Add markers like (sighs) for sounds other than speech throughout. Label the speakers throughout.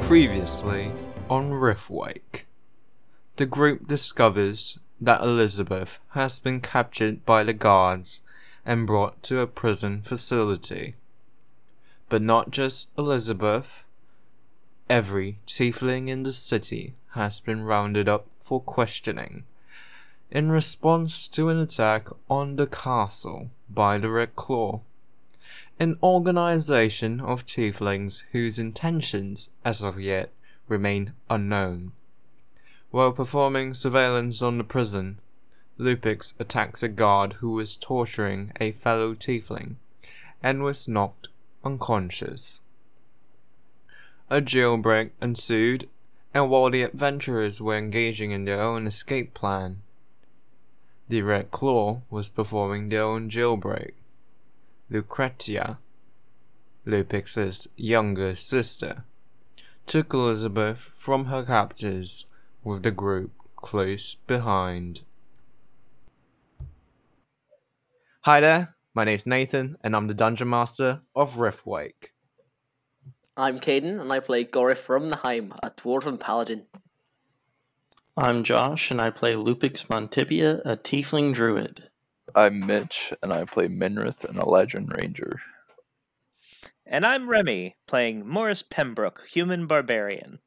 Speaker 1: Previously on Riftwake, the group discovers that Elizabeth has been captured by the guards and brought to a prison facility. But not just Elizabeth, every tiefling in the city has been rounded up for questioning in response to an attack on the castle by the Red Claw an organization of tieflings whose intentions, as of yet, remain unknown. While performing surveillance on the prison, Lupix attacks a guard who was torturing a fellow tiefling and was knocked unconscious. A jailbreak ensued, and while the adventurers were engaging in their own escape plan, the Red Claw was performing their own jailbreak. Lucretia, Lupix's younger sister, took Elizabeth from her captors with the group close behind. Hi there, my name's Nathan, and I'm the Dungeon Master of Riftwake.
Speaker 2: I'm Caden, and I play Gorif from the Heim, a dwarven paladin. (laughs)
Speaker 3: I'm Josh, and I play Lupix Montibia, a tiefling druid.
Speaker 4: I'm Mitch, and I play Minrith and a Legend Ranger.
Speaker 5: And I'm Remy, playing Morris Pembroke, human barbarian.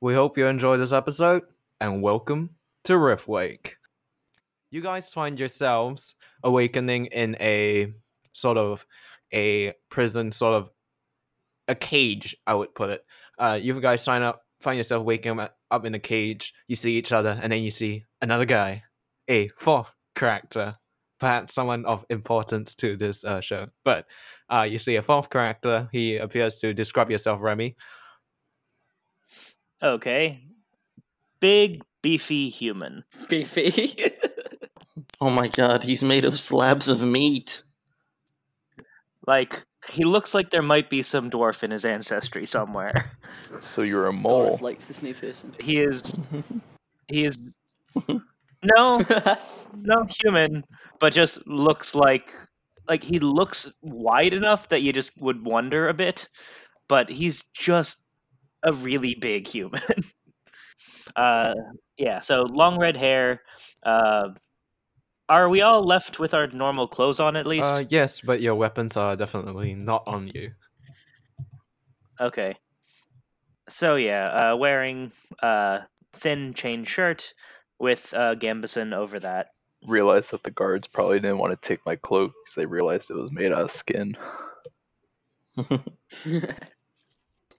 Speaker 1: We hope you enjoy this episode, and welcome to Riftwake. You guys find yourselves awakening in a sort of a prison, sort of a cage, I would put it. Uh, you guys sign up, find yourself waking up- up in a cage. You see each other, and then you see another guy, a fourth character, perhaps someone of importance to this uh, show. But uh, you see a fourth character. He appears to describe yourself, Remy.
Speaker 5: Okay. Big, beefy human.
Speaker 2: Beefy.
Speaker 3: Oh my god, he's made of slabs of meat.
Speaker 5: Like, he looks like there might be some dwarf in his ancestry somewhere.
Speaker 4: So you're
Speaker 1: Oh.
Speaker 4: a
Speaker 2: Gorif
Speaker 4: mole.
Speaker 2: likes this new (laughs) person.
Speaker 5: He is. He is. No, no human, but just looks like. Like, he looks wide enough that you just would wonder a bit, but he's just a really big human. (laughs) uh, yeah, so long red hair. Uh, are we all left with our normal clothes on at least?
Speaker 1: Uh, yes, but your weapons are definitely not on you.
Speaker 5: Okay. So yeah, uh, wearing uh, thin chain shirt with uh, gambeson over that.
Speaker 4: Realized that the guards probably didn't want to take my cloak because they realized it was made out of skin.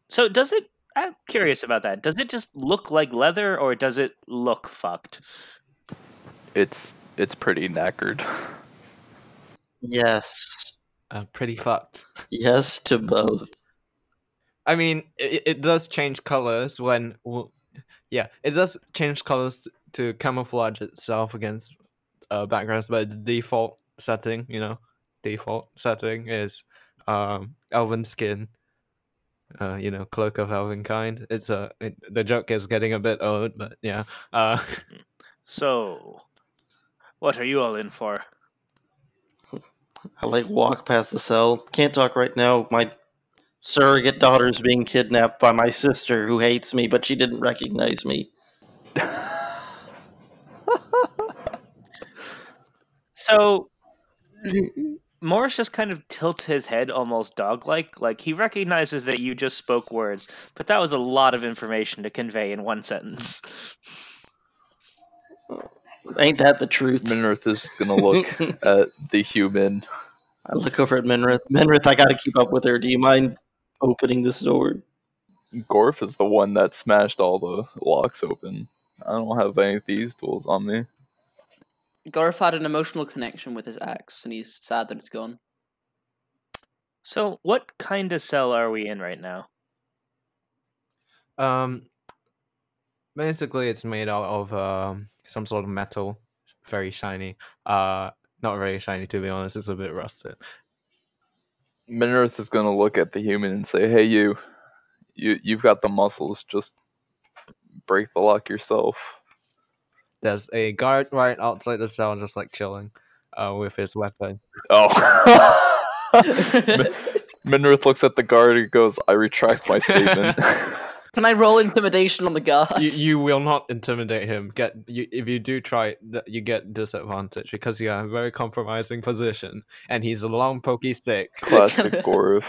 Speaker 5: So does it? I'm curious about that. Does it just look like leather, or does it look fucked?
Speaker 4: It's it's pretty knackered.
Speaker 3: Yes.
Speaker 1: Uh, pretty fucked.
Speaker 3: Yes to both.
Speaker 1: I mean, it, it does change colors when, w yeah, it does change colors to camouflage itself against uh, backgrounds. But the default setting, you know, default setting is um, elven skin. Uh, you know, cloak of elven kind. It's a it, the joke is getting a bit old, but yeah. Uh,
Speaker 5: So, what are you all in for?
Speaker 3: I like walk past the cell. Can't talk right now. My surrogate daughter's being kidnapped by my sister who hates me, but she didn't recognize (laughs) me.
Speaker 5: So, Morris just kind of tilts his head almost dog like. Like, he recognizes that you just spoke words, but that was a lot of information to convey in one sentence.
Speaker 3: Ain't that the truth?
Speaker 4: Minrith is gonna look
Speaker 3: (laughs)
Speaker 4: at the human.
Speaker 3: I look over at Minrith. Minrith, I gotta keep up with her. Do you mind opening this door?
Speaker 4: Gorf is the one that smashed all the locks open. I don't have any of these tools on me.
Speaker 2: Gorif had an emotional connection with his axe, and he's sad that it's gone.
Speaker 5: So, what kind of cell are we in right now?
Speaker 1: Um, basically, it's made out of um, some sort of metal, very shiny. Uh, not very shiny to be honest. It's a bit rusted.
Speaker 4: Minrith is gonna look at the human and say, "Hey, you, you, you've got the muscles. Just break the lock yourself."
Speaker 1: There's a guard right outside the cell, just (laughs)
Speaker 2: (laughs)
Speaker 1: like chilling, uh, with his weapon.
Speaker 4: Oh. Minrith Oh. looks at the guard and goes, I retract
Speaker 1: (laughs)
Speaker 4: my statement.
Speaker 2: Can I roll intimidation on the guard?
Speaker 1: you, you will not intimidate him. Get you, if you do try, th- you get disadvantage because you're in a very compromising position, and he's a long pokey stick.
Speaker 4: Classic Gorf.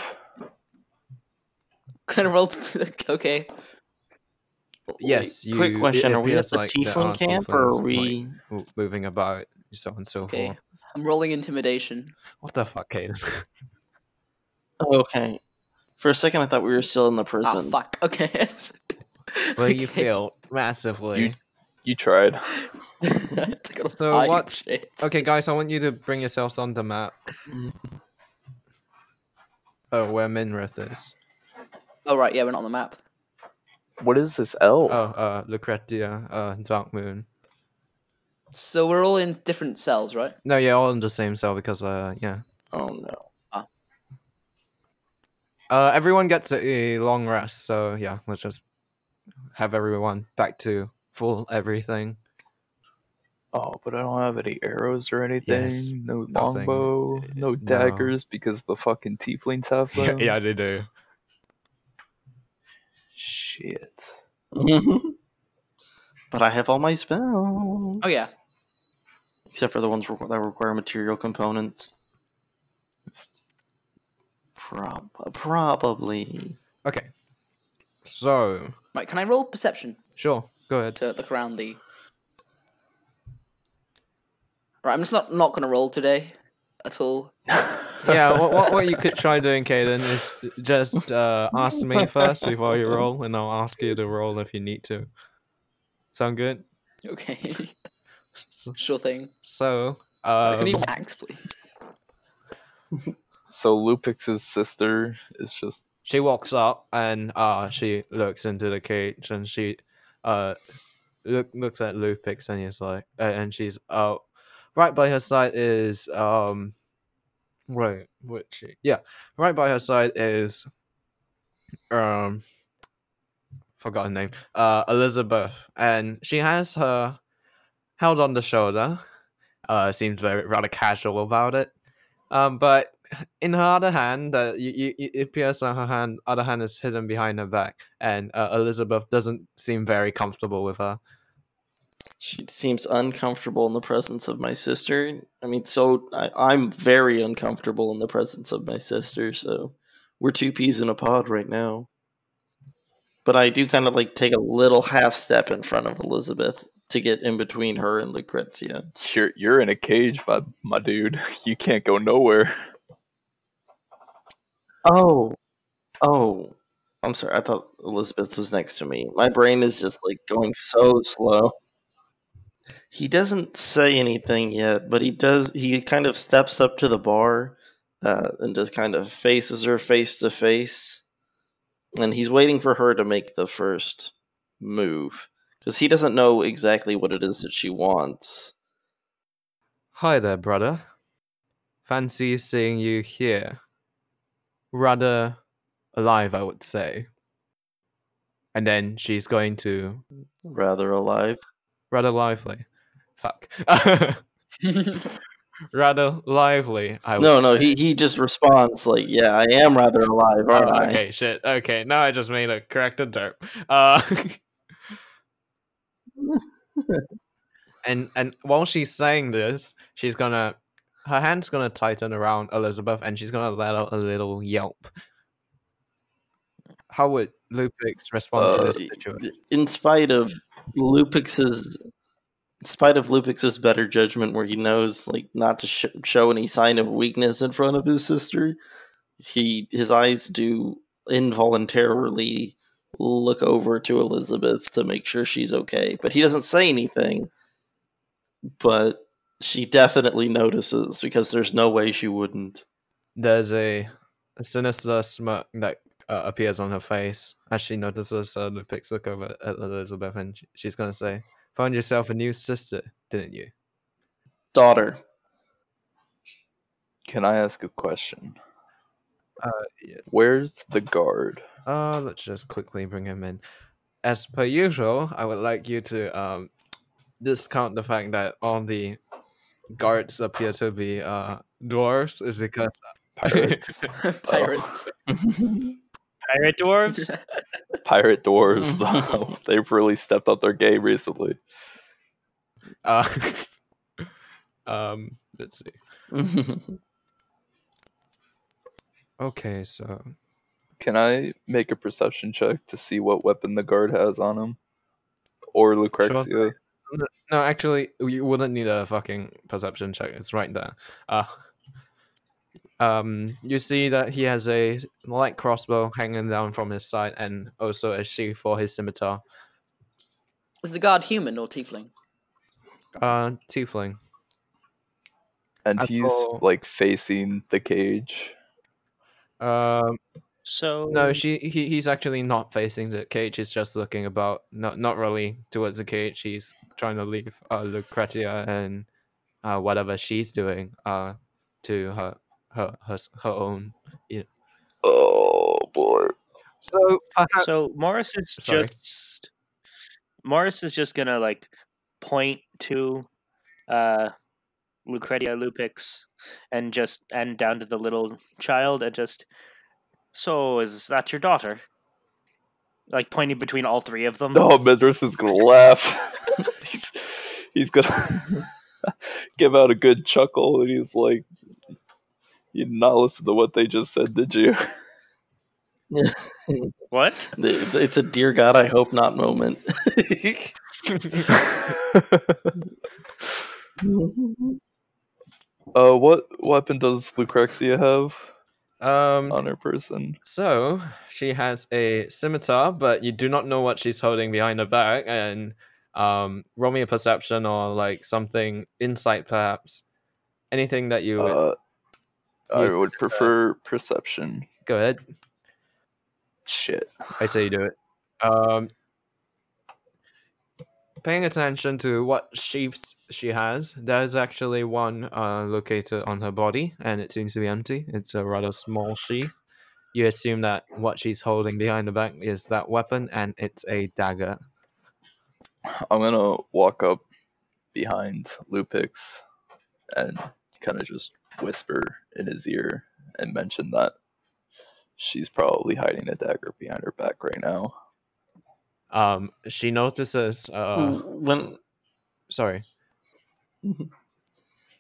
Speaker 2: (laughs) Can I roll? T- okay.
Speaker 1: Yes, you,
Speaker 3: Quick
Speaker 1: it
Speaker 3: question: Are we at
Speaker 1: appears
Speaker 3: the
Speaker 1: like there
Speaker 3: Tiefling
Speaker 1: are
Speaker 3: camp, or are
Speaker 1: tieflings, like,
Speaker 3: we?
Speaker 1: w- moving about, so on and so
Speaker 2: Okay.
Speaker 1: forth?
Speaker 2: I'm rolling intimidation.
Speaker 1: What the fuck, Caden?
Speaker 2: (laughs)
Speaker 3: Oh, okay. For a second, I thought we were still in the
Speaker 2: Ah,
Speaker 3: prison.
Speaker 2: fuck. Okay. (laughs)
Speaker 1: Well, you
Speaker 2: Okay.
Speaker 1: failed massively.
Speaker 4: You- You tried.
Speaker 2: (laughs) It's got a
Speaker 1: So
Speaker 2: five,
Speaker 1: what-
Speaker 2: shit.
Speaker 1: Okay, guys, I want you to bring yourselves on the map. Oh, where Minrith is.
Speaker 2: Oh right, yeah, we're not on the map.
Speaker 4: What is this L?
Speaker 1: Oh, uh, Lucretia, uh, Dark Moon.
Speaker 2: So we're all in different cells, right?
Speaker 1: No, yeah, all in the same cell because, uh, yeah.
Speaker 3: Oh no.
Speaker 1: Uh, everyone gets a long rest, so yeah, let's just have everyone back to full (laughs) everything.
Speaker 4: Oh, but I don't have any arrows or anything.
Speaker 1: Yes,
Speaker 4: no
Speaker 1: nothing.
Speaker 4: longbow, no
Speaker 1: No.
Speaker 4: daggers because the fucking tieflings have them.
Speaker 1: they do.
Speaker 4: Shit. (laughs)
Speaker 3: (laughs) but I have all my spells.
Speaker 2: Oh, yeah.
Speaker 3: Except for the ones requ- that require material components. Prob- probably.
Speaker 1: Okay. So,
Speaker 2: Right, can I roll perception
Speaker 1: sure, go ahead.
Speaker 2: to look around the? Right, I'm just not not gonna roll today, at all.
Speaker 1: yeah, what, what, what you could try doing, Caden, is just uh, ask me first before you roll, and I'll ask you to roll if you need to. Sound good?
Speaker 2: Okay, (laughs)
Speaker 1: So,
Speaker 2: sure thing.
Speaker 1: so
Speaker 2: can you
Speaker 1: um,
Speaker 2: max, please? (laughs)
Speaker 4: So Lupix's sister is just
Speaker 1: she walks up and uh, she looks into the cage and she uh, look, looks at Lupix and he's like, uh, and she's uh, right by her side is um, wait, what she? Yeah, right by her side is um, forgot her name, uh, Elizabeth, and she has her held on the shoulder. Uh, seems very rather casual about it. Um, but in her other hand, uh, you, you, you- it appears on her hand, other hand is hidden behind her back, and uh, Elizabeth doesn't seem very comfortable with her.
Speaker 3: She seems uncomfortable in the presence of my sister. I mean, so I, I'm very uncomfortable in the presence of my sister. So we're two peas in a pod right now. But I do kind of like take a little half step in front of Elizabeth to get in between her and Lucrezia.
Speaker 4: you're you're in a cage, my my dude. (laughs) You can't go nowhere.
Speaker 3: Oh, oh, I'm sorry. I thought Elizabeth was next to me. My brain is just like going so slow. He doesn't say anything yet, but he does. He kind of steps up to the bar uh, and just kind of faces her face to face. And he's waiting for her to make the first move because he doesn't know exactly what it is that she wants.
Speaker 1: Hi there, brother. Fancy seeing you here. Rather alive, I would say. And then she's going to
Speaker 3: Rather alive.
Speaker 1: rather lively.
Speaker 3: (laughs)
Speaker 1: Fuck. (laughs) rather lively. I would
Speaker 3: No, no, he, he just responds like, "Yeah, I am rather alive,
Speaker 1: Oh,
Speaker 3: aren't I?"
Speaker 1: okay, shit. Okay, now I just made a corrected derp. Uh, (laughs) and and while she's saying this, she's gonna her hand's gonna tighten around Elizabeth, and she's gonna let out a little yelp. How would Lupix respond to this
Speaker 3: Uh,
Speaker 1: situation?
Speaker 3: in spite of Lupix's in spite of Lupix's better judgment where he knows like not to sh- show any sign of weakness in front of his sister, he his eyes do involuntarily look over to Elizabeth to make sure she's okay, but he doesn't say anything. But she definitely notices because there's no way she wouldn't.
Speaker 1: There's a, a sinister smirk that uh, appears on her face as she notices uh, Lupix look over at Elizabeth, and sh- she's gonna say, "Found yourself a new sister, didn't you?"
Speaker 3: Daughter, (laughs)
Speaker 4: Can I ask a question?
Speaker 1: Uh, yeah.
Speaker 4: Where's the guard?
Speaker 1: Uh, let's just quickly bring him in. As per usual, I would like you to um discount the fact that all the guards appear to be uh dwarves is because
Speaker 4: Pirates.
Speaker 1: (laughs)
Speaker 2: Pirates.
Speaker 5: Pirate dwarves.
Speaker 4: Pirate dwarves,
Speaker 1: Mm.
Speaker 4: (laughs) though. They've really stepped up their game recently.
Speaker 1: Uh, (laughs) um, let's see. Okay, so
Speaker 4: Can I make a perception check to see what weapon the guard has on him? Or Lucrezia?
Speaker 1: no, actually, you wouldn't need a fucking perception check. It's right there. Uh, um, you see that he has a light crossbow hanging down from his side, and also a sheath for his scimitar.
Speaker 2: Is the guard human or tiefling?
Speaker 1: Uh, tiefling.
Speaker 4: And
Speaker 1: I
Speaker 4: he's
Speaker 1: saw-
Speaker 4: like facing the cage.
Speaker 1: Um,
Speaker 5: So
Speaker 1: no, she he, he's actually not facing the cage. He's just looking about, not not really towards the cage. He's trying to leave uh, Lucretia and uh, whatever she's doing uh to her her her, s- her own.
Speaker 4: Oh boy.
Speaker 1: So perhaps
Speaker 5: so Morris is
Speaker 1: Uh Sorry.
Speaker 5: just Morris is just gonna like point to uh Lucretia Lupix and just and down to the little child and just so is that your daughter? Like pointing between all three of them.
Speaker 4: No, Medrith Oh, is gonna laugh. (laughs) he's, he's gonna (laughs) give out a good chuckle, and he's like, "You did not listen to what they just said, did you?"
Speaker 5: What?
Speaker 3: It- it's a dear God, I hope not moment. (laughs)
Speaker 4: uh, what weapon does Lucrexia have
Speaker 1: um
Speaker 4: on her person?
Speaker 1: So she has a scimitar, but you do not know what she's holding behind her back. And um, roll me a perception or like something insight, perhaps anything that you would
Speaker 4: Uh, I
Speaker 1: Yes,
Speaker 4: would
Speaker 1: it's, uh,
Speaker 4: prefer perception.
Speaker 1: go ahead.
Speaker 4: Shit.
Speaker 1: I say you do it. Um, paying attention to what sheaths she has, there's actually one uh, located on her body, and it seems to be empty. It's a rather small sheath. You assume that what she's holding behind her back is that weapon, and it's a dagger.
Speaker 4: I'm gonna walk up behind Lupix and kind of just whisper in his ear and mention that she's probably hiding a dagger behind her back right now. (laughs)
Speaker 1: Um, she notices.
Speaker 3: Hmm.
Speaker 1: Uh,
Speaker 3: when
Speaker 1: sorry.
Speaker 3: Mhm.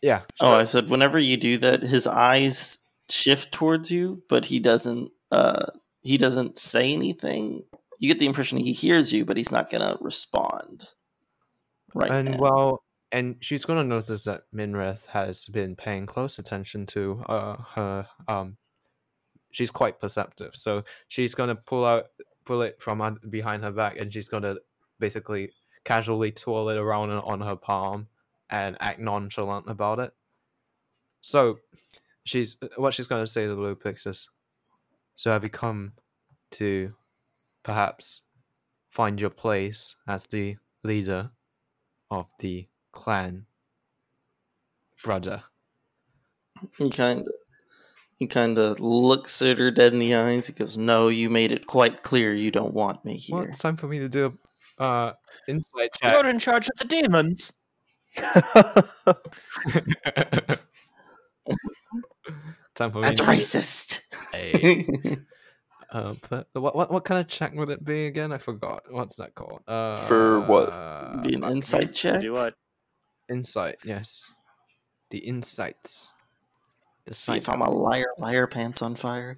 Speaker 1: yeah.
Speaker 3: oh, I said whenever you do that, his eyes shift towards you, but he doesn't. Uh, he doesn't say anything. You get the impression he hears you, but he's not gonna respond. Right.
Speaker 1: and
Speaker 3: now.
Speaker 1: well, and she's gonna notice that Minreth has been paying close attention to uh, her. Um, she's quite perceptive, so she's gonna pull out, pull it from un- behind her back, and she's gonna basically casually twirl it around on- on her palm and act nonchalant about it. So, she's uh, what she's gonna say to Lupix is, "So have you come to, perhaps, find your place as the leader?" of the clan brother.
Speaker 3: He kind of he kind of looks at her dead in the eyes. He goes, "No, you made it quite clear you don't want me
Speaker 1: Well,
Speaker 3: here."
Speaker 1: it's time for me to do a uh, insight
Speaker 5: You're in charge of the demons.
Speaker 1: check. (laughs) time for me.
Speaker 3: That's
Speaker 1: to do
Speaker 3: racist.
Speaker 1: a, (laughs)
Speaker 3: (laughs)
Speaker 1: uh, per- what what what kind of check would it be again? I forgot. What's that called? Uh,
Speaker 4: For what?
Speaker 3: Be an
Speaker 1: fuck.
Speaker 3: insight
Speaker 5: To
Speaker 3: check.
Speaker 5: do what?
Speaker 1: Insight. Yes, the insights. The
Speaker 3: See if
Speaker 1: sight-
Speaker 3: I'm a liar. Liar pants on fire.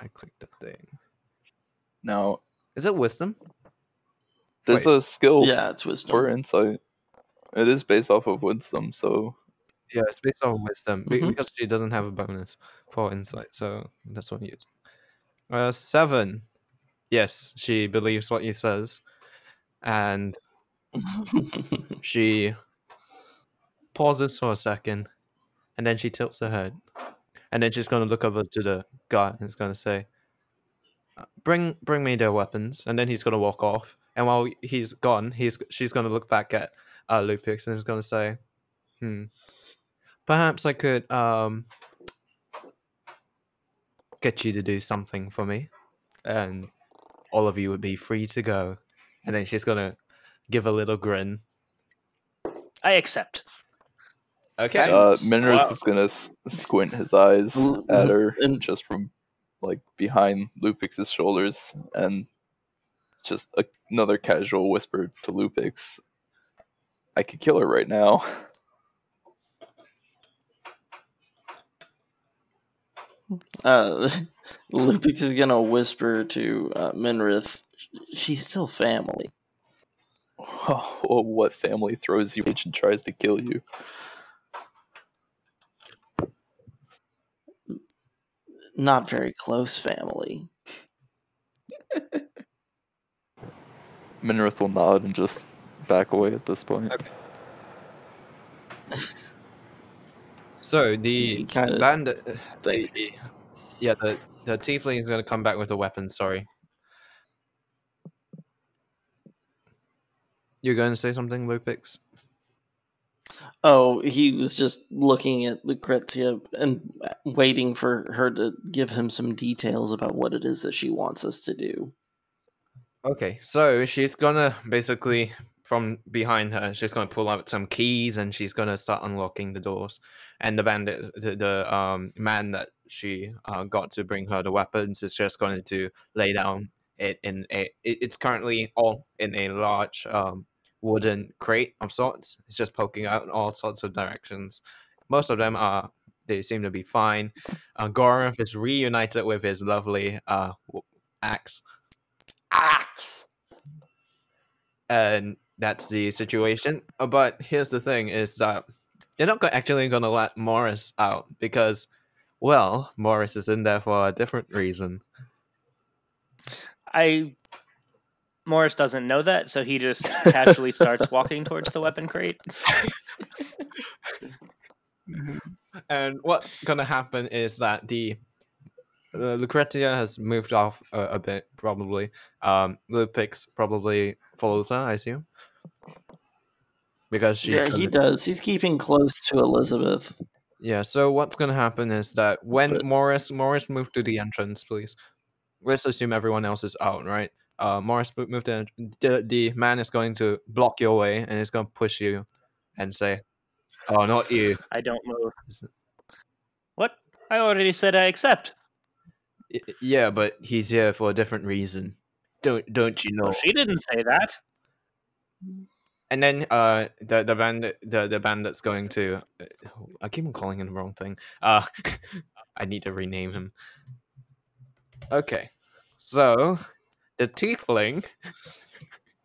Speaker 1: I clicked the thing.
Speaker 4: now,
Speaker 1: Is it wisdom?
Speaker 4: there's
Speaker 1: Wait.
Speaker 4: a skill
Speaker 3: Yeah, it's wisdom.
Speaker 4: for insight. It is based off of wisdom, so
Speaker 1: Yeah, it's based on wisdom be-
Speaker 3: Mhm.
Speaker 1: because she doesn't have a bonus for insight, so that's what you use. Uh, seven. Yes, she believes what he says, and she pauses for a second, and then she tilts her head, and then she's gonna look over to the guard and is gonna say, "Uh, "Bring, bring me their weapons," and then he's gonna walk off. And while he's gone, he's she's gonna look back at uh, Lupix and is gonna say, "Hmm." Perhaps I could um get you to do something for me, and all of you would be free to go. And then she's gonna give a little grin.
Speaker 5: I accept.
Speaker 1: Okay.
Speaker 4: Uh,
Speaker 2: Thanks.
Speaker 4: Minrith
Speaker 5: Wow.
Speaker 4: is gonna s- squint his eyes
Speaker 3: L-
Speaker 4: at her
Speaker 3: and-
Speaker 4: just from like behind Lupix's shoulders, and just a- another casual whisper to Lupix. I could kill her right now. (laughs)
Speaker 3: Uh, (laughs) Lupix is gonna whisper to uh, Minrith, "She's still family."
Speaker 4: Oh, what family throws you each and tries to kill you?
Speaker 3: Not very close family.
Speaker 4: Minrith will nod and just back away at this point.
Speaker 1: So the
Speaker 3: He kinda-
Speaker 1: bandit,
Speaker 3: Thanks.
Speaker 1: the- yeah, the the tiefling is going to come back with a weapon. Sorry. You're going to say something, Lupix?
Speaker 3: Oh, he was just looking at Lucrezia and waiting for her to give him some details about what it is that she wants us to do.
Speaker 1: Okay, so she's gonna basically from behind her, she's gonna pull out some keys and she's gonna start unlocking the doors. And the bandit, the, the um man that she uh, got to bring her the weapons is just going to lay down it in a. It, it's currently all in a large um wooden crate of sorts. It's just poking out in all sorts of directions. Most of them are. They seem to be fine. Uh, Gorath is reunited with his lovely uh w- axe
Speaker 2: Axe.
Speaker 1: and that's the situation. Uh, But here's the thing: is that they're not go- actually going to let Morris out because, well, Morris is in there for a different reason.
Speaker 5: I Morris doesn't know that, so he just
Speaker 1: (laughs)
Speaker 5: casually starts walking towards the weapon crate.
Speaker 1: And what's going to happen is that the uh, Lucretia has moved off a, a bit, probably. Um, Lupix probably follows her, I assume, because she's
Speaker 3: yeah,
Speaker 1: a
Speaker 3: he
Speaker 1: Lu-
Speaker 3: does. He's keeping close to Elizabeth.
Speaker 1: Yeah, so what's gonna happen is that when
Speaker 3: But-
Speaker 1: Morris Morris move to the entrance, please. Let's assume everyone else is out, right? Uh, Morris mo- move to en- the the man is going to block your way and he's gonna push you, and say, "Oh, not you."
Speaker 5: I don't move.
Speaker 1: Is it-
Speaker 5: What? I already said I accept.
Speaker 1: Y- y- Yeah, but he's here for a different reason. Don't don't you know?
Speaker 5: Well, she didn't say that.
Speaker 1: And then uh, the the bandit the the bandit's going to. uh, I keep on calling him the wrong thing. Uh, (laughs) I need to rename him. Okay, so the tiefling (laughs)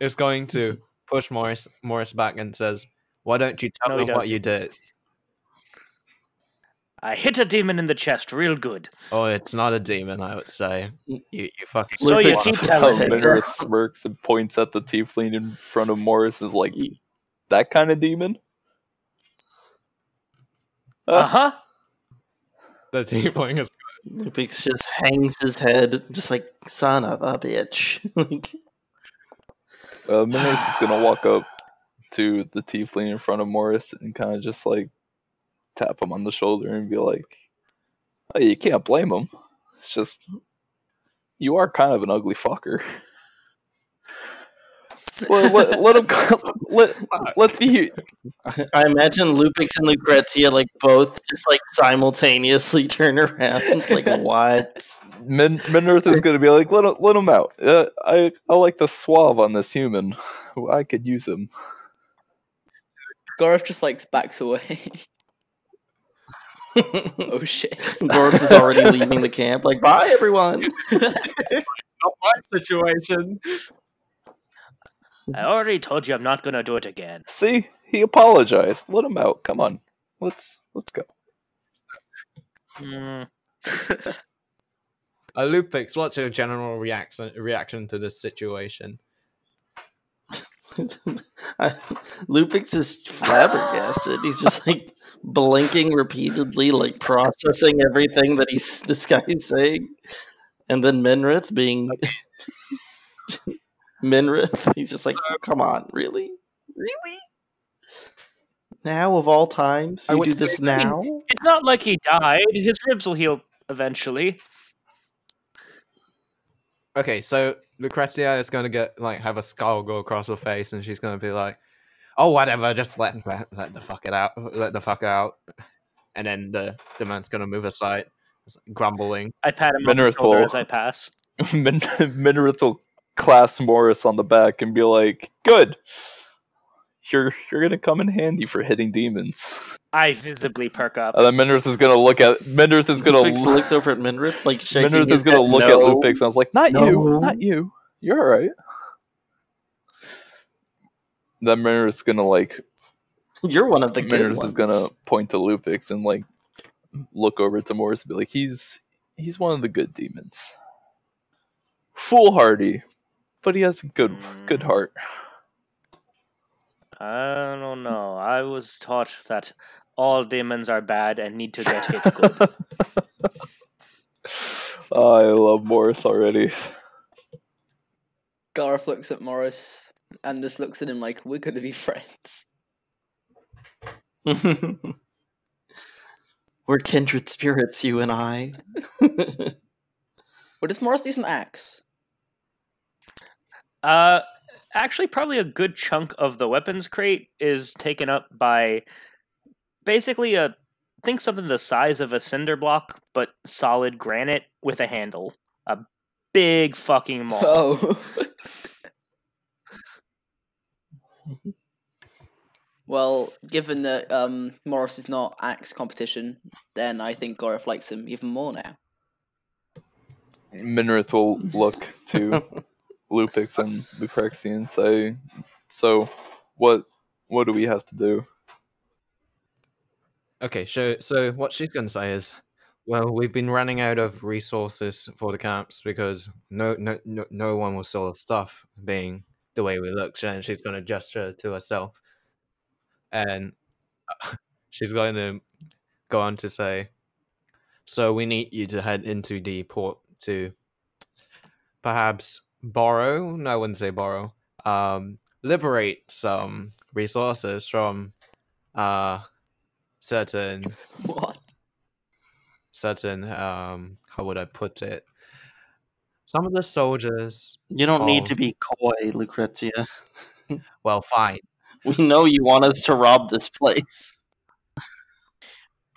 Speaker 1: is going to push Morris Morris back and says, "Why don't you tell
Speaker 5: No,
Speaker 1: me
Speaker 5: he
Speaker 1: what you did?"
Speaker 5: I hit a demon in the chest real good.
Speaker 1: Oh, it's not a demon, I would say. You you fucking.
Speaker 5: So you
Speaker 1: slut. (laughs)
Speaker 5: teeth
Speaker 3: Lupix-
Speaker 5: tell
Speaker 4: Oh,
Speaker 5: him.
Speaker 4: Minrith smirks and points at the tiefling in front of Morris is like, that kind of demon?
Speaker 5: Uh huh.
Speaker 1: The tiefling is
Speaker 3: Lupix just hangs his head, just like son of a bitch. (laughs) like,
Speaker 4: Uh, Minrith is gonna walk up to the tiefling in front of Morris and kind of just like tap him on the shoulder and be like, "Hey, you can't blame him. It's just you are kind of an ugly fucker." let, let, let him (laughs) go- let let the
Speaker 3: I imagine Lupix and Lucrezia like both just like simultaneously (laughs) turn around. Like what? (laughs)
Speaker 4: Min, Minrith is gonna be like, "Let him, let him out. Uh, I I like the suave on this human. I could use him."
Speaker 2: Gorath just like backs away. (laughs) oh shit.
Speaker 3: Boris is already leaving the camp. Like bye everyone.
Speaker 1: not my situation.
Speaker 5: I already told you I'm not gonna do it again.
Speaker 4: See, he apologized. Let him out. Come on, let's let's go.
Speaker 1: Hmm.
Speaker 5: Mm,
Speaker 1: Uh, Lupix, what's your general reaction reaction to this situation?
Speaker 3: (laughs) Lupix is flabbergasted. He's just like blinking repeatedly, like processing everything that he's this guy is saying. And then Minrith being (laughs) Minrith, he's just like, come on, really, really? Now of all times,
Speaker 1: I
Speaker 3: you
Speaker 1: would
Speaker 3: do
Speaker 1: say
Speaker 3: this
Speaker 1: that-
Speaker 3: now?
Speaker 5: it's not like he died. His ribs will heal eventually.
Speaker 1: Okay, so Lucrezia is going to get like have a skull go across her face, and she's going to be like, oh whatever, just let let, let the fuck it out, let the fuck out, and then the the man's gonna move aside, grumbling.
Speaker 5: I pat him on the
Speaker 4: Mineral.
Speaker 5: shoulder as I pass.
Speaker 4: Min- (laughs) Minrith will class Morris on the back and be like, "Good, you're you're gonna come in handy for hitting demons."
Speaker 5: I visibly perk up.
Speaker 4: And then Minrith is gonna look at Minrith is gonna
Speaker 3: Lupix
Speaker 4: look,
Speaker 3: looks over at Minrith, like shaking
Speaker 4: Minrith
Speaker 3: his
Speaker 4: is gonna
Speaker 3: head
Speaker 4: look at
Speaker 3: no.
Speaker 4: Lupix. And I was like, "Not
Speaker 3: No.
Speaker 4: you, not you. You're all right." Then Minrith's gonna like
Speaker 3: (laughs) You're one of the good
Speaker 4: Minrith
Speaker 3: ones.
Speaker 4: is gonna point to Lupix and like look over to Morris and be like, "He's he's one of the good demons. Foolhardy, but he has a good good
Speaker 5: Mm.
Speaker 4: heart."
Speaker 5: I don't know. I was taught that all demons are bad and need to get hit good.
Speaker 4: I love Morris already.
Speaker 2: Garth looks at Morris and just looks at him like, we're going to be friends.
Speaker 3: (laughs) We're kindred spirits, you and I.
Speaker 2: What does Morris use an axe?
Speaker 5: Uh, actually, probably a good chunk of the weapons crate is taken up by basically a think something the size of a cinder block, but solid granite with a handle. A big fucking maul.
Speaker 2: Oh. (laughs) well, given that um, Morris is not axe competition, then I think Garth likes him even more now.
Speaker 4: Minrith will look
Speaker 3: (laughs)
Speaker 4: to Lupix and Luprexi and say, "So, what what do we have to do?"
Speaker 1: Okay, so so what she's gonna say is, well, we've been running out of resources for the camps because no no no, no one will sell us stuff, being the way we look. Sh- And she's gonna gesture to herself, and uh, (laughs) she's going to go on to say, so we need you to head into the port to perhaps borrow. No, I wouldn't say borrow. Um, liberate some resources from uh certain
Speaker 2: What?
Speaker 1: certain um how would I put it? Some of the soldiers
Speaker 3: You don't need
Speaker 1: Oh.
Speaker 3: to be coy, Lucrezia.
Speaker 1: well fine.
Speaker 3: We know you want us to rob this place.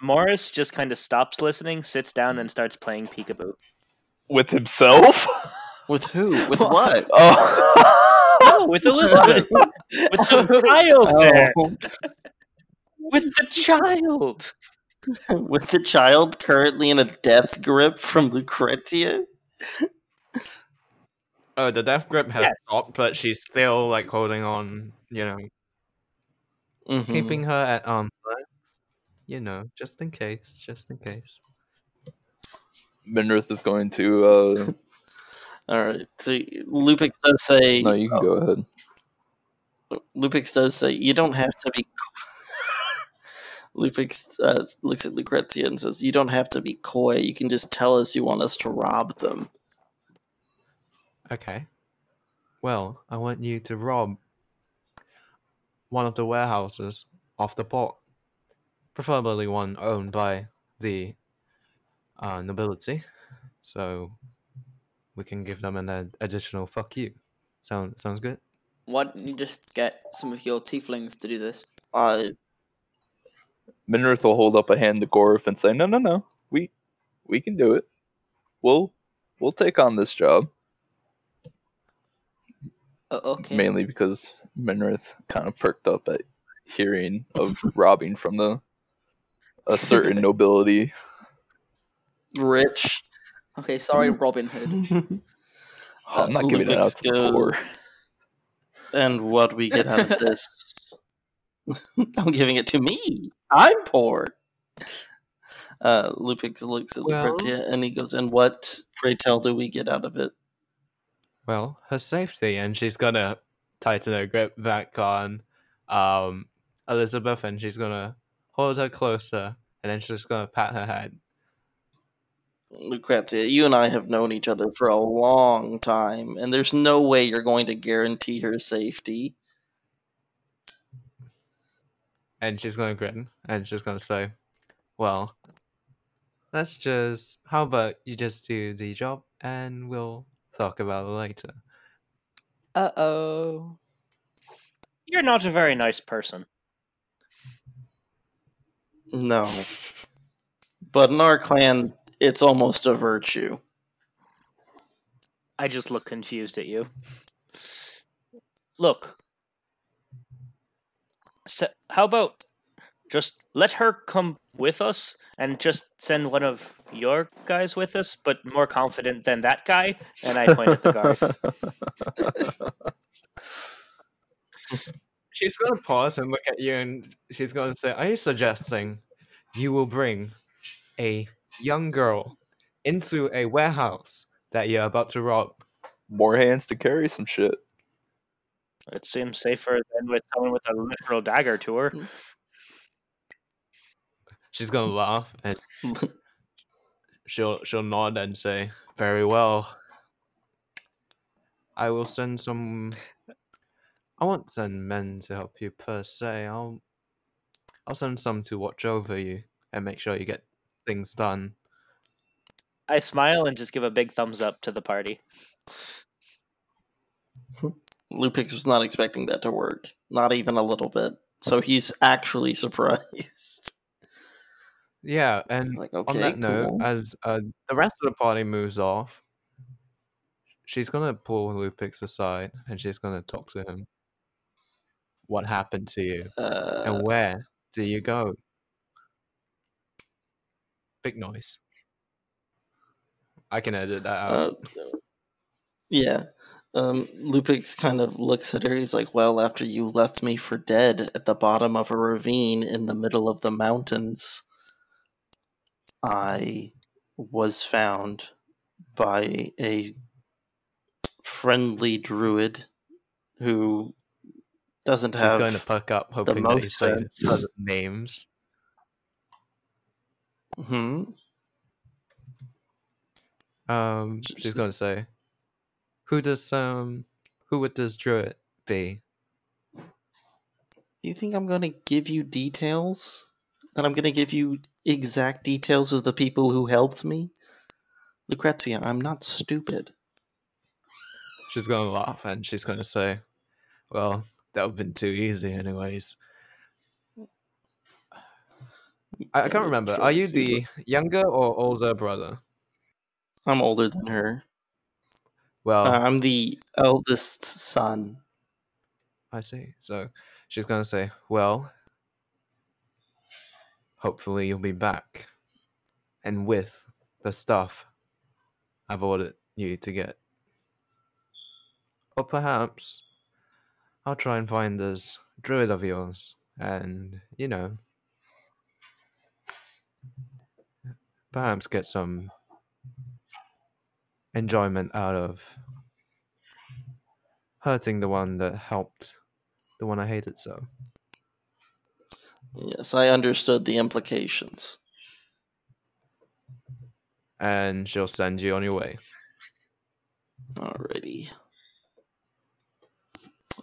Speaker 5: Morris just kind of stops listening, sits down, and starts playing peekaboo.
Speaker 4: With himself? (laughs)
Speaker 3: With who? With what?
Speaker 4: Oh,
Speaker 5: Oh, with Elizabeth, with the child
Speaker 3: Oh.
Speaker 5: there, with the child.
Speaker 3: (laughs) With the child currently in a death grip from Lucrezia?
Speaker 1: Oh the death grip has
Speaker 5: Yes.
Speaker 1: stopped, but she's still like holding on, you know,
Speaker 3: Mhm.
Speaker 1: keeping her at arm's length. You know, just in case, just in case.
Speaker 4: Minrith is going to. Uh,
Speaker 3: All right. So Lupix does say.
Speaker 4: no, you can go ahead.
Speaker 3: Lupix does say you don't have to be. (laughs) Lupix uh, looks at Lucrezia and says, "You don't have to be coy. You can just tell us you want us to rob them."
Speaker 1: Okay. Well, I want you to rob one of the warehouses off the port. Preferably one owned by the uh, nobility. So we can give them an ad- additional fuck you. Sound sounds good?
Speaker 2: Why don't you just get some of your tieflings to do this?
Speaker 3: Uh,
Speaker 4: Minrith will hold up a hand to Gorf and say, "No, no, no. We we can do it. We'll we'll take on this job."
Speaker 2: Uh, okay.
Speaker 4: Mainly because Minrith kind of perked up at hearing
Speaker 3: (laughs)
Speaker 4: of robbing from the a certain nobility.
Speaker 3: rich.
Speaker 2: Okay, sorry, Robin Hood. (laughs)
Speaker 3: Uh,
Speaker 4: I'm not giving it out
Speaker 3: Lupix
Speaker 4: to the poor.
Speaker 3: goes, And what we get out of this? (laughs) I'm giving it to me. I'm poor. Uh, Lupix looks at
Speaker 1: Well-
Speaker 3: Lucrezia and he goes, "And what, pray tell, do we get out of it?"
Speaker 1: Well, her safety, and she's gonna tighten her grip back on um, Elizabeth, and she's gonna hold her closer, and then she's gonna pat her head.
Speaker 3: Lucrezia, you and I have known each other for a long time, and there's no way you're going to guarantee her safety.
Speaker 1: and she's gonna grin and she's gonna say, "Well, let's just. How about you just do the job and we'll talk about it later."
Speaker 2: Uh oh.
Speaker 5: You're not a very nice person.
Speaker 3: No. But in our clan, it's almost a virtue.
Speaker 5: I just look confused at you. Look. So, how about just let her come with us and just send one of your guys with us, but more confident than that guy? And I point at the guard.
Speaker 1: She's gonna pause and look at you, and she's gonna say, "Are you suggesting you will bring a young girl into a warehouse that you're about to rob?"
Speaker 4: More hands to carry some shit.
Speaker 5: It seems safer than with someone with a literal dagger to her.
Speaker 1: She's gonna laugh
Speaker 3: (laughs)
Speaker 1: and she'll she'll nod and say, "Very well. I will send some. I won't send men to help you per se. I'll I'll send some to watch over you and make sure you get things done.
Speaker 5: I smile and just give a big thumbs up to the party.
Speaker 3: Lupix was not expecting that to work, not even a little bit. So he's actually (laughs) surprised.
Speaker 1: Yeah, and
Speaker 3: like,
Speaker 1: on
Speaker 3: okay,
Speaker 1: that note,
Speaker 3: cool.
Speaker 1: as uh, the rest of the party moves off, she's gonna pull Lupix aside and she's gonna talk to him. What happened to you,
Speaker 3: uh,
Speaker 1: and where do you go? Big noise. I can edit that out.
Speaker 3: uh, yeah. Um, Lupix kind of looks at her. He's like, Well, after you left me for dead at the bottom of a ravine in the middle of the mountains, I was found by a friendly druid who doesn't
Speaker 1: She's
Speaker 3: have
Speaker 1: going to perk up, hoping that you
Speaker 3: most
Speaker 1: say the
Speaker 3: sense.
Speaker 1: other (laughs) names.
Speaker 3: hmm
Speaker 1: Um,
Speaker 3: Sh-
Speaker 1: she's
Speaker 3: sh-
Speaker 1: going to say, "Who does um, who would this druid be?"
Speaker 3: Do you think I'm going to give you details? That I'm going to give you exact details of the people who helped me? Lucrezia, I'm not stupid.
Speaker 1: She's going to laugh and she's going to say, "Well, that would have been too easy, anyways." I, I
Speaker 3: Yeah,
Speaker 1: can't remember. Are you
Speaker 3: Lucrezia's
Speaker 1: the younger or older brother?
Speaker 3: like, I'm older than her.
Speaker 1: Well,
Speaker 3: Uh, I'm the eldest son.
Speaker 1: I see. So she's going to say, "Well, hopefully you'll be back, and with the stuff I've ordered you to get, or perhaps." I'll try and find this druid of yours, and you know, perhaps get some enjoyment out of hurting the one that helped, the one I hated so.
Speaker 3: Yes, I understood the implications.
Speaker 1: And she'll send you on your way.
Speaker 3: Alrighty.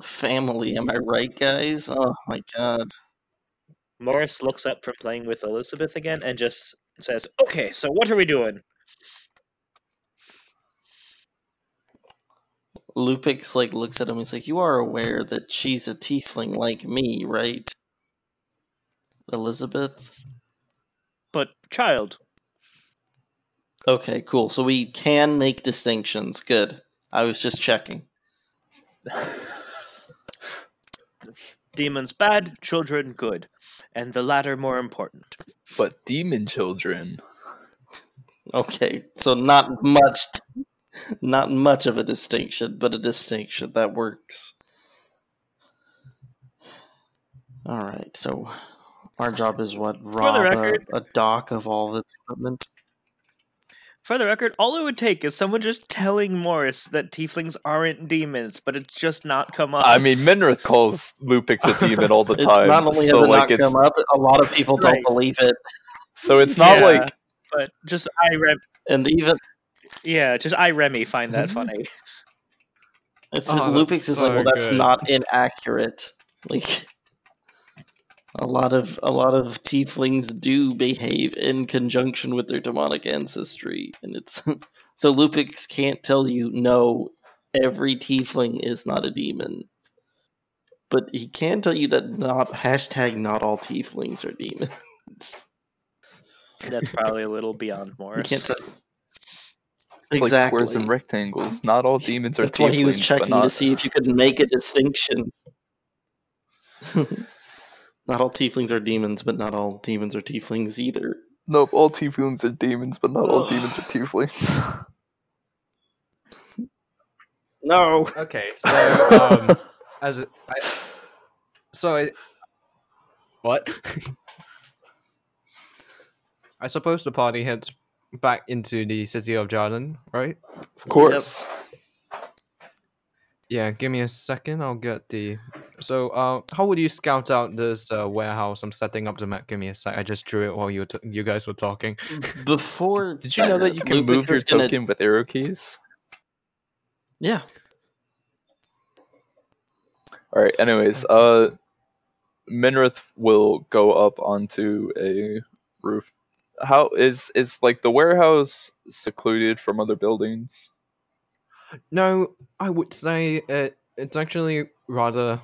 Speaker 3: Family, am I right, guys? Oh my god.
Speaker 5: Morris looks up from playing with Elizabeth again and just says, "Okay, so what are we doing?"
Speaker 3: Lupix like looks at him. He's like, "You are aware that she's a tiefling like me, right, Elizabeth?"
Speaker 5: But child,
Speaker 3: Okay, cool. So we can make distinctions. Good. I was just checking.
Speaker 5: demons bad, children good, and the latter more important.
Speaker 4: but demon children.
Speaker 3: Okay, so not much, not much of a distinction, but a distinction that works. All right. So our job is what rob a-
Speaker 5: record-
Speaker 3: a, dock of all of its equipment.
Speaker 5: For the record, all it would take is someone just telling Morris that tieflings aren't demons, but it's just not come up.
Speaker 4: I mean, Minrith calls Lupix a demon all
Speaker 3: (laughs)
Speaker 4: the
Speaker 3: It's
Speaker 4: time.
Speaker 3: not only
Speaker 4: so
Speaker 3: has it not
Speaker 4: like it's
Speaker 3: come up, a lot of people
Speaker 5: Right.
Speaker 3: don't believe it,
Speaker 4: so it's not
Speaker 5: Yeah.
Speaker 4: like
Speaker 5: (laughs) but just I rem-
Speaker 3: and even
Speaker 5: yeah, just I Remy find
Speaker 3: (laughs)
Speaker 5: that funny.
Speaker 3: It's
Speaker 1: Oh, that's
Speaker 3: Lupix is like,
Speaker 1: so
Speaker 3: well, that's
Speaker 1: good.
Speaker 3: not inaccurate. Like a lot of a lot of tieflings do behave in conjunction with their demonic ancestry, and it's (laughs) so Lupix can't tell you no. Every tiefling is not a demon, But he can tell you that not hashtag not all tieflings are demons. (laughs)
Speaker 5: That's probably a little beyond
Speaker 3: You
Speaker 5: Morris.
Speaker 3: can't tell.
Speaker 4: It's
Speaker 3: Exactly.
Speaker 4: Like squares and rectangles. Not all demons are.
Speaker 3: That's why he was
Speaker 4: tieflings, but
Speaker 3: checking to
Speaker 4: not-
Speaker 3: see if you could make a distinction. (laughs) not all tieflings are demons, but not all demons are tieflings either.
Speaker 4: Nope, all tieflings are demons, but not all demons are (laughs) tieflings.
Speaker 3: No.
Speaker 1: Okay, so (laughs) um, as a- I, so I, what? (laughs) I suppose the party heads back into the city of Jarden, right?
Speaker 4: of course.
Speaker 1: Yeah, give me a second. I'll get the. So, uh, how would you scout out this uh, warehouse? I'm setting up the map. Give me a sec. I just drew it while you were t- you guys were talking.
Speaker 3: Before
Speaker 4: (laughs) Did you know that you can
Speaker 3: Lupix
Speaker 4: move your
Speaker 3: was gonna-
Speaker 4: token with arrow keys?
Speaker 3: Yeah.
Speaker 4: All right. Anyways, uh, Minrith will go up onto a roof. How is is like the warehouse secluded from other buildings?
Speaker 1: No, I would say it, it's actually rather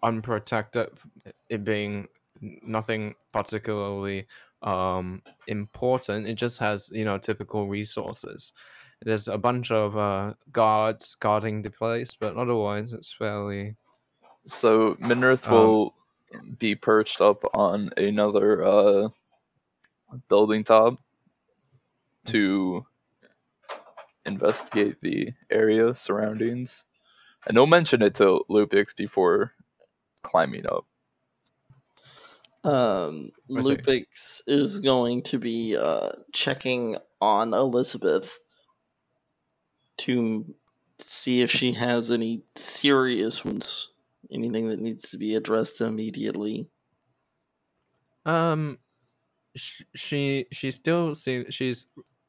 Speaker 1: unprotected, f- it being n- nothing particularly um, important. It just has, you know, typical resources. There's a bunch of uh, guards guarding the place, but otherwise it's fairly.
Speaker 4: So Minrith
Speaker 1: Um,
Speaker 4: will be perched up on another uh building top to investigate the area surroundings. And don't mention it to Lupix before climbing
Speaker 1: (laughs)
Speaker 4: up.
Speaker 3: Um,
Speaker 1: I see.
Speaker 3: Lupix is going to be uh, checking on Elizabeth to see if she has any serious ones, anything that needs to be addressed immediately. (laughs)
Speaker 1: Um, sh- she she still seems she's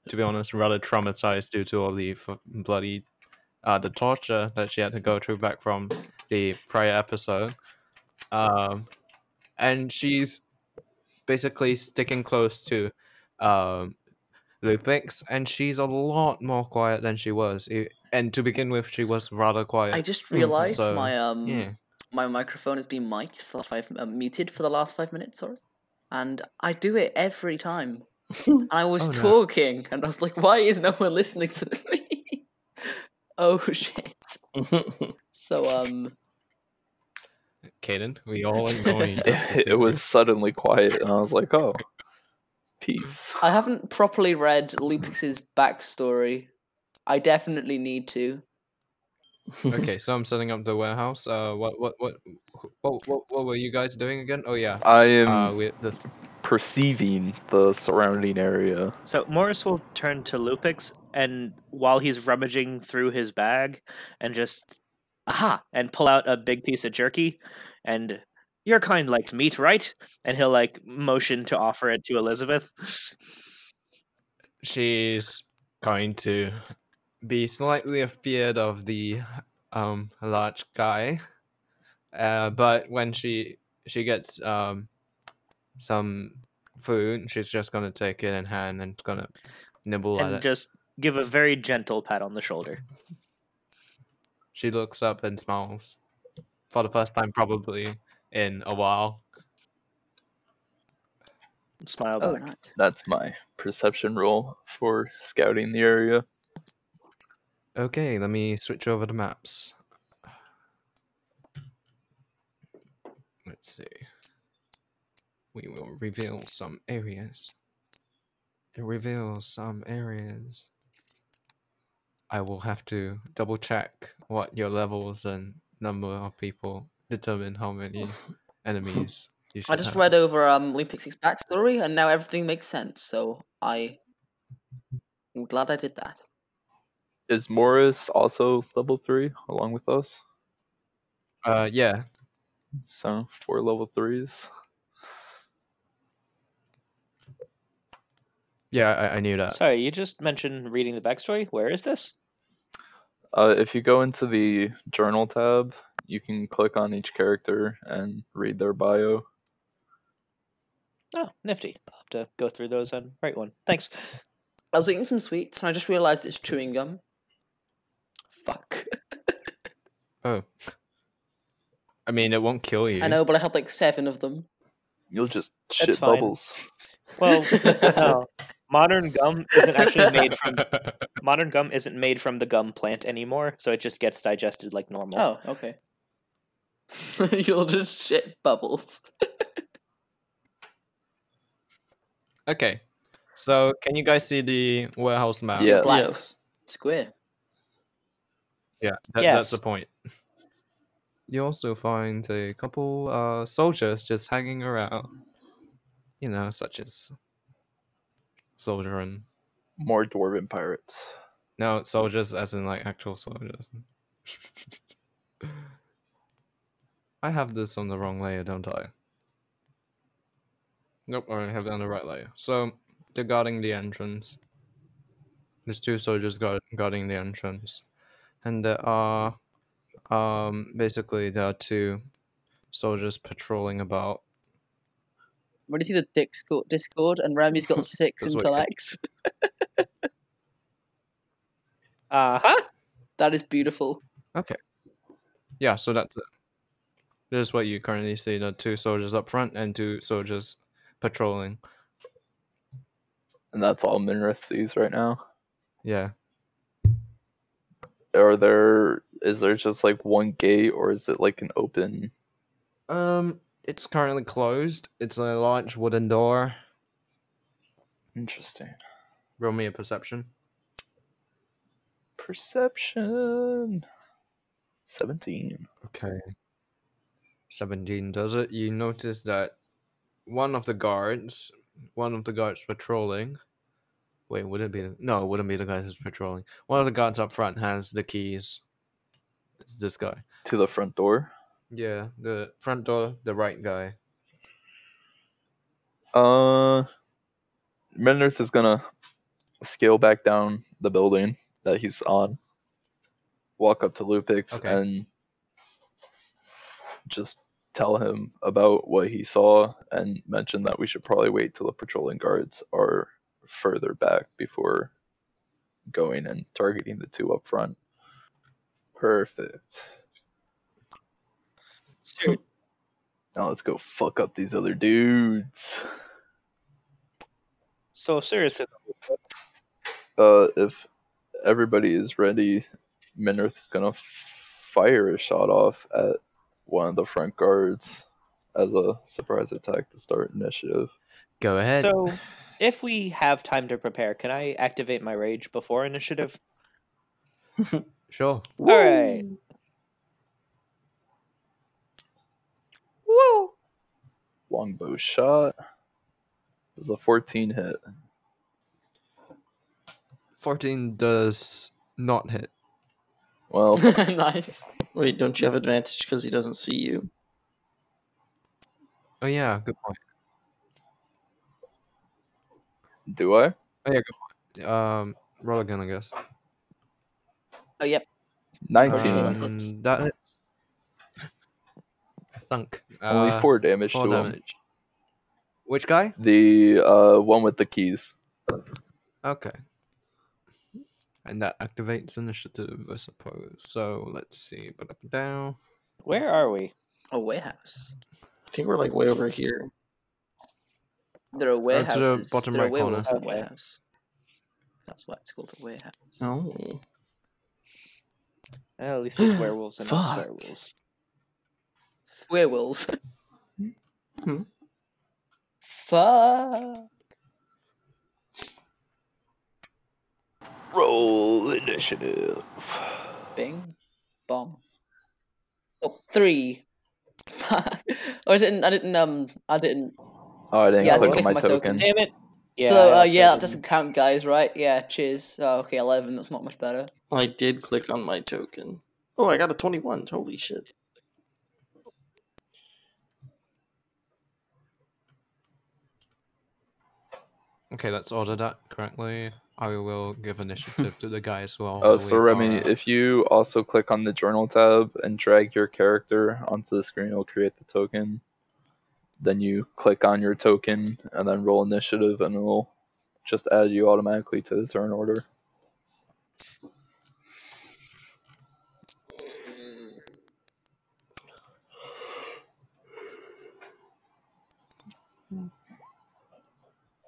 Speaker 1: to be honest rather traumatized due to all the f- bloody uh the torture that she had to go through back from the prior episode. Um, and she's basically sticking close to um Lupix, and she's a lot more quiet than she was. E- And to begin with, she was rather quiet.
Speaker 2: I just realized
Speaker 1: Mm, so,
Speaker 2: my um
Speaker 1: yeah.
Speaker 2: my microphone has been mic for the last five uh, muted for the last five minutes. Sorry, and I do it
Speaker 1: (laughs)
Speaker 2: every time. And I was
Speaker 1: Oh, no.
Speaker 2: talking, and I was like, "Why is no one listening to me?" (laughs) oh shit! So um,
Speaker 1: Caden, we
Speaker 4: (laughs)
Speaker 1: all annoyed.
Speaker 4: it, was suddenly quiet, and I was like, "Oh, peace."
Speaker 2: I haven't properly read Lupix's backstory. I definitely need to.
Speaker 1: okay, so I'm setting up the warehouse. Uh, what, what, what, what, what, what were you guys doing again? Oh yeah,
Speaker 4: I am
Speaker 1: uh, we this.
Speaker 4: perceiving the surrounding area.
Speaker 5: So Morris will turn to Lupix, and while he's rummaging through his bag, and just aha, and pull out a big piece of jerky, and your kind likes meat, right? And he'll like motion to offer it to Elizabeth.
Speaker 1: She's going to be slightly afraid of the um large guy, uh, but when she she gets um some food, she's just gonna take it in hand and gonna nibble at
Speaker 5: and
Speaker 1: it.
Speaker 5: just give a very gentle pat on the shoulder.
Speaker 1: She looks up and smiles for the first time probably in a while.
Speaker 5: Smile
Speaker 2: Oh,
Speaker 5: back.
Speaker 2: nice.
Speaker 4: That's my perception roll for scouting the area.
Speaker 1: Okay, let me switch over to maps. Let's see. We will reveal some areas. It reveals some areas. I will have to double check what your levels and number of people determine how
Speaker 2: (laughs)
Speaker 1: many enemies you should
Speaker 2: I just
Speaker 1: have.
Speaker 2: read over um Lupix's backstory, and now everything makes sense. So I, I'm glad I did that.
Speaker 4: Is Morris also level three along with us?
Speaker 1: Uh, yeah.
Speaker 4: So four level threes.
Speaker 1: Yeah, I, I knew that.
Speaker 5: Sorry, you just mentioned reading the backstory. Where is this?
Speaker 4: Uh, if you go into the journal tab, you can click on each character and read their bio.
Speaker 5: Oh, nifty. I'll have to go through those and write one. Thanks.
Speaker 2: I was eating some sweets, and I just realized it's chewing gum. Fuck.
Speaker 1: Oh. I mean, it won't kill you.
Speaker 2: I know, but I had like seven of them.
Speaker 4: You'll just shit
Speaker 5: fine.
Speaker 4: bubbles.
Speaker 5: Well, no. modern gum isn't actually made from
Speaker 1: (laughs)
Speaker 5: modern gum isn't made from the gum plant anymore, so it just gets digested like normal.
Speaker 2: Oh, okay. (laughs) You'll just shit bubbles.
Speaker 1: okay. So, can you guys see the warehouse map?
Speaker 4: Yeah.
Speaker 2: Black
Speaker 3: Yes.
Speaker 2: square.
Speaker 1: Yeah, that, that's
Speaker 5: Yes.
Speaker 1: the point. You also find a couple uh, soldiers just hanging around. You know, such as soldier and
Speaker 4: More dwarven pirates.
Speaker 1: no soldiers, as in like actual soldiers. I have this on the wrong layer, don't I? Nope, I have it on the right layer. So they're guarding the entrance. There's two soldiers guard- guarding the entrance, and there are um basically there are two soldiers patrolling about.
Speaker 2: When you see the Discord, Discord and Remy's got
Speaker 1: (laughs)
Speaker 2: six
Speaker 1: That's what-
Speaker 2: intellects. (laughs)
Speaker 5: Uh huh.
Speaker 2: That is beautiful. (laughs)
Speaker 1: Yeah, so that's it. This is what you currently see: the two soldiers up front and two soldiers patrolling.
Speaker 4: And that's all Minrith sees right now.
Speaker 1: Yeah.
Speaker 4: Are there is there just like one gate or is it like an open
Speaker 1: Um, it's currently closed. It's a large wooden door.
Speaker 4: interesting
Speaker 1: Roll me a perception.
Speaker 4: perception? Seventeen.
Speaker 1: Okay. 17 does it. You notice that one of the guards, one of the guards patrolling. Wait, would it be? The, no, it wouldn't be the guy who's patrolling. One of the guards up front has the keys. It's this guy.
Speaker 4: To the front door.
Speaker 1: Yeah, the front door, the right guy.
Speaker 4: Uh, Menrith is gonna scale back down the building that he's on, walk up to Lupix,
Speaker 1: Okay.
Speaker 4: and just tell him about what he saw and mention that we should probably wait till the patrolling guards are further back before going and targeting the two up front. Perfect.
Speaker 5: So
Speaker 4: Now let's go fuck up these other dudes.
Speaker 5: so seriously,
Speaker 4: uh, if everybody is ready, Minerth's gonna fire a shot off at one of the front guards as a surprise attack to start initiative.
Speaker 1: Go ahead.
Speaker 5: so if we have time to prepare, can I activate my rage before initiative?
Speaker 1: sure.
Speaker 5: All right. Woo!
Speaker 4: Longbow shot. Does a 14 hit.
Speaker 1: 14 does not hit.
Speaker 2: (laughs)
Speaker 4: Well,
Speaker 2: nice.
Speaker 3: Wait, don't you have advantage because he doesn't see you?
Speaker 1: Oh yeah, good point.
Speaker 4: do I?
Speaker 1: Oh yeah, good point. Um, roll again, I guess.
Speaker 2: Oh, yep.
Speaker 4: 19.
Speaker 2: sure.
Speaker 1: Um, that hits. I thunk.
Speaker 4: Only
Speaker 1: Uh,
Speaker 4: 4 damage
Speaker 1: Four
Speaker 4: to him.
Speaker 1: damage. Which guy?
Speaker 4: The uh, one with the keys.
Speaker 1: Okay. And that activates initiative, I suppose. So let's see. But up and down.
Speaker 5: Where are we?
Speaker 2: A warehouse.
Speaker 3: I think we're like way over here.
Speaker 2: There are
Speaker 1: to the
Speaker 2: warehouses.
Speaker 1: bottom
Speaker 2: there are
Speaker 1: right corner.
Speaker 2: werewolves in
Speaker 5: Okay.
Speaker 2: warehouse. That's why it's called a warehouse.
Speaker 3: Oh.
Speaker 5: Well, at
Speaker 2: (gasps)
Speaker 5: least it's werewolves and not
Speaker 3: Fuck.
Speaker 5: werewolves.
Speaker 2: It's werewolves. (laughs)
Speaker 3: Hmm.
Speaker 2: Fuck.
Speaker 4: Roll initiative.
Speaker 2: Bing. Bomb. Oh, three. (laughs) oh, I didn't. I didn't. Um, I didn't.
Speaker 4: Oh, I didn't
Speaker 2: Yeah, I
Speaker 4: click
Speaker 2: didn't
Speaker 4: on my
Speaker 2: click on my
Speaker 4: token.
Speaker 2: token.
Speaker 5: Damn it! Yeah, I
Speaker 2: so uh,
Speaker 5: also
Speaker 2: yeah, that
Speaker 5: didn't-
Speaker 2: doesn't count, guys. Right? Yeah. Cheers. Oh, okay, eleven. That's not much better.
Speaker 3: I did click on my token. Oh, I got a 21. Holy shit.
Speaker 1: Okay, let's order that correctly. I will give initiative to the guys
Speaker 4: (laughs)
Speaker 1: who are.
Speaker 4: Oh,
Speaker 1: on the
Speaker 4: so
Speaker 1: way
Speaker 4: Remy,
Speaker 1: far out.
Speaker 4: if you also click on the journal tab and drag your character onto the screen, it'll create the token. Then you click on your token and then roll initiative, and it'll just add you automatically to the turn order.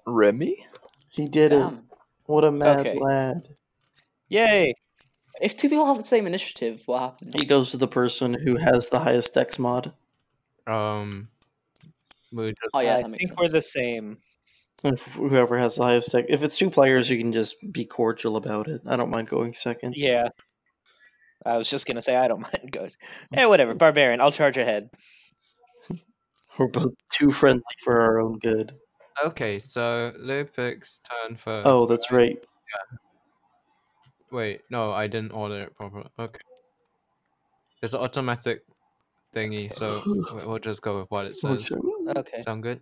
Speaker 4: Remy?
Speaker 3: He did it.
Speaker 2: Damn.
Speaker 3: What a mad
Speaker 2: Okay.
Speaker 3: lad.
Speaker 5: Yay!
Speaker 2: If two people have the same initiative, what happens?
Speaker 3: He goes to the person who has the highest dex mod.
Speaker 1: Um, we just
Speaker 2: Oh yeah,
Speaker 5: I
Speaker 2: that
Speaker 5: think
Speaker 2: makes
Speaker 5: we're
Speaker 2: sense.
Speaker 5: the same.
Speaker 3: And f- whoever has the highest dex. If it's two players, you can just be cordial about it. I don't mind going second.
Speaker 5: Yeah. I was just gonna say I don't (laughs) mind guys.
Speaker 2: (laughs)
Speaker 5: Hey, whatever, barbarian. I'll charge ahead.
Speaker 3: We're both too friendly for our own good.
Speaker 1: okay. So Lupic's turn first.
Speaker 3: Oh, that's right.
Speaker 1: wait, no, I didn't order it properly. Okay, it's an automatic thingy, so we- we'll just go with what it
Speaker 3: Oh,
Speaker 1: says.
Speaker 3: sure.
Speaker 5: Okay.
Speaker 1: Sound good?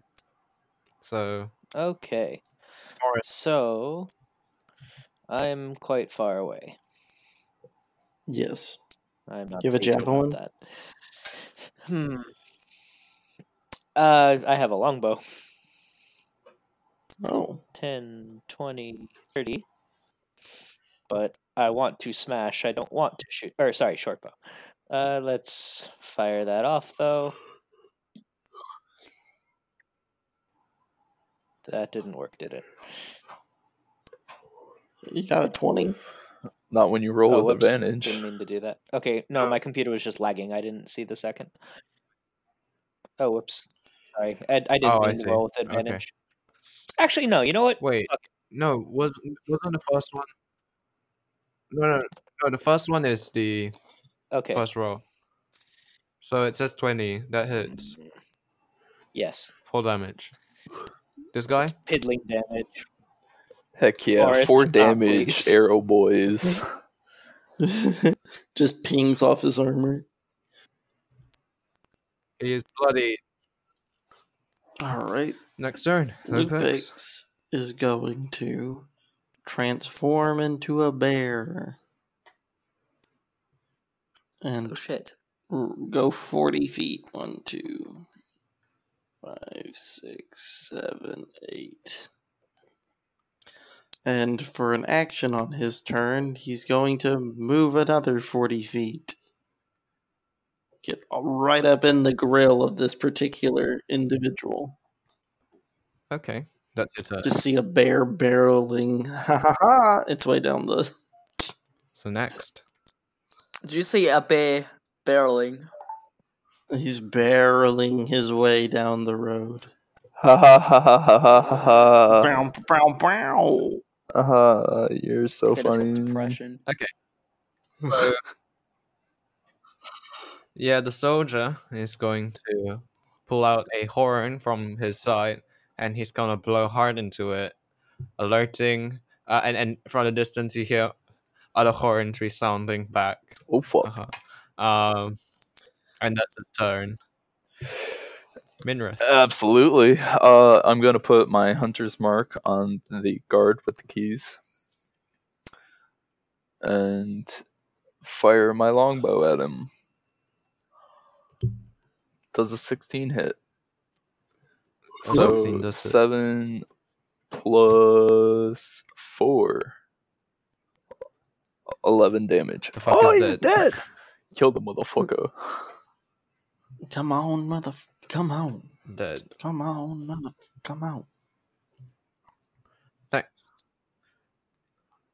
Speaker 1: So
Speaker 5: Okay. So I'm quite far away.
Speaker 3: Yes.
Speaker 5: I'm not.
Speaker 3: You have a
Speaker 5: pleased about
Speaker 3: javelin?
Speaker 5: That. Hmm. Uh, I have a longbow.
Speaker 3: Oh.
Speaker 5: 10, 20, 30. But I want to smash. I don't want to shoot. Or, sorry, short bow. Uh, let's fire that off, though. That didn't work, did it?
Speaker 3: You got a 20?
Speaker 4: Not when you roll
Speaker 5: Oh,
Speaker 4: with
Speaker 5: whoops,
Speaker 4: advantage.
Speaker 5: Didn't mean to do that. Okay, no, my computer was just lagging. I didn't see the second. Oh, whoops. Sorry. I, I didn't
Speaker 1: Oh, I
Speaker 5: mean to
Speaker 1: see.
Speaker 5: roll with advantage. Actually, no. You know what?
Speaker 1: wait,
Speaker 5: Fuck.
Speaker 1: no, was wasn't the first one? No, no, no. The first one is the
Speaker 5: Okay.
Speaker 1: first roll. So it says twenty. That hits
Speaker 5: Yes.
Speaker 1: full damage. This guy.
Speaker 5: It's piddling damage.
Speaker 4: Heck yeah,
Speaker 5: Boris
Speaker 4: four
Speaker 5: is not
Speaker 4: damage,
Speaker 5: pleased.
Speaker 4: arrow boys.
Speaker 3: (laughs) just pings off his armor.
Speaker 1: He is bloody.
Speaker 3: All right.
Speaker 1: Next turn. Lupix.
Speaker 3: Lupix is going to transform into a bear
Speaker 2: Oh
Speaker 3: and
Speaker 2: shit.
Speaker 3: r- go 40 feet. One, two, five, six, seven, eight. And for an action on his turn, he's going to move another 40 feet. Get right up in the grill of this particular individual.
Speaker 1: Okay, that's your turn.
Speaker 3: Just see a bear barreling (laughs) ha, ha, ha, its way down the.
Speaker 1: So next.
Speaker 2: Did you see a bear barreling?
Speaker 3: He's barreling his way down the road.
Speaker 4: Ha ha ha ha ha ha ha
Speaker 1: Uh,
Speaker 4: ha.
Speaker 3: Bow, bow, bow.
Speaker 4: Uh-huh, you're so
Speaker 2: Hit us with
Speaker 4: funny.
Speaker 2: depression.
Speaker 1: Yeah, the soldier is going to pull out a horn from his side, and he's gonna blow hard into it, alerting. Uh, and and from the distance, you hear other horns resounding back.
Speaker 4: Oh fuck.
Speaker 1: Uh-huh. Um, and that's his turn. Minrith.
Speaker 4: Absolutely. Uh, I'm gonna put my hunter's mark on the guard with the keys, and fire my longbow at him. Does a 16 hit?
Speaker 1: A 16
Speaker 4: So
Speaker 1: does hit.
Speaker 4: seven plus four. 11 damage.
Speaker 1: The fuck
Speaker 4: oh,
Speaker 1: is
Speaker 4: he's
Speaker 1: dead.
Speaker 4: dead! Kill the motherfucker.
Speaker 3: (laughs) Come on, mother. Come on.
Speaker 1: Dead.
Speaker 3: Come on, mother. Come on.
Speaker 1: Next.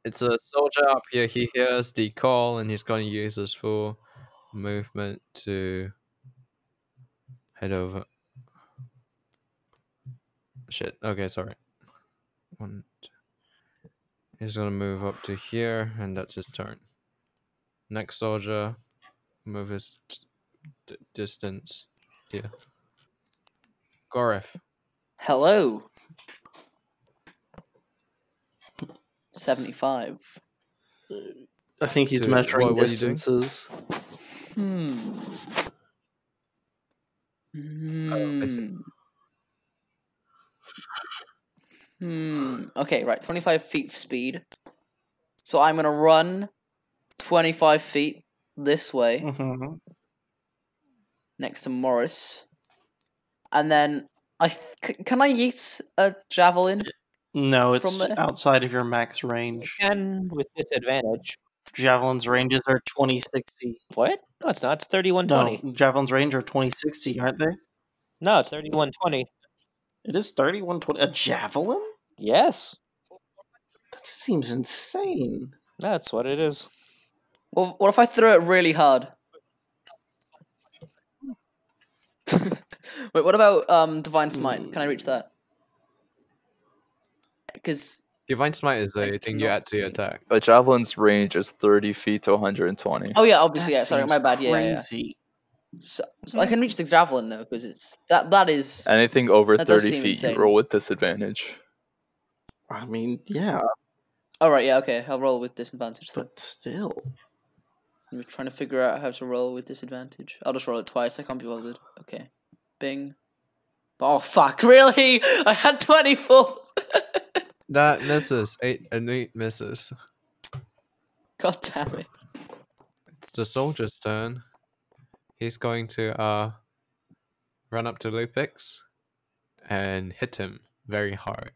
Speaker 1: It's a soldier up here. He hears the call and he's going to use his full movement to head over. Shit. Okay, sorry. One. Two. He's going to move up to here and that's his turn. Next soldier, move his t- d- distance here. Goref.
Speaker 2: Hello. Seventy-five.
Speaker 3: I think he's
Speaker 1: Dude,
Speaker 3: measuring
Speaker 1: what- what are you doing?
Speaker 3: distances.
Speaker 2: Hmm.
Speaker 1: I see.
Speaker 2: Hmm. Hmm. Okay, right. 25 feet speed. So I'm going to run 25 feet this way
Speaker 4: Mm-hmm.
Speaker 3: Mhm.
Speaker 2: next to Morris. And then I th- c- can I yeet a javelin?
Speaker 3: No, it's
Speaker 2: From the-
Speaker 3: outside of your max range.
Speaker 5: And with disadvantage.
Speaker 3: Javelin's ranges are 2060.
Speaker 5: What? No, it's not. It's
Speaker 3: No,
Speaker 5: 3120.
Speaker 3: javelin's range are 2060, aren't they?
Speaker 5: No, it's 3120.
Speaker 3: It is thirty-one twenty. A javelin?
Speaker 5: Yes,
Speaker 3: That seems insane.
Speaker 5: that's what it is.
Speaker 2: Well, what if I throw it really hard? (laughs) Wait, what about um, Divine Smite? Can I reach that? Because
Speaker 1: Divine Smite is
Speaker 2: I
Speaker 1: a thing you
Speaker 2: cannot
Speaker 1: actually
Speaker 2: see.
Speaker 1: attack.
Speaker 4: A javelin's range is 30 feet to 120.
Speaker 2: oh yeah, obviously yeah.
Speaker 3: That
Speaker 2: Sorry,
Speaker 3: seems
Speaker 2: my bad. Yeah, yeah, yeah.
Speaker 3: crazy.
Speaker 2: So, so I can reach the javelin though, because it's that that is
Speaker 3: Uh,
Speaker 4: Anything over
Speaker 2: That does
Speaker 4: 30
Speaker 2: seem
Speaker 4: feet,
Speaker 2: insane.
Speaker 4: you roll with disadvantage.
Speaker 3: I mean, yeah,
Speaker 2: all right. Yeah, okay. I'll roll with disadvantage. Then.
Speaker 3: but still.
Speaker 2: I'm trying to figure out how to roll with disadvantage. I'll just roll it twice. I can't be bothered. Okay, Bing. Oh fuck! (laughs) Really? I had twenty four.
Speaker 1: That misses. Eight and eight misses.
Speaker 2: (laughs) God damn it!
Speaker 1: It's the soldier's turn. He's going to uh run up to Lupix and hit him very hard.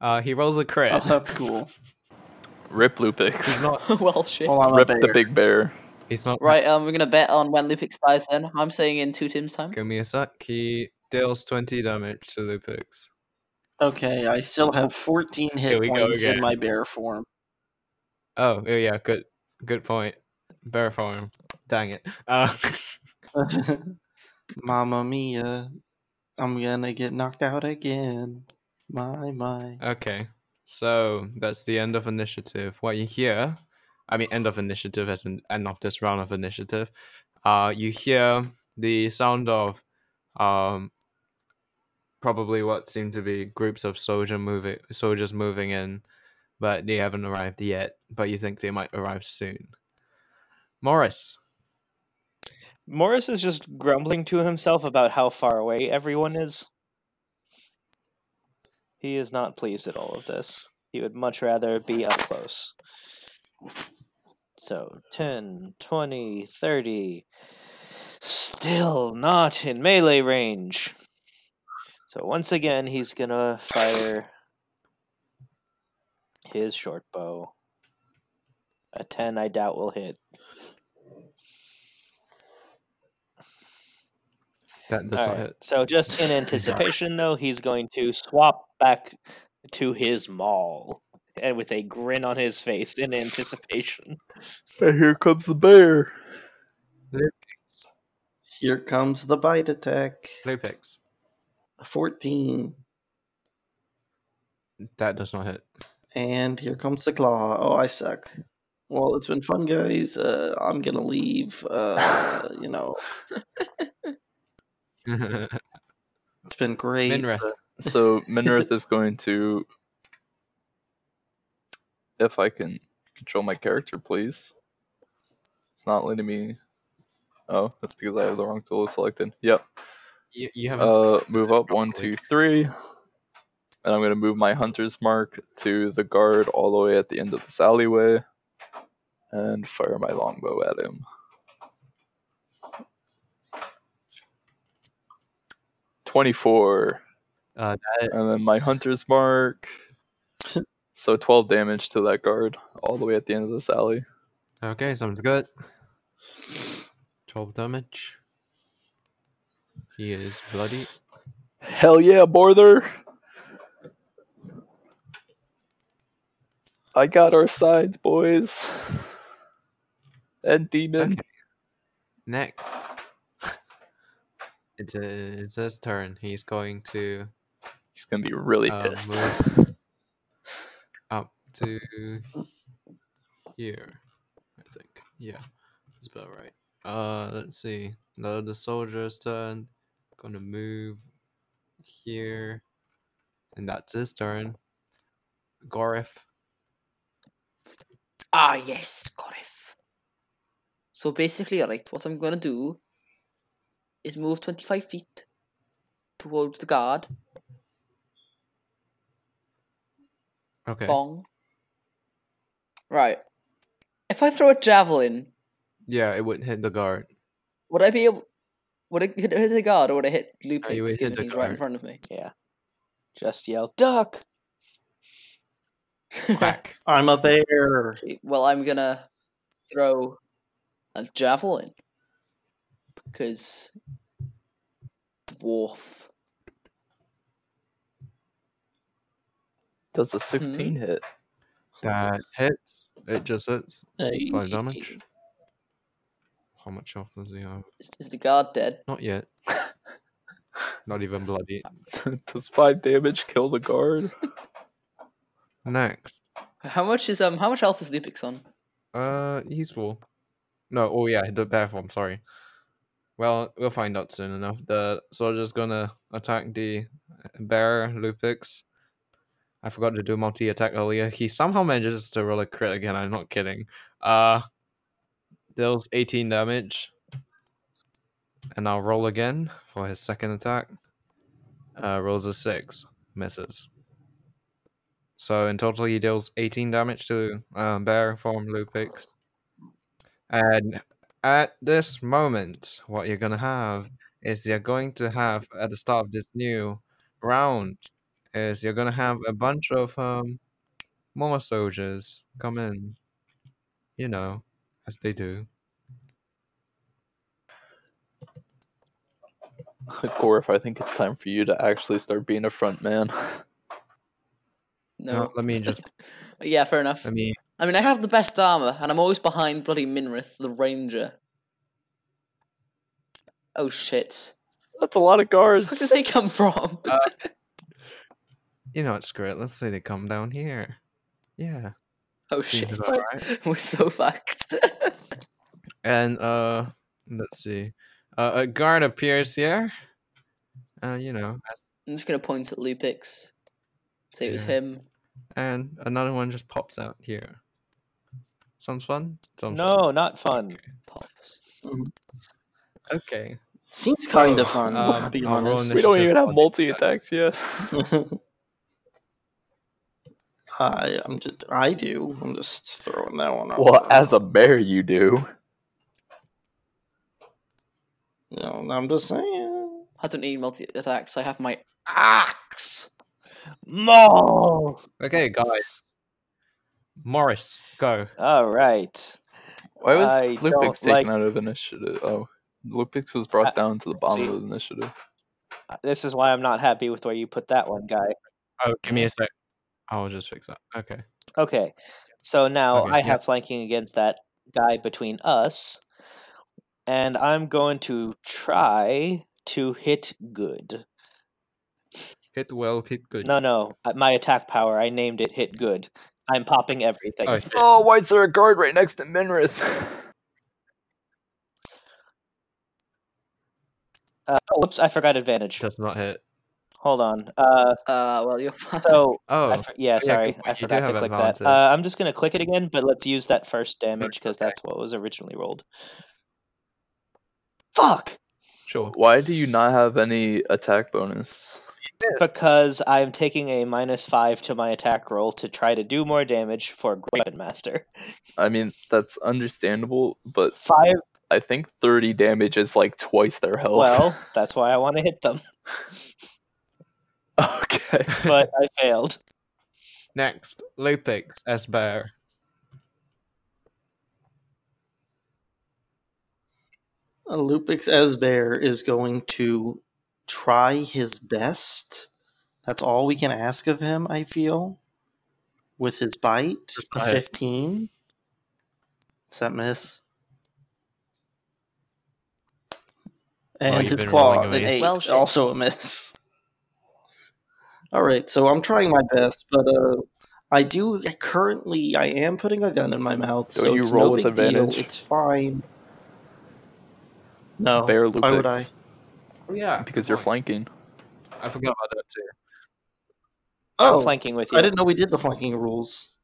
Speaker 1: Uh he rolls a crit.
Speaker 3: Oh,
Speaker 1: (laughs)
Speaker 3: that's cool.
Speaker 4: Rip
Speaker 1: He's
Speaker 4: Lupix.
Speaker 1: not
Speaker 2: (laughs) well, shit.
Speaker 3: Well, I'm a
Speaker 4: Rip the
Speaker 3: bear.
Speaker 4: big bear.
Speaker 1: he's not
Speaker 2: Right, um, we're gonna bet on when Lupix dies. Then I'm saying in two Tim's time.
Speaker 1: give me a sec. He deals twenty damage to Lupix.
Speaker 3: Okay, I still have 14
Speaker 1: Here
Speaker 3: hit
Speaker 1: we go
Speaker 3: points in
Speaker 1: again.
Speaker 3: my bear form. (laughs)
Speaker 1: Oh, oh yeah, good good point. Bear farm. Dang it. Uh (laughs)
Speaker 3: Mamma mia, I'm gonna get knocked out again. My, my.
Speaker 1: Okay. So that's the end of initiative. What you hear, I mean, end of initiative as in end of this round of initiative, uh, you hear the sound of um, probably what seem to be groups of soldier moving, soldiers moving in, but they haven't arrived yet, but you think they might arrive soon. Morris.
Speaker 5: Morris is just grumbling to himself about how far away everyone is. He is not pleased at all of this. He would much rather be up close. So 10, 20, 30. Still not in melee range. So once again, he's gonna fire his short bow. A 10, I doubt, will hit.
Speaker 1: That does
Speaker 5: All
Speaker 1: not
Speaker 5: right,
Speaker 1: hit.
Speaker 5: So
Speaker 1: (laughs)
Speaker 5: just in anticipation, though, he's going to swap back to his maul, and with a grin on his face in anticipation.
Speaker 4: And here comes the bear.
Speaker 3: Here comes the bite attack.
Speaker 1: Lupix.
Speaker 3: 14.
Speaker 1: That does not hit.
Speaker 3: And here comes the claw. Oh, I suck. Well, it's been fun, guys. Uh, I'm gonna leave. Uh, you know, it's been great.
Speaker 1: Minrith.
Speaker 4: So Minerith is going to, if I can control my character, please. It's not letting me. Oh, that's because I have the wrong tool selected. Yep.
Speaker 1: You, you haven't.
Speaker 4: Uh, move up one, two, three, and I'm gonna move my hunter's mark to the guard all the way at the end of this alleyway, and fire my longbow at him. Twenty-four.
Speaker 1: Uh,
Speaker 4: And then my
Speaker 1: (laughs)
Speaker 4: hunter's mark. so 12 damage to that guard all the way at the end of this alley.
Speaker 1: Okay, sounds good. 12 damage. He is bloody.
Speaker 4: Hell yeah, Borther! I got our sides, boys. And demon.
Speaker 1: Okay. Next. It's, uh it's his turn. He's going to
Speaker 4: He's gonna be really
Speaker 1: Uh,
Speaker 4: pissed.
Speaker 1: up to here, I think. Yeah, that's about right. Uh, let's see. Now the soldier's turn. Gonna move here, and that's his turn. Gorif.
Speaker 2: Ah, yes, Gorif. So basically, alright, what I'm gonna do is move 25 feet towards the guard.
Speaker 1: Okay.
Speaker 2: Bong. Right. If I throw a javelin,
Speaker 1: Yeah, it wouldn't hit the guard.
Speaker 2: would I be able. Would it hit hit the guard or would it hit
Speaker 1: Oh, you would
Speaker 2: Lupix,
Speaker 1: hit
Speaker 2: given
Speaker 1: the
Speaker 2: he's right in
Speaker 1: guard.
Speaker 2: front of me?
Speaker 5: Yeah. Just yell, duck!
Speaker 1: Whack.
Speaker 3: I'm a bear.
Speaker 2: Okay, Well, I'm gonna throw a javelin because dwarf.
Speaker 4: Does a 16
Speaker 5: Hmm?
Speaker 4: hit?
Speaker 1: That hits. It just hits.
Speaker 3: Hey.
Speaker 1: Five damage. How much health does he have?
Speaker 2: Is, is the guard dead?
Speaker 1: Not yet. Not even bloody.
Speaker 4: (laughs) Does five damage kill the guard?
Speaker 1: Next.
Speaker 2: How much is um? How much health is Lupix on?
Speaker 1: Uh, he's full. No, oh yeah, the bear form, sorry. Well, we'll find out soon enough. The soldier's gonna attack the bear, Lupix. I forgot to do multi attack earlier. He somehow manages to roll a crit again, I'm not kidding. Uh, deals 18 damage. And I'll roll again for his second attack. Uh, rolls a 6, misses. So in total, he deals 18 damage to um, Bear Form Lupix. And at this moment, what you're going to have is you're going to have, at the start of this new round, is you're going to have a bunch of um, more soldiers come in. You know, as they do.
Speaker 4: Gorf, I think it's time for you to actually start being a front man.
Speaker 2: No.
Speaker 1: let
Speaker 2: (laughs)
Speaker 1: me just- Um,
Speaker 2: yeah, fair enough.
Speaker 1: I mean,
Speaker 2: I mean, I have the best armor, and I'm always behind bloody Minrith, the ranger. Oh shit!
Speaker 4: That's a lot of guards.
Speaker 2: Where did they come from? (laughs)
Speaker 1: you know, it's great. Let's say they come down here. Yeah.
Speaker 2: oh
Speaker 1: seems
Speaker 2: shit!
Speaker 1: about right.
Speaker 2: (laughs) We're so fucked. (laughs)
Speaker 1: And uh, let's see. Uh, a guard appears here. Uh, you know,
Speaker 2: I'm just gonna point at Lupix. Say it was
Speaker 1: Yeah.
Speaker 2: him.
Speaker 1: and another one just pops out here. Sounds fun. Sounds fun.
Speaker 5: No, not fun.
Speaker 2: Pops.
Speaker 1: Okay.
Speaker 3: Seems kind
Speaker 1: So,
Speaker 3: of fun.
Speaker 1: um,
Speaker 3: to be
Speaker 1: I'll roll
Speaker 3: honest.
Speaker 4: we don't even have multi attacks (laughs) yet.
Speaker 3: (laughs) I, I'm just, I do. I'm just throwing that one out.
Speaker 4: Well,
Speaker 3: there.
Speaker 4: as a bear, you do.
Speaker 3: no, I'm just saying.
Speaker 2: I don't need multi attacks. I have my axe.
Speaker 5: No.
Speaker 1: Okay, guys. Morris, go.
Speaker 5: All right.
Speaker 4: Why was
Speaker 5: I don't
Speaker 4: Lupix taken
Speaker 5: like-
Speaker 4: out of initiative? Oh, Lupix was brought
Speaker 5: I-
Speaker 4: down to the bottom
Speaker 5: see-
Speaker 4: of the initiative.
Speaker 5: This is why I'm not happy with where you put that one, guy.
Speaker 1: Oh, give me a sec. I'll just fix that. Okay.
Speaker 5: Okay. So now
Speaker 1: Okay,
Speaker 5: I
Speaker 1: yeah.
Speaker 5: have flanking against that guy between us. And I'm going to try to hit good.
Speaker 1: Hit well, hit good.
Speaker 5: No, no. uh, My attack power, I named it hit good. I'm popping everything.
Speaker 1: Oh, shit.
Speaker 4: Oh, why is there a guard right next to Minrith?
Speaker 5: Uh, oh, whoops, I forgot advantage.
Speaker 1: Does not hit.
Speaker 5: Hold on. Uh,
Speaker 2: Uh, well, you're fucked.
Speaker 5: so,
Speaker 1: Oh,
Speaker 5: I for- yeah,
Speaker 1: good
Speaker 5: sorry.
Speaker 1: point.
Speaker 5: I
Speaker 1: You do
Speaker 5: forgot to
Speaker 1: have
Speaker 5: click
Speaker 1: advantage.
Speaker 5: that. Uh, I'm just going to click it again, but let's use that first damage because
Speaker 1: okay.
Speaker 5: that's what was originally rolled. Fuck!
Speaker 1: (laughs) sure.
Speaker 4: Why do you not have any attack bonus?
Speaker 5: Because I'm taking a minus five to my attack roll to try to do more damage for Great Weapon Master.
Speaker 4: I mean, that's understandable, but
Speaker 5: Five.
Speaker 4: I think 30 damage is like twice their
Speaker 1: Oh.
Speaker 4: health.
Speaker 5: Well, that's why I want to hit
Speaker 1: (laughs)
Speaker 5: them,
Speaker 4: (laughs) okay.
Speaker 5: but I failed.
Speaker 1: (laughs) Next, Lupix as bear.
Speaker 3: Uh, Lupix as bear is going to try his best. That's all we can ask of him, I feel. With his bite, a
Speaker 1: go ahead.
Speaker 3: 15. Does that miss? And
Speaker 1: Well, you've
Speaker 3: his
Speaker 1: been rolling
Speaker 3: claw, an
Speaker 1: away.
Speaker 3: 8.
Speaker 2: Well, shit.
Speaker 3: also a miss. Alright, so I'm trying my best, but uh, I do currently, I am putting a gun in my mouth,
Speaker 4: Don't
Speaker 3: so
Speaker 4: you
Speaker 3: it's
Speaker 4: roll
Speaker 3: no
Speaker 4: with
Speaker 3: big
Speaker 4: advantage?
Speaker 3: deal. It's fine. No.
Speaker 4: Bear Lupix.
Speaker 3: why would I?
Speaker 1: Oh, yeah.
Speaker 4: Because you're flanking.
Speaker 1: I forgot about that too.
Speaker 5: I'm
Speaker 3: Oh,
Speaker 5: flanking with you.
Speaker 3: I didn't know we did the flanking rules.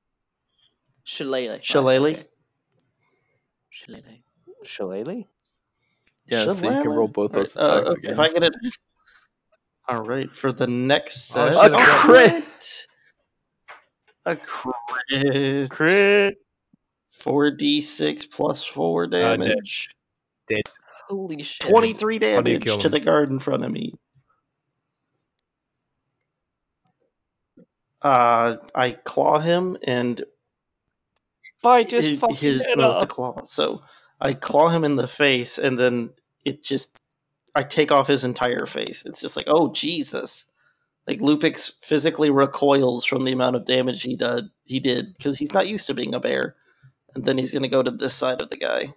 Speaker 2: (laughs) Shillelagh. right,
Speaker 3: Shillelagh?
Speaker 2: okay. Shillelagh.
Speaker 5: Shillelagh?
Speaker 4: Yeah, so you can
Speaker 3: Shillelagh?
Speaker 4: roll both those
Speaker 3: Alright, uh,
Speaker 4: attacks
Speaker 3: okay,
Speaker 4: again.
Speaker 3: If I get it. All right, for the next
Speaker 1: Oh, I
Speaker 3: set.
Speaker 1: should've
Speaker 3: a
Speaker 1: got-
Speaker 3: crit! A crit.
Speaker 5: Crit.
Speaker 3: 4d6 plus 4
Speaker 1: dead.
Speaker 3: damage.
Speaker 2: Holy shit.
Speaker 3: 23
Speaker 1: How do you
Speaker 3: damage
Speaker 1: kill
Speaker 3: to
Speaker 1: him?
Speaker 3: the guard in front of me. Uh, I claw him and
Speaker 5: Bite his
Speaker 3: hi-
Speaker 5: fucking
Speaker 3: his
Speaker 5: head
Speaker 3: no, it's a
Speaker 5: off.
Speaker 3: claw. So I claw him in the face, and then it just I take off his entire face. It's just like, oh Jesus! Like Lupix physically recoils from the amount of damage he did he did because he's not used to being a bear. And then he's gonna go to this side of the guy.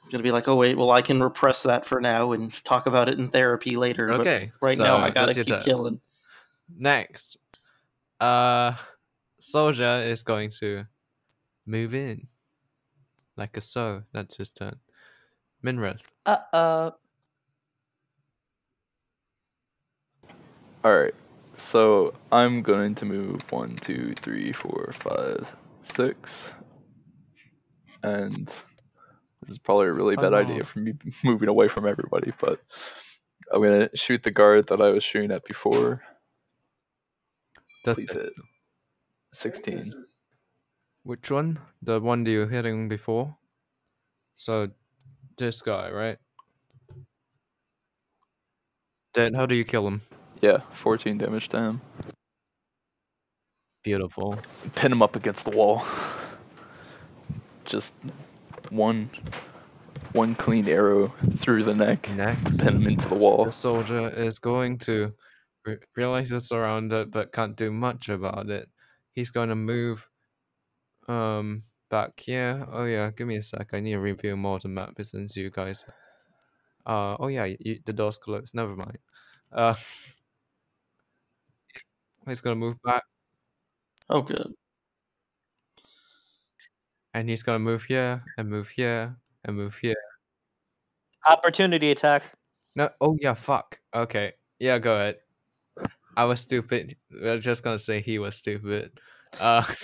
Speaker 3: He's gonna be like, Oh wait, well I can repress that for now and talk about it in therapy later. but
Speaker 1: Okay.
Speaker 3: right
Speaker 1: so
Speaker 3: now I gotta
Speaker 1: that's your
Speaker 3: keep
Speaker 1: turn.
Speaker 3: killing.
Speaker 1: Next, uh, soldier is going to move in, like a so. That's his turn. Minrith.
Speaker 2: Uh uh.
Speaker 4: All right. So I'm going to move one, two, three, four, five, six, and this is probably a really bad
Speaker 1: Oh.
Speaker 4: idea for me (laughs) moving away from everybody, but I'm gonna shoot the guard that I was shooting at before.
Speaker 1: That's
Speaker 4: Please
Speaker 1: it.
Speaker 4: hit. Sixteen.
Speaker 1: Which one? The one that you were hitting before? So, this guy, right? Then how do you kill him?
Speaker 4: Yeah, fourteen damage to him.
Speaker 1: Beautiful.
Speaker 4: Pin him up against the wall. Just one, one clean arrow through the neck.
Speaker 1: Next,
Speaker 4: Pin him into the
Speaker 1: the
Speaker 4: wall.
Speaker 1: soldier is going to re- realize he's surrounded but can't do much about it. He's going to move um back here. Oh yeah, give me a sec. I need to review more of the map since you guys. Uh oh yeah, you, the door's closed. Never mind. Uh, (laughs) he's going to move back.
Speaker 3: Oh good.
Speaker 1: And he's gonna move here and move here and move here.
Speaker 5: Opportunity attack.
Speaker 1: No, oh yeah, fuck. Okay, yeah, go ahead. I was stupid. I'm just gonna say he was stupid. Uh, (laughs)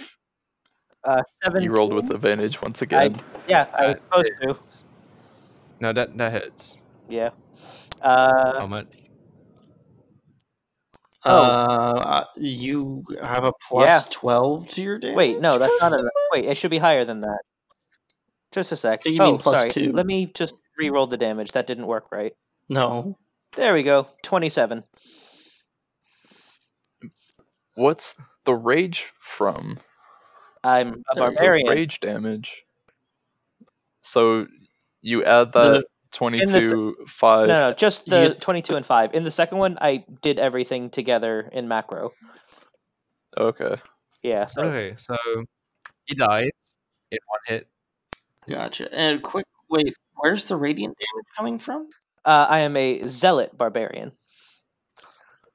Speaker 5: Uh, seven.
Speaker 4: He rolled with advantage once again.
Speaker 5: Yeah, I was supposed to.
Speaker 1: no, that that hits.
Speaker 5: Yeah. Uh,
Speaker 1: How much?
Speaker 5: Oh.
Speaker 3: Uh, you have a plus twelve to your damage.
Speaker 5: wait, no, that's
Speaker 3: (laughs)
Speaker 5: not. A, wait, it should be higher than that. Just a sec.
Speaker 3: think you
Speaker 5: oh,
Speaker 3: mean plus
Speaker 5: sorry.
Speaker 3: two.
Speaker 5: Let me just re-roll the damage. That didn't work right.
Speaker 3: No,
Speaker 5: There we go. Twenty-seven.
Speaker 4: What's the rage from?
Speaker 5: I'm a
Speaker 3: There you go.
Speaker 5: barbarian.
Speaker 4: The rage damage. So you add that
Speaker 5: in the se-
Speaker 4: 22, 5.
Speaker 5: No, no, just
Speaker 3: You
Speaker 5: the
Speaker 3: get-
Speaker 5: 22 and 5. In the second one, I did everything together in macro.
Speaker 4: Okay.
Speaker 5: Yeah, so
Speaker 1: Okay, so he dies in one hit.
Speaker 3: Gotcha. And quick, wait, where's the radiant damage coming from?
Speaker 5: uh, I am a zealot barbarian.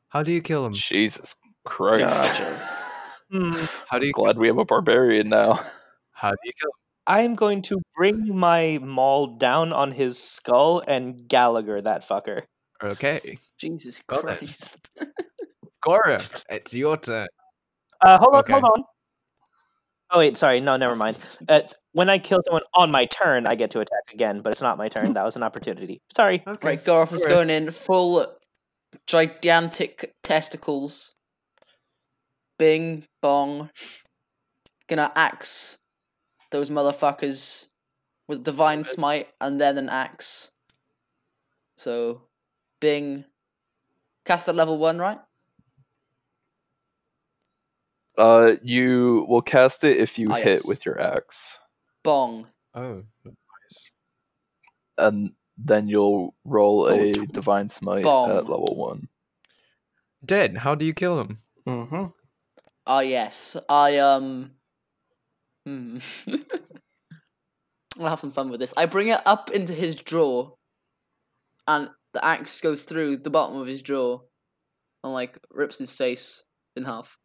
Speaker 1: How do you kill him?
Speaker 4: Jesus Christ.
Speaker 3: Gotcha. Hmm.
Speaker 1: How do you
Speaker 4: Glad we have a barbarian now.
Speaker 1: how do you kill him?
Speaker 5: I am going to bring my maul down on his skull and Gallagher that fucker.
Speaker 1: Okay,
Speaker 2: Jesus
Speaker 1: Got it.
Speaker 2: Christ.
Speaker 1: Gora, it's your turn.
Speaker 5: Uh, hold on,
Speaker 1: Okay.
Speaker 5: hold on. Oh wait, sorry. No, never mind. It's, when I kill someone on my turn, I get to attack again, but it's not my turn. That was an opportunity. Sorry.
Speaker 1: Okay.
Speaker 2: Right, Garth is
Speaker 1: Alright.
Speaker 2: going in full gigantic testicles. Bing bong. Gonna axe those motherfuckers with divine smite and then an axe. So, bing. Cast at level one, right?
Speaker 4: Uh, you will cast it if you
Speaker 2: Ah,
Speaker 4: hit
Speaker 2: yes.
Speaker 4: with your axe,
Speaker 2: Bong.
Speaker 1: Oh,
Speaker 4: and then you'll roll
Speaker 3: Oh,
Speaker 4: a
Speaker 3: tw-
Speaker 4: divine smite
Speaker 2: Bong.
Speaker 4: at level 1.
Speaker 1: dead. How do you kill him?
Speaker 3: Mm-hmm.
Speaker 2: Ah, yes. I, um. Hmm. (laughs) I'll have some fun with this. I bring it up into his drawer, and the axe goes through the bottom of his jaw and, like, rips his face in half.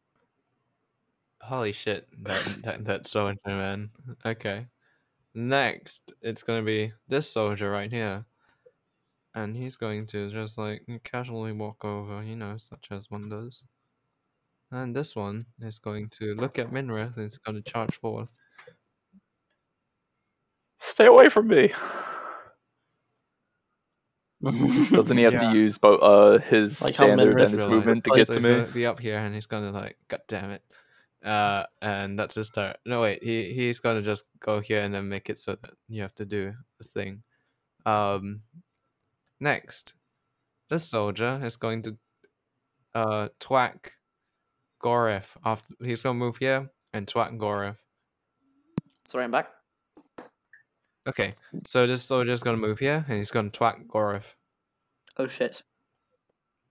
Speaker 1: Holy shit, that, that that's soldier man. Okay. Next, it's gonna be this soldier right here. And he's going to just like casually walk over, you know, such as one does. And this one is going to look at Minrith and it's gonna charge forth.
Speaker 4: Stay away from me! Doesn't he have
Speaker 1: Yeah.
Speaker 4: to use both uh, his
Speaker 3: Like how
Speaker 4: standard
Speaker 3: Minrith
Speaker 4: and his
Speaker 1: realized-
Speaker 4: movement to
Speaker 1: so
Speaker 3: plays
Speaker 4: get
Speaker 1: he's
Speaker 4: to me?
Speaker 1: gonna be up here and he's gonna like, god damn it. Uh and that's his turn. No wait, he he's gonna just go here and then make it so that you have to do the thing. Um next. This soldier is going to uh twack Goref after he's gonna move here and twack Goref.
Speaker 2: Sorry, I'm back.
Speaker 1: Okay, so this soldier's gonna move here and he's gonna twack Goref.
Speaker 2: Oh shit.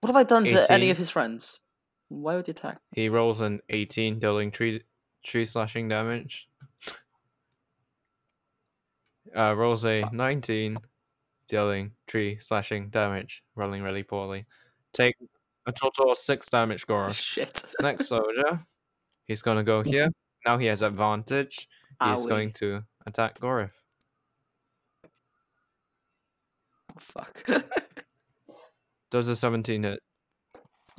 Speaker 2: What have I done to any
Speaker 1: 18.
Speaker 2: of his friends? Why would he attack?
Speaker 1: He rolls an 18, dealing tree, tree slashing damage. Uh, rolls a 19, dealing tree slashing damage, rolling really poorly. Take a total of 6 damage,
Speaker 2: (laughs)
Speaker 1: Goros.
Speaker 2: Shit.
Speaker 1: Next soldier, he's going to go here. Now he has advantage. He's
Speaker 2: Owie.
Speaker 1: going to attack Gorif.
Speaker 2: Fuck. (laughs)
Speaker 1: Does a 17 hit?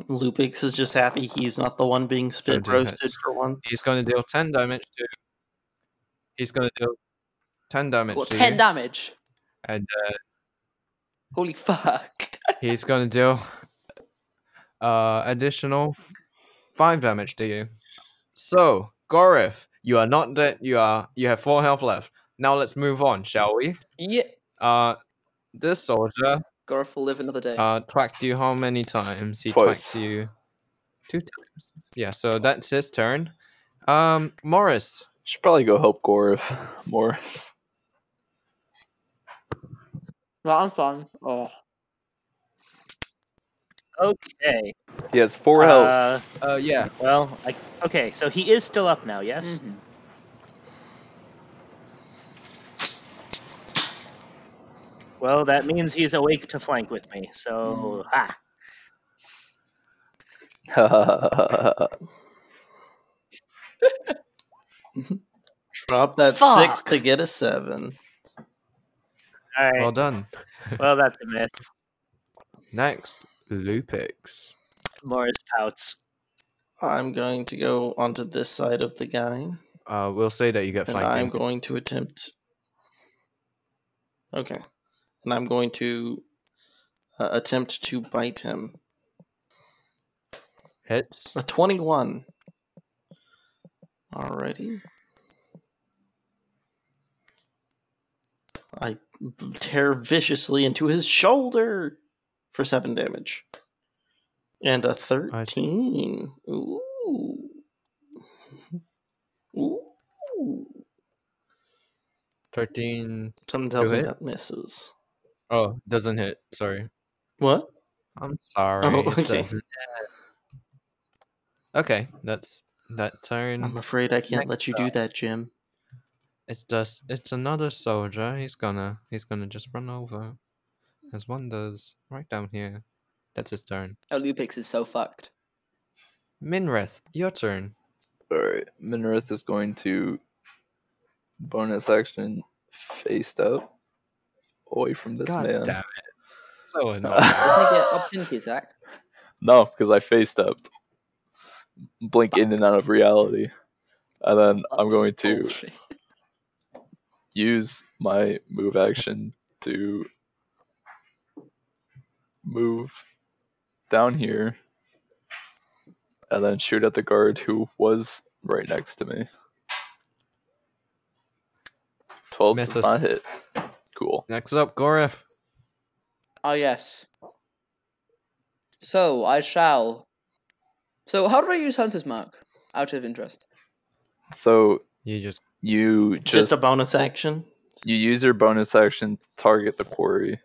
Speaker 3: Lupix is just happy he's not the one being spit
Speaker 1: Seventeen
Speaker 3: roasted
Speaker 1: hits.
Speaker 3: for once.
Speaker 1: He's going to deal 10 damage to. He's going to deal 10 damage
Speaker 2: Got
Speaker 1: to
Speaker 2: ten
Speaker 1: you,
Speaker 2: damage.
Speaker 1: And
Speaker 2: Holy fuck. (laughs)
Speaker 1: He's gonna deal uh additional f- five damage to you. So, Gorif, you are not dead. You are you have four health left. Now let's move on, shall we?
Speaker 2: Yeah.
Speaker 1: Uh, this soldier
Speaker 2: Gorf will live another day.
Speaker 1: uh twacked you how many times? He
Speaker 4: Twice.
Speaker 1: twacked you two times. Yeah, so that's his turn. Um, Morris,
Speaker 4: Should probably go help Gorif Morris.
Speaker 2: well, I'm fine. Oh.
Speaker 5: Okay.
Speaker 4: He has four health.
Speaker 5: Uh,
Speaker 1: uh, yeah,
Speaker 5: well, I, okay. So he is still up now. Yes.
Speaker 1: Mm-hmm.
Speaker 2: Mhm.
Speaker 5: Well, that means he's awake to flank with me.
Speaker 1: Mm-hmm.
Speaker 5: So ha.
Speaker 3: Drop that six
Speaker 5: Fuck.
Speaker 3: to get a seven.
Speaker 5: All right.
Speaker 1: well
Speaker 5: Well,
Speaker 1: done.
Speaker 5: that's a miss.
Speaker 1: Next, Lupix.
Speaker 5: Morris pouts.
Speaker 3: I'm going to go onto this side of the guy,
Speaker 1: Uh, we'll say that you get
Speaker 3: and I'm
Speaker 1: flanking.
Speaker 3: going to attempt. Okay, and I'm going to uh, attempt to bite him.
Speaker 1: Hits.
Speaker 3: A twenty-one. Alrighty. I tear viciously into his shoulder for seven damage. And a
Speaker 1: I see.
Speaker 3: thirteen. Ooh. Ooh.
Speaker 1: Thirteen.
Speaker 3: Something tells
Speaker 1: Do
Speaker 3: me
Speaker 1: it.
Speaker 3: that misses.
Speaker 1: Oh, doesn't hit. Sorry.
Speaker 3: What?
Speaker 1: I'm sorry.
Speaker 3: Oh,
Speaker 1: it
Speaker 3: okay.
Speaker 1: doesn't- Okay, that's that
Speaker 3: I'm
Speaker 1: turn.
Speaker 3: afraid I can't
Speaker 1: Next
Speaker 3: let you do that, Jim.
Speaker 1: It's just it's another soldier. He's gonna he's gonna just run over. As one does, right down here. That's his turn.
Speaker 2: Olupix is so fucked.
Speaker 1: Minreth, your turn.
Speaker 4: (laughs) Alright, Minerith is going to bonus action faced up away from this
Speaker 1: God
Speaker 4: man.
Speaker 1: damn
Speaker 4: (laughs)
Speaker 1: it. So annoying.
Speaker 2: Doesn't he get a pinky attack?
Speaker 4: No, because I faced up. Blink in and out of reality. And then I'm going to
Speaker 2: Bullshit.
Speaker 4: use my move action to move down here and then shoot at the guard who was right next to me. 12
Speaker 1: Misses.
Speaker 4: does not hit. Cool.
Speaker 1: Next up, Gorif.
Speaker 2: Oh yes. So I shall. So how do I use Hunter's Mark? Out of interest.
Speaker 4: So
Speaker 1: You just
Speaker 4: you
Speaker 3: Just,
Speaker 4: just,
Speaker 3: a bonus action.
Speaker 4: you use your bonus action to target the quarry.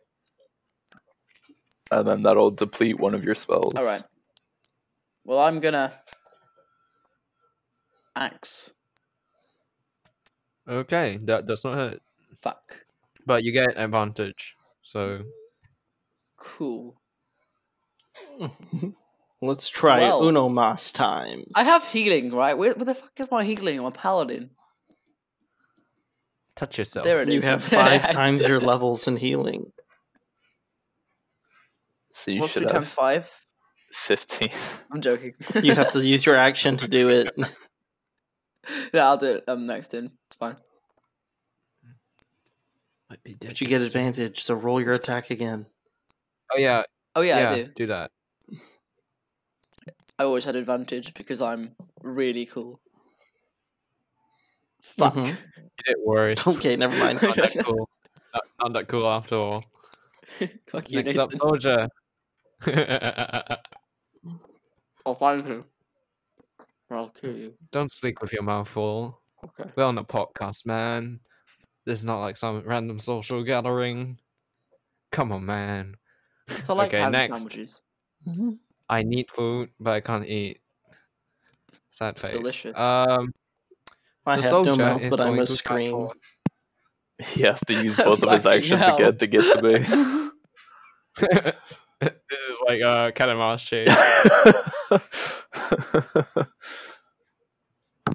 Speaker 4: And then that'll deplete one of your spells.
Speaker 2: All right. Well, I'm gonna axe.
Speaker 1: Okay, that does not hit.
Speaker 2: Fuck.
Speaker 1: But you get advantage. So
Speaker 2: Cool.
Speaker 3: Let's try
Speaker 2: Well-
Speaker 3: Uno Mas times.
Speaker 2: I have healing, right? Where, where the fuck is my healing? I'm a paladin.
Speaker 1: touch yourself.
Speaker 2: There it is.
Speaker 3: You
Speaker 2: (laughs)
Speaker 3: have five times your levels in healing.
Speaker 4: So you
Speaker 2: What's two
Speaker 4: should have
Speaker 2: times five?
Speaker 4: 15.
Speaker 2: I'm joking. (laughs)
Speaker 3: You have to use your action to do it.
Speaker 2: yeah, I'll do it um, next turn. It's fine.
Speaker 1: Might be
Speaker 3: But
Speaker 1: dead
Speaker 3: you get
Speaker 1: soon.
Speaker 3: advantage, so roll your attack again. (laughs)
Speaker 1: Oh yeah,
Speaker 2: Oh yeah,
Speaker 1: yeah,
Speaker 2: I do.
Speaker 1: do that.
Speaker 2: I always had advantage because I'm really cool. Fuck.
Speaker 1: Mm-hmm.
Speaker 3: Mhm.
Speaker 1: You did worse.
Speaker 3: Okay, never
Speaker 2: (laughs)
Speaker 3: mind.
Speaker 1: not that cool. Not, not that cool after all.
Speaker 2: fuck you,
Speaker 1: Next up,
Speaker 2: Nathan.
Speaker 1: soldier. (laughs)
Speaker 2: I'll find him. Or Oh, I'll kill you.
Speaker 1: Don't speak with your mouth full.
Speaker 2: Okay.
Speaker 1: We're on a podcast, man. This is not like some random social gathering. Come on, man.
Speaker 2: I like
Speaker 1: Okay,
Speaker 2: ham
Speaker 1: next.
Speaker 2: sandwiches.
Speaker 3: Mhm.
Speaker 1: I need food, but I can't eat. Sad
Speaker 2: It's
Speaker 1: face.
Speaker 2: delicious.
Speaker 1: Um,
Speaker 3: I
Speaker 1: the
Speaker 3: have
Speaker 1: soldier
Speaker 3: no mouth,
Speaker 1: is
Speaker 3: but I
Speaker 1: going
Speaker 3: must
Speaker 1: to fight
Speaker 3: scream.
Speaker 1: for-
Speaker 3: (laughs)
Speaker 4: He has to
Speaker 2: (laughs)
Speaker 4: use both of his
Speaker 2: Fucking
Speaker 4: actions
Speaker 2: hell.
Speaker 4: to get to get to
Speaker 2: (laughs)
Speaker 4: me.
Speaker 1: this is like uh, a cat and mouse
Speaker 3: (laughs)
Speaker 1: chase.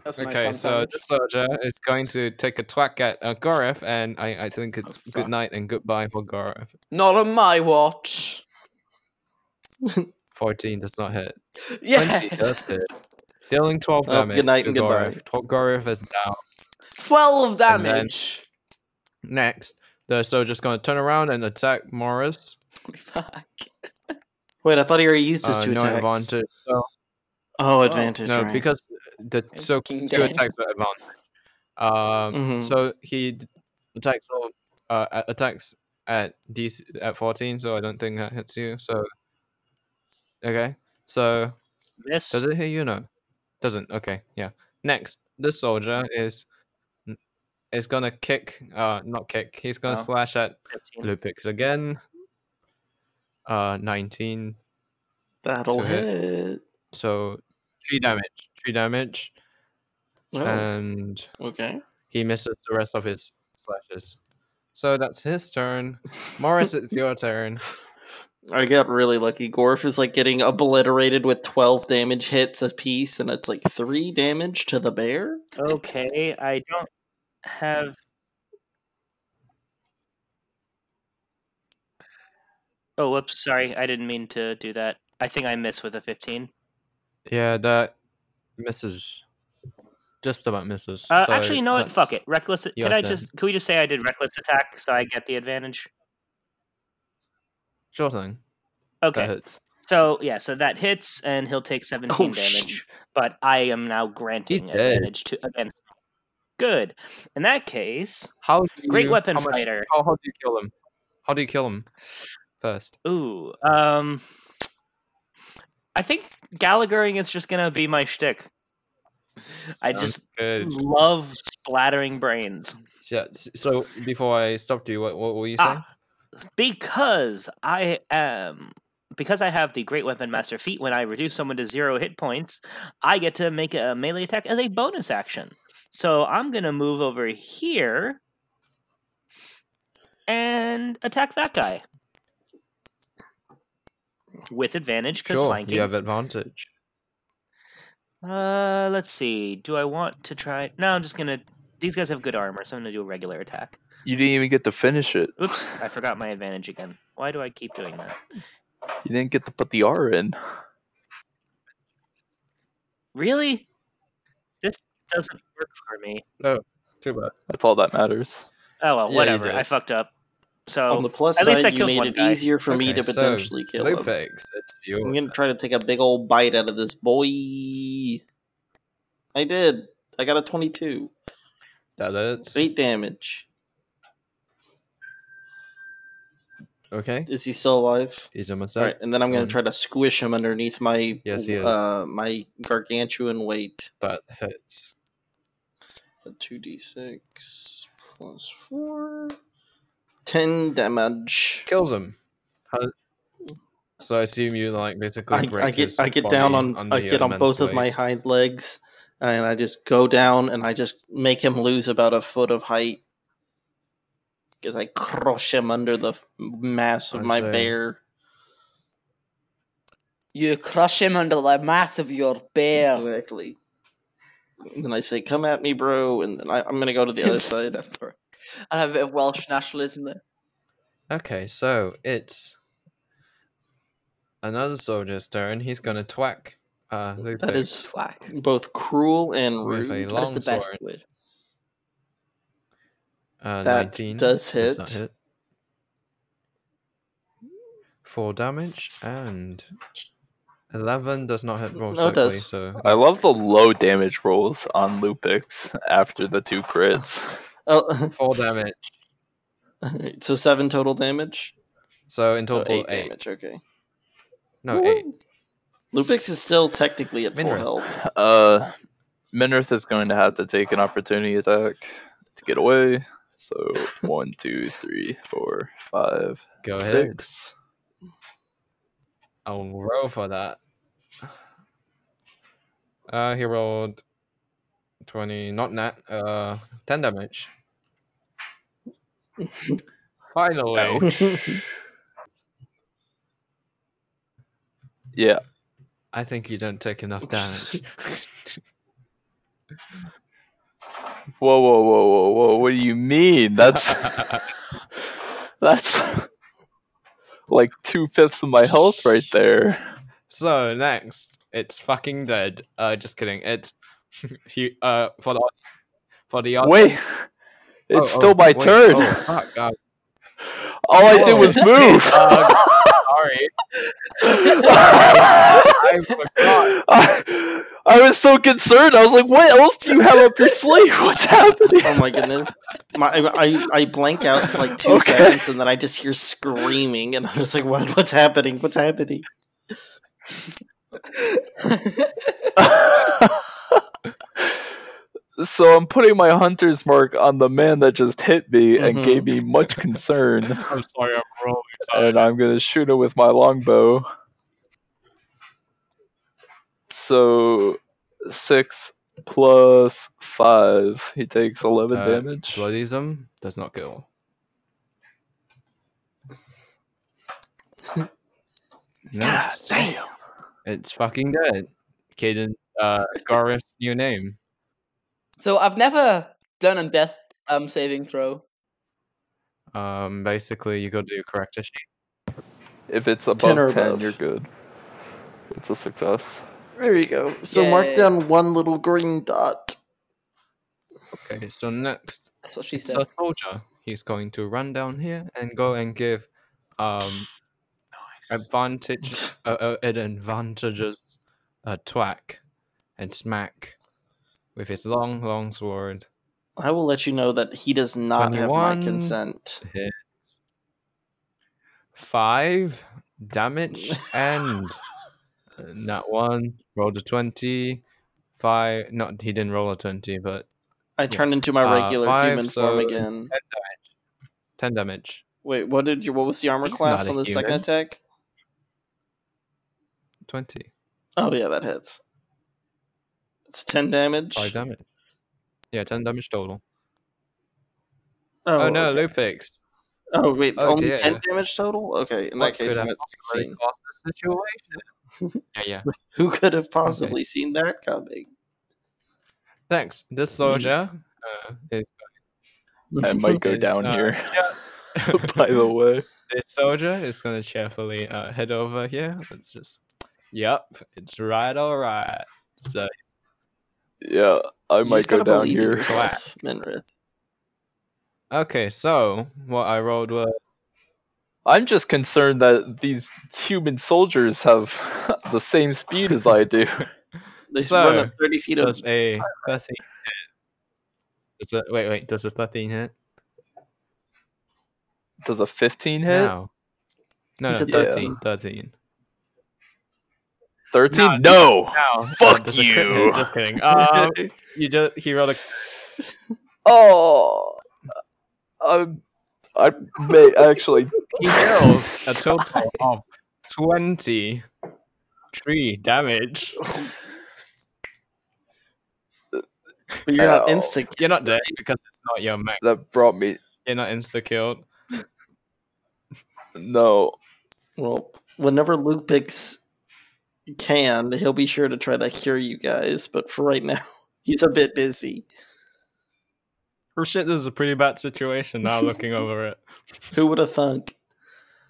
Speaker 2: That's a nice
Speaker 1: okay,
Speaker 2: hand
Speaker 1: so
Speaker 2: sandwich.
Speaker 1: this soldier is going to take a twack at uh, Gorev, and I, I think it's
Speaker 2: Oh, fuck.
Speaker 1: good night and goodbye for Gorev.
Speaker 2: Not on my watch.
Speaker 1: 14 does not hit. 20
Speaker 2: Yeah.
Speaker 1: does
Speaker 2: (laughs)
Speaker 1: hit. Dealing 12
Speaker 3: Oh,
Speaker 1: damage.
Speaker 3: good night
Speaker 1: to
Speaker 3: and goodbye.
Speaker 1: Gorev. Tw- Gorev is down.
Speaker 2: 12
Speaker 1: And then-
Speaker 2: damage.
Speaker 1: Next, the soldier's going to turn around and attack Morris.
Speaker 2: Holy fuck.
Speaker 3: Wait, I thought he already used his
Speaker 1: Uh,
Speaker 3: two
Speaker 1: no
Speaker 3: attacks.
Speaker 1: advantage. So,
Speaker 3: Oh, advantage.
Speaker 1: no,
Speaker 3: right.
Speaker 1: because the so
Speaker 2: Fucking
Speaker 1: two
Speaker 2: dead.
Speaker 1: attacks were advantage. Um,
Speaker 5: Mm.
Speaker 3: Mhm.
Speaker 1: So he d- attacks all, uh, a- attacks at DC at 14, so I don't think that hits you. So okay, so
Speaker 5: Miss.
Speaker 1: does it hit you? No, doesn't. Okay, yeah. Next, this soldier is is gonna kick. Uh, not kick. He's gonna
Speaker 5: Oh.
Speaker 1: slash at
Speaker 5: 15.
Speaker 1: Lupix again. Uh, 19.
Speaker 3: that'll
Speaker 1: to hit.
Speaker 3: hit.
Speaker 1: So three damage. Three damage,
Speaker 3: Oh,
Speaker 1: Uh, and
Speaker 3: okay.
Speaker 1: he misses the rest of his slashes. So that's his turn. Morris, it's your turn.
Speaker 3: I got really lucky. Gorf is like getting obliterated with 12 damage hits apiece, and it's like 3 damage to the bear.
Speaker 5: Okay, I don't have. Oh, whoops! Sorry, I didn't mean to do that. I think I missed with a fifteen.
Speaker 1: Yeah, that misses. Just about misses.
Speaker 5: Uh,
Speaker 1: So
Speaker 5: actually, no.
Speaker 1: that's-
Speaker 5: Fuck it. Reckless.
Speaker 1: yours
Speaker 5: Can I
Speaker 1: then.
Speaker 5: just? Can we just say I did reckless attack, so I get the advantage?
Speaker 1: Sure thing.
Speaker 5: Okay.
Speaker 1: That hits.
Speaker 5: So yeah, so that hits, and he'll take seventeen
Speaker 3: Oh,
Speaker 5: damage.
Speaker 3: shit.
Speaker 5: But I am now granting
Speaker 1: dead.
Speaker 5: advantage to against. Good. In that case,
Speaker 1: How do you,
Speaker 5: Great weapon
Speaker 1: how much-
Speaker 5: fighter.
Speaker 1: How, how do you kill him? How do you kill him? First.
Speaker 5: ooh, um, I think Gallagherring is just gonna be my shtick. I
Speaker 1: Sounds
Speaker 5: just
Speaker 1: good.
Speaker 5: Hmm. love splattering brains.
Speaker 1: Yeah, s- so before I stopped you, what, what were you saying?
Speaker 5: Ah, because I am because I have the Great Weapon Master feat. When I reduce someone to zero hit points, I get to make a melee attack as a bonus action. So I'm gonna move over here and attack that guy with advantage because
Speaker 1: sure,
Speaker 5: flanking.
Speaker 1: you have advantage.
Speaker 5: Uh, let's see. Do I want to try? No, I'm just gonna. These guys have good armor, so I'm gonna do a regular attack.
Speaker 4: you didn't even get to finish it.
Speaker 5: Oops, I forgot my advantage again. Why do I keep doing that?
Speaker 4: You didn't get to put the R in.
Speaker 5: Really? This doesn't work for me.
Speaker 1: Too bad.
Speaker 4: That's all that matters.
Speaker 5: Oh well,
Speaker 1: Yeah, you
Speaker 5: whatever.
Speaker 1: did.
Speaker 5: I fucked up.
Speaker 3: On the
Speaker 5: So
Speaker 3: plus
Speaker 5: Oh, at least I
Speaker 3: side, you
Speaker 5: killed
Speaker 3: made
Speaker 5: one
Speaker 3: it
Speaker 5: guy.
Speaker 3: easier for me
Speaker 1: Okay,
Speaker 3: to
Speaker 1: so,
Speaker 3: potentially kill him.
Speaker 1: Lupix, it's your
Speaker 3: I'm gonna try to take a big old bite out of this boy. I did. I got a 22.
Speaker 1: that is.
Speaker 3: 8 damage.
Speaker 1: Okay.
Speaker 3: Is he still alive?
Speaker 1: He's a
Speaker 3: All
Speaker 1: mistake.
Speaker 3: right, and then I'm gonna
Speaker 1: um,
Speaker 3: try to squish him underneath my
Speaker 1: Yes, he is.
Speaker 3: uh my gargantuan weight.
Speaker 1: That hits.
Speaker 3: A two d six plus four. Ten damage.
Speaker 1: Kills him. How- So I assume you like basically.
Speaker 3: I,
Speaker 1: break
Speaker 3: I get
Speaker 1: his
Speaker 3: I get down
Speaker 1: body
Speaker 3: on I
Speaker 1: under
Speaker 3: get on both of
Speaker 1: immensely.
Speaker 3: my hind legs, and I just go down and I just make him lose about a foot of height because I crush him under the f- mass of
Speaker 1: I
Speaker 3: my
Speaker 1: see.
Speaker 3: bear.
Speaker 2: You crush him under the mass of your bear.
Speaker 3: Exactly. And then I say, "Come at me, bro!" And then I, I'm gonna go to
Speaker 2: (laughs)
Speaker 3: the other side.
Speaker 2: I'm sorry. I have a bit of Welsh nationalism there.
Speaker 1: Okay, so it's another soldier's turn. He's gonna twack. Uh,
Speaker 3: That
Speaker 1: Lupix
Speaker 3: is
Speaker 2: Twack.
Speaker 3: both cruel and
Speaker 1: with a
Speaker 3: rude.
Speaker 2: That is
Speaker 1: long
Speaker 2: the best
Speaker 1: sword.
Speaker 2: word.
Speaker 1: Uh,
Speaker 3: That
Speaker 1: 19
Speaker 3: does
Speaker 1: does not
Speaker 3: hit.
Speaker 1: hit. Four damage and eleven does not hit. Roll
Speaker 3: No, it does.
Speaker 1: So
Speaker 4: I love the low damage rolls on Lupix after the two crits.
Speaker 3: Oh, (laughs)
Speaker 1: four damage.
Speaker 3: alright, so seven total damage.
Speaker 1: So in
Speaker 3: Oh,
Speaker 1: total
Speaker 3: eight
Speaker 1: eight.
Speaker 3: damage. Okay.
Speaker 1: No eight.
Speaker 3: Lupix is still technically at full
Speaker 1: Minrith.
Speaker 3: health.
Speaker 4: Uh, Minerth is going to have to take an opportunity attack to get away. So one, two, three, four, five,
Speaker 1: Go ahead.
Speaker 4: six.
Speaker 1: I'll roll Oh, for that. Uh, he rolled 20, not nat, uh, 10
Speaker 4: (laughs)
Speaker 1: damage. Finally.
Speaker 4: Yeah.
Speaker 1: I think you don't take enough damage.
Speaker 4: Whoa, whoa, whoa, whoa, whoa. What do you
Speaker 1: (laughs)
Speaker 4: mean? That's that's like two fifths of my health right there.
Speaker 1: so, next, it's fucking dead. Uh, just kidding. It's, (laughs) he, uh, for the, for the,
Speaker 4: Wait, it's
Speaker 1: oh,
Speaker 4: still
Speaker 1: oh,
Speaker 4: my
Speaker 1: wait,
Speaker 4: turn.
Speaker 1: oh, fuck, uh,
Speaker 4: (laughs) All I did
Speaker 1: Oh. (laughs)
Speaker 4: was move.
Speaker 1: Uh,
Speaker 4: (laughs)
Speaker 1: sorry. Uh, I forgot.
Speaker 4: I, I was so concerned. I was like, "What else do you have up your sleeve? What's happening?"
Speaker 3: Oh my goodness. My, I, I blank out for like two
Speaker 4: Okay.
Speaker 3: seconds and then I just hear screaming and I'm just like, what, what's happening? What's happening?
Speaker 4: so I'm putting my hunter's mark on the man that just hit me and
Speaker 3: Mhm.
Speaker 4: gave me much concern,
Speaker 1: Mm-hmm. (laughs) I'm sorry, I'm wrong.
Speaker 4: and I'm gonna shoot him with my longbow. So six plus five, he takes eleven
Speaker 1: Uh,
Speaker 4: damage.
Speaker 1: Bloodies him, does not kill. No,
Speaker 3: God
Speaker 1: it's,
Speaker 3: damn.
Speaker 1: it's fucking dead. Caden,
Speaker 3: (laughs)
Speaker 1: uh, Gareth's new name.
Speaker 2: So I've never done a death um saving throw.
Speaker 1: Um, basically, you got to do corrector sheet.
Speaker 4: If it's
Speaker 3: 10
Speaker 4: above 10,
Speaker 3: or above.
Speaker 4: you're good. It's a success.
Speaker 3: There you go. So
Speaker 2: Yay.
Speaker 3: mark down one little green dot.
Speaker 1: Okay, so next
Speaker 2: That's what she
Speaker 1: it's
Speaker 2: said.
Speaker 1: a soldier. He's going to run down here and go and give um advantage uh, uh, an advantages a twack and smack with his long long sword.
Speaker 3: I will let you know that he does not have
Speaker 1: 21.
Speaker 3: my consent.
Speaker 1: Five damage and and that one rolled a twenty. Five, not he didn't roll a twenty, but
Speaker 3: I turn into my
Speaker 1: Uh,
Speaker 3: regular
Speaker 1: five,
Speaker 3: human
Speaker 1: so-
Speaker 3: form again.
Speaker 1: ten damage.
Speaker 3: Wait, what did you? What was the armor
Speaker 1: He's
Speaker 3: class
Speaker 1: not a
Speaker 3: on the second
Speaker 1: human.
Speaker 3: attack?
Speaker 1: Twenty.
Speaker 3: Oh yeah, that hits. It's ten damage.
Speaker 1: Five damage. Yeah, ten damage total.
Speaker 3: Oh,
Speaker 1: Oh, no,
Speaker 3: okay.
Speaker 1: Lupix.
Speaker 3: Oh wait,
Speaker 1: Oh,
Speaker 3: only
Speaker 1: dear.
Speaker 3: ten damage total. Okay, in
Speaker 1: What
Speaker 3: that case,
Speaker 1: could
Speaker 3: I'm
Speaker 1: have
Speaker 3: at
Speaker 1: possibly
Speaker 3: sixteen.
Speaker 1: caused the situation? yeah, yeah.
Speaker 3: Who could have possibly seen that coming?
Speaker 4: (laughs)
Speaker 1: Thanks. This soldier uh, is. (laughs)
Speaker 4: I might go
Speaker 1: Is,
Speaker 4: down
Speaker 1: uh,
Speaker 4: here, (laughs) by the way.
Speaker 1: this soldier is gonna cheerfully uh, head over here. It's just. Yep, it's right, alright. So,
Speaker 4: Yeah, I
Speaker 3: You
Speaker 4: might
Speaker 3: just
Speaker 4: go
Speaker 3: gotta
Speaker 4: down
Speaker 3: believe in
Speaker 4: here.
Speaker 3: yourself, Minrith.
Speaker 1: okay, so what I rolled was.
Speaker 4: I'm just concerned that these human soldiers have (laughs) the same speed as I do.
Speaker 3: They
Speaker 1: So,
Speaker 3: run up thirty feet of.
Speaker 1: Does a 13 hit? Does a, wait, wait, does a 13 hit?
Speaker 4: Does a 15 hit?
Speaker 1: No. No, no,
Speaker 3: He said
Speaker 1: 13. 13.
Speaker 4: 13? no.
Speaker 5: Oh.
Speaker 1: Now,
Speaker 4: Fuck
Speaker 1: does a crit hit?
Speaker 4: you.
Speaker 1: Just
Speaker 4: (laughs)
Speaker 1: kidding. Um, you just he rolled a
Speaker 4: Oh, I'm, I may actually.
Speaker 1: he deals a total of twenty three damage.
Speaker 3: But you're not
Speaker 4: Ow.
Speaker 3: insta.
Speaker 1: You're not dead because it's not your max.
Speaker 4: That brought me.
Speaker 1: You're not insta killed.
Speaker 4: No. (laughs)
Speaker 3: Well, whenever Luke picks can, he'll be sure to try to cure you guys. But for right now, (laughs) he's a bit busy.
Speaker 1: Oh shit, this is a pretty bad situation now looking over it.
Speaker 3: Who would have thunk?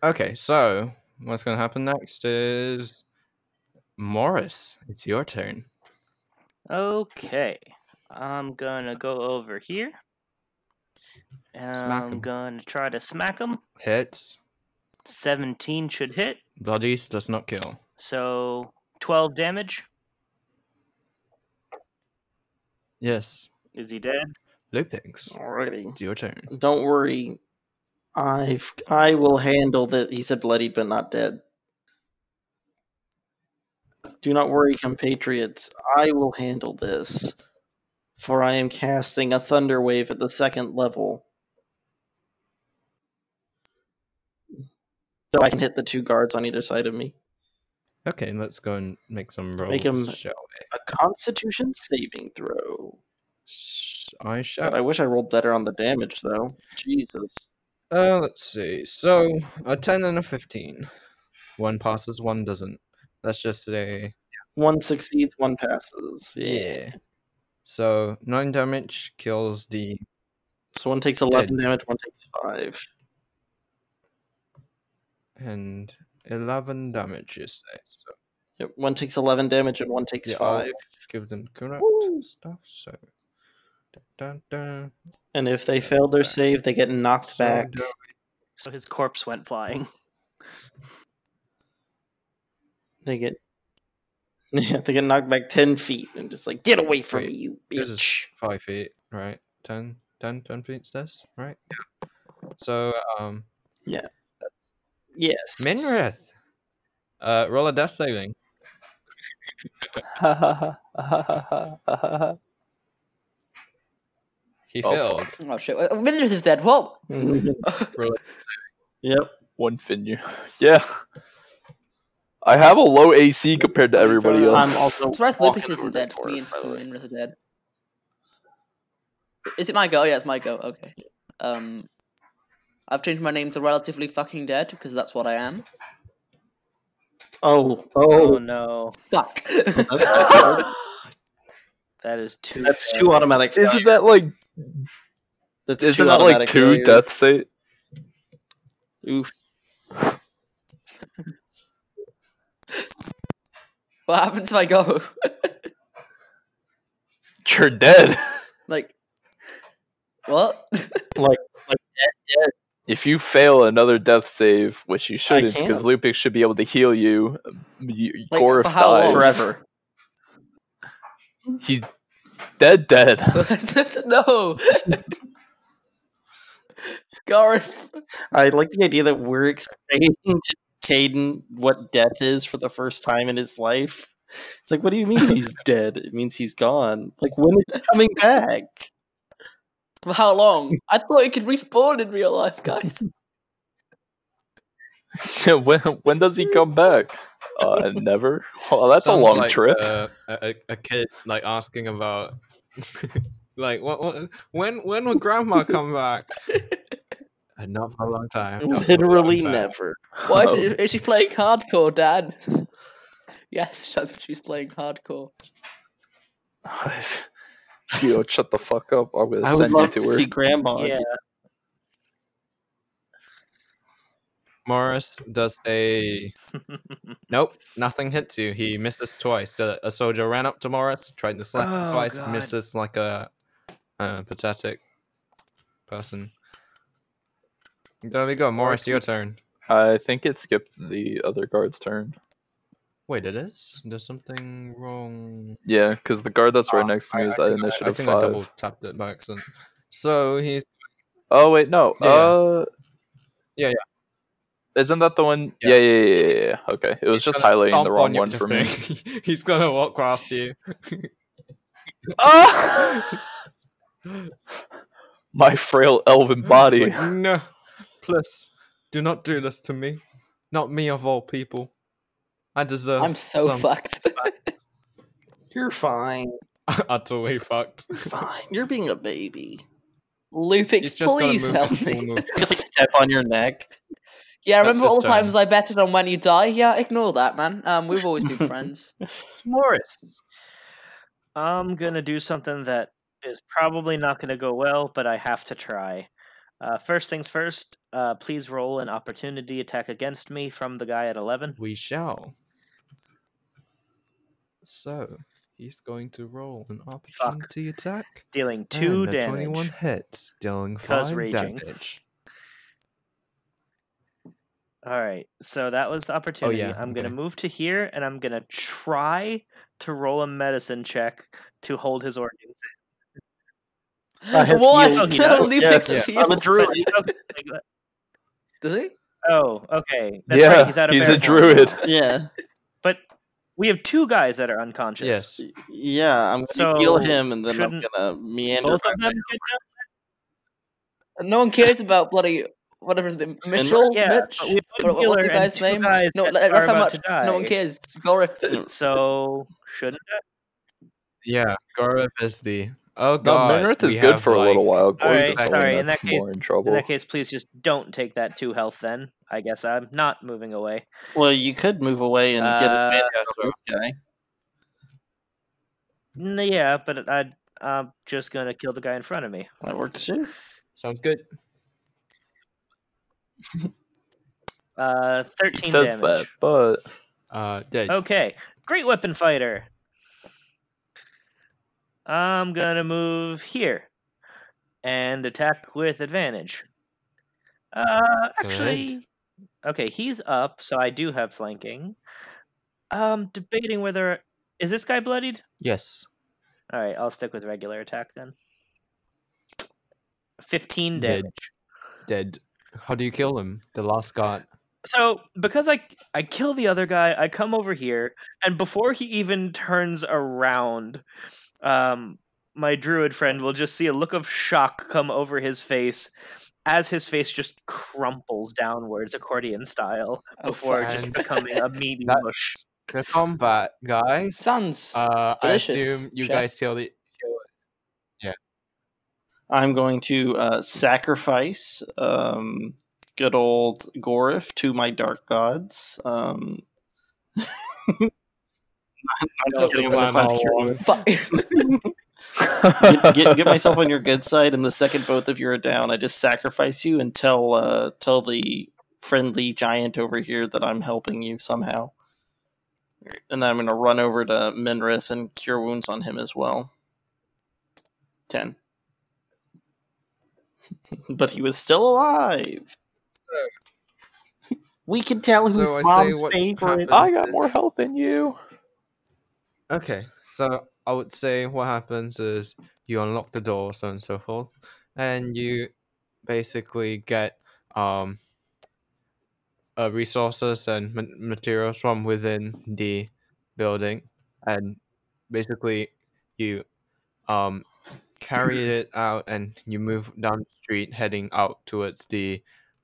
Speaker 1: Okay, so what's gonna happen next is Morris, it's your turn.
Speaker 5: Okay. I'm gonna go over here. And
Speaker 1: Smack
Speaker 5: I'm
Speaker 1: 'em.
Speaker 5: gonna try to smack him.
Speaker 1: Hits.
Speaker 5: 17 should hit,
Speaker 1: Bloodies does not kill.
Speaker 5: so 12 damage.
Speaker 1: Yes.
Speaker 5: Is he dead?
Speaker 1: Lupix.
Speaker 3: Alrighty.
Speaker 1: It's your turn.
Speaker 3: Don't worry. I've I will handle that. He said bloodied but not dead. Do not worry, compatriots. I will handle this. For I am casting a thunder wave at the second level. So I can hit the two guards on either side of me.
Speaker 1: Okay, let's go and make some rolls.
Speaker 3: Make 'em-
Speaker 1: shall
Speaker 3: A Constitution saving throw.
Speaker 1: we? I shall.
Speaker 3: God, I wish I rolled better on the damage though. Jesus.
Speaker 1: Uh, let's see. So a ten and a fifteen. One passes, one doesn't. Let's just say
Speaker 3: One succeeds, one passes. Yeah.
Speaker 1: yeah. So nine damage kills the
Speaker 3: So one takes eleven damage, one takes five.
Speaker 1: and eleven damage. You say so.
Speaker 3: Yep. One takes eleven damage and one takes
Speaker 1: Yeah, oh. I'll-
Speaker 3: five.
Speaker 1: Give them correct
Speaker 3: Woo.
Speaker 1: stuff. So. Dun, dun,
Speaker 3: And if they fail their save, they get knocked
Speaker 1: So
Speaker 3: back.
Speaker 1: do-
Speaker 5: So his corpse went flying.
Speaker 3: They get (laughs) yeah, they get knocked back ten feet and just like get away from
Speaker 1: Wait,
Speaker 3: me, you
Speaker 1: this is-
Speaker 3: bitch.
Speaker 1: five feet, right? 10, 10, 10 feet stairs, right? So, um,
Speaker 3: Yes.
Speaker 1: Minrith, uh, roll a death saving. He
Speaker 4: Oh,
Speaker 1: failed.
Speaker 2: Oh shit! Uh, Minrith is dead. Whoa!
Speaker 3: Mm-hmm. yep.
Speaker 4: One Finyu. Yeah. I have a low AC compared to
Speaker 2: Fair
Speaker 4: everybody
Speaker 2: enough.
Speaker 4: else.
Speaker 3: I'm
Speaker 4: (laughs)
Speaker 3: also
Speaker 2: Surprised
Speaker 3: walking
Speaker 2: Lupus isn't
Speaker 3: over
Speaker 2: dead.
Speaker 3: to
Speaker 2: Me and
Speaker 3: Taurus, by the way.
Speaker 2: Minrith are dead. Is it my go? Oh, yeah, it's my go. Okay. Um, I've changed my name to relatively fucking dead because that's what I am.
Speaker 3: Oh,
Speaker 5: Oh,
Speaker 3: oh,
Speaker 5: no,
Speaker 2: Fuck. (laughs)
Speaker 5: that is too.
Speaker 3: that's
Speaker 5: bad.
Speaker 3: two automatic.
Speaker 4: isn't that like
Speaker 3: That's
Speaker 4: isn't
Speaker 3: two
Speaker 4: that like
Speaker 3: automatic
Speaker 4: two
Speaker 3: failures.
Speaker 4: death save?
Speaker 3: Oof.
Speaker 2: what happens if I go?
Speaker 4: You're dead.
Speaker 2: (laughs)
Speaker 4: (laughs)
Speaker 2: like, what? (laughs)
Speaker 4: If you fail another death save, which you shouldn't, because
Speaker 3: can't.
Speaker 4: Lupix should be able to heal you, you
Speaker 2: Like,
Speaker 4: Gorf
Speaker 2: for how
Speaker 4: dies.
Speaker 2: long?
Speaker 3: Forever.
Speaker 4: He's dead, dead.
Speaker 2: So, (laughs) no. Gareth.
Speaker 3: I like the idea that we're explaining (laughs) to Caden what death is for the first time in his life. It's like, what do you mean (laughs) he's dead? It means he's gone. Like, when is he coming (laughs) back?
Speaker 2: For how long? I thought it could respawn in real life, guys.
Speaker 4: (laughs) when when does he come back? Uh, never. Well, that's a
Speaker 1: Sounds
Speaker 4: long
Speaker 1: like,
Speaker 4: trip.
Speaker 1: uh, a, a- a kid like asking about, (laughs) like, what, what, when, when will Grandma come
Speaker 4: (laughs)
Speaker 1: back? Uh, Not for a long time. not for a long
Speaker 3: Literally
Speaker 1: time.
Speaker 3: never.
Speaker 2: Why
Speaker 4: Um,
Speaker 2: did, is she playing hardcore, Dad? (laughs) yes, (laughs) she's playing hardcore.
Speaker 4: (sighs) Yo, shut the fuck up. I'm gonna
Speaker 3: I would
Speaker 4: send you
Speaker 3: love to
Speaker 4: to her.
Speaker 3: see Grandma.
Speaker 5: Yeah,
Speaker 1: Morris does a. nope, nothing hits you. He misses twice. A, a soldier ran up to Morris, tried to slap him
Speaker 5: Oh,
Speaker 1: twice,
Speaker 5: God.
Speaker 1: misses like a, uh pathetic person. There we go, Morris, your turn.
Speaker 4: I think it skipped the other guard's turn.
Speaker 1: Wait, it is? There's something wrong.
Speaker 4: Yeah, because the guard that's
Speaker 3: Oh,
Speaker 4: right
Speaker 1: Ah,
Speaker 4: next to me is
Speaker 1: I
Speaker 4: at
Speaker 1: think I- I
Speaker 4: initiative
Speaker 1: think I
Speaker 4: five.
Speaker 1: double tapped it by accident. So he's.
Speaker 4: Oh wait, no.
Speaker 1: Yeah, yeah.
Speaker 4: Uh,
Speaker 1: Yeah, yeah.
Speaker 4: Isn't that the one?
Speaker 1: Yeah.
Speaker 4: Yeah, yeah, yeah, yeah. yeah. Okay, it was
Speaker 1: he's
Speaker 4: just
Speaker 1: gonna
Speaker 4: highlighting
Speaker 1: stomp
Speaker 4: the
Speaker 1: on
Speaker 4: wrong
Speaker 1: you-
Speaker 4: one
Speaker 1: just
Speaker 4: for me.
Speaker 1: kidding. (laughs) he's gonna walk past you.
Speaker 4: ah! (laughs) My frail elven
Speaker 1: Mm-hmm. It's
Speaker 4: body. (laughs)
Speaker 1: like, no. Plus, do not do this to me. Not me of all people. I deserve.
Speaker 2: I'm so
Speaker 1: some-
Speaker 2: fucked. (laughs)
Speaker 3: You're fine.
Speaker 1: (laughs) utterly fucked.
Speaker 3: You're fine. You're being a baby.
Speaker 1: He's
Speaker 2: Lupix,
Speaker 1: just gonna
Speaker 2: please
Speaker 1: move (laughs)
Speaker 2: help
Speaker 1: this
Speaker 2: me.
Speaker 1: full move.
Speaker 3: Just like step on your neck.
Speaker 2: Yeah,
Speaker 1: That's
Speaker 2: remember
Speaker 1: his
Speaker 2: all the
Speaker 1: turn.
Speaker 2: times I betted on when you die? Yeah, ignore that, man. Um, we've always been friends.
Speaker 1: Morris.
Speaker 5: I'm gonna do something that is probably not gonna go well, but I have to try. Uh, first things first. Uh, please roll an opportunity attack against me from the guy at eleven.
Speaker 1: We shall. So he's going to roll an opportunity attack.
Speaker 5: dealing two
Speaker 1: and a Twenty-one
Speaker 5: damage.
Speaker 1: hits, dealing
Speaker 5: 'Cause
Speaker 1: five
Speaker 5: raging.
Speaker 1: damage.
Speaker 5: All right, so that was the opportunity.
Speaker 1: Oh, yeah,
Speaker 5: I'm gonna
Speaker 1: okay.
Speaker 5: move to here, and I'm gonna try to roll a medicine check to hold his organs. in.
Speaker 3: I
Speaker 2: (laughs)
Speaker 3: have
Speaker 2: what?
Speaker 3: healed.
Speaker 5: He
Speaker 2: No,
Speaker 5: does,
Speaker 2: Lupix
Speaker 3: yes.
Speaker 2: is
Speaker 3: (laughs) I'm a
Speaker 2: healed.
Speaker 3: druid.
Speaker 5: Okay, like,
Speaker 2: Does he?
Speaker 5: oh, okay. (laughs) That's
Speaker 4: yeah,
Speaker 5: right. He's out of
Speaker 4: he's
Speaker 5: bear
Speaker 4: a
Speaker 5: form.
Speaker 1: Oh
Speaker 4: druid.
Speaker 3: Yeah.
Speaker 5: But we have two guys that are unconscious.
Speaker 1: Yes.
Speaker 3: Yeah, I'm gonna heal
Speaker 5: So,
Speaker 3: him and then I'm
Speaker 5: shouldn't
Speaker 3: gonna meander.
Speaker 5: Both
Speaker 3: back.
Speaker 5: of them get down.
Speaker 2: No one cares about bloody whatever his name, Mitchell.
Speaker 5: yeah,
Speaker 2: Mitch.
Speaker 5: but we put
Speaker 2: What- what's
Speaker 5: Miller
Speaker 2: the
Speaker 5: and
Speaker 2: guy's
Speaker 5: two
Speaker 2: name?
Speaker 5: guys
Speaker 2: no,
Speaker 5: that
Speaker 2: let- that's
Speaker 5: are
Speaker 2: how
Speaker 5: about
Speaker 2: much.
Speaker 5: to
Speaker 2: No one
Speaker 5: die.
Speaker 2: cares. Gorif.
Speaker 5: So shouldn't it?
Speaker 1: Yeah, Gareth is the. Oh
Speaker 4: No,
Speaker 1: god.
Speaker 4: Minerith is
Speaker 1: we
Speaker 4: good
Speaker 1: have,
Speaker 4: for a little
Speaker 1: like-
Speaker 4: while. Glory
Speaker 5: Alright,
Speaker 4: is the one
Speaker 5: sorry, in
Speaker 4: that's
Speaker 5: that
Speaker 4: more
Speaker 5: case-
Speaker 4: in trouble.
Speaker 5: In that case, please just don't take that two health. Then I guess I'm not moving away.
Speaker 3: Well, you could move away and get
Speaker 5: Uh,
Speaker 3: advantage
Speaker 1: Yeah,
Speaker 3: on
Speaker 1: so
Speaker 3: this guy.
Speaker 5: N- yeah, but I, I'm just gonna kill the guy in front of me.
Speaker 3: That works too.
Speaker 1: sounds good.
Speaker 5: Uh,
Speaker 4: he
Speaker 5: thirteen
Speaker 4: says
Speaker 5: damage.
Speaker 4: that, but
Speaker 1: Uh, yeah,
Speaker 5: (laughs) Okay, great weapon fighter. I'm gonna move here and attack with advantage. Uh, actually, okay, he's up, so I do have flanking. Um, debating whether is this guy bloodied.
Speaker 1: Yes.
Speaker 5: All right, I'll stick with regular attack then. Fifteen
Speaker 1: Dead.
Speaker 5: damage.
Speaker 1: Dead. How do you kill him? The last guard.
Speaker 5: so because I I kill the other guy, I come over here, and before he even turns around, um, my druid friend will just see a look of shock come over his face as his face just crumples downwards, accordion style,
Speaker 2: Oh,
Speaker 5: before
Speaker 1: fuck.
Speaker 5: just
Speaker 1: (laughs)
Speaker 5: becoming a meaty
Speaker 1: That-
Speaker 5: mush.
Speaker 1: The combat, guys.
Speaker 2: Sans.
Speaker 1: Uh, I
Speaker 2: delicious,
Speaker 1: assume you
Speaker 2: chef.
Speaker 1: guys kill the.
Speaker 3: I'm going to uh, sacrifice um, good old Gorif to my dark gods. Um, (laughs) I'm just kidding, I'm
Speaker 1: Why
Speaker 3: not
Speaker 1: am I
Speaker 3: curious.
Speaker 1: wrong?
Speaker 2: Fuck. (laughs)
Speaker 3: get, get, get
Speaker 4: (laughs)
Speaker 3: myself on your good side, and the second both of you are down, I just sacrifice you and tell uh, tell the friendly giant over here that I'm helping you somehow. And then I'm going to run over to Minrith and cure wounds on him as well. Ten. (laughs) but he was still alive. (laughs) We can tell who's
Speaker 1: So I say
Speaker 3: mom's
Speaker 1: what
Speaker 3: favorite.
Speaker 1: happened-
Speaker 4: I got more health than you.
Speaker 1: Okay, so I would say what happens is you unlock the door, so on and so forth, and you basically get um uh, resources and ma- materials from within the building, and basically you um carry
Speaker 5: (clears throat)
Speaker 1: it out and you move down the street, heading out towards the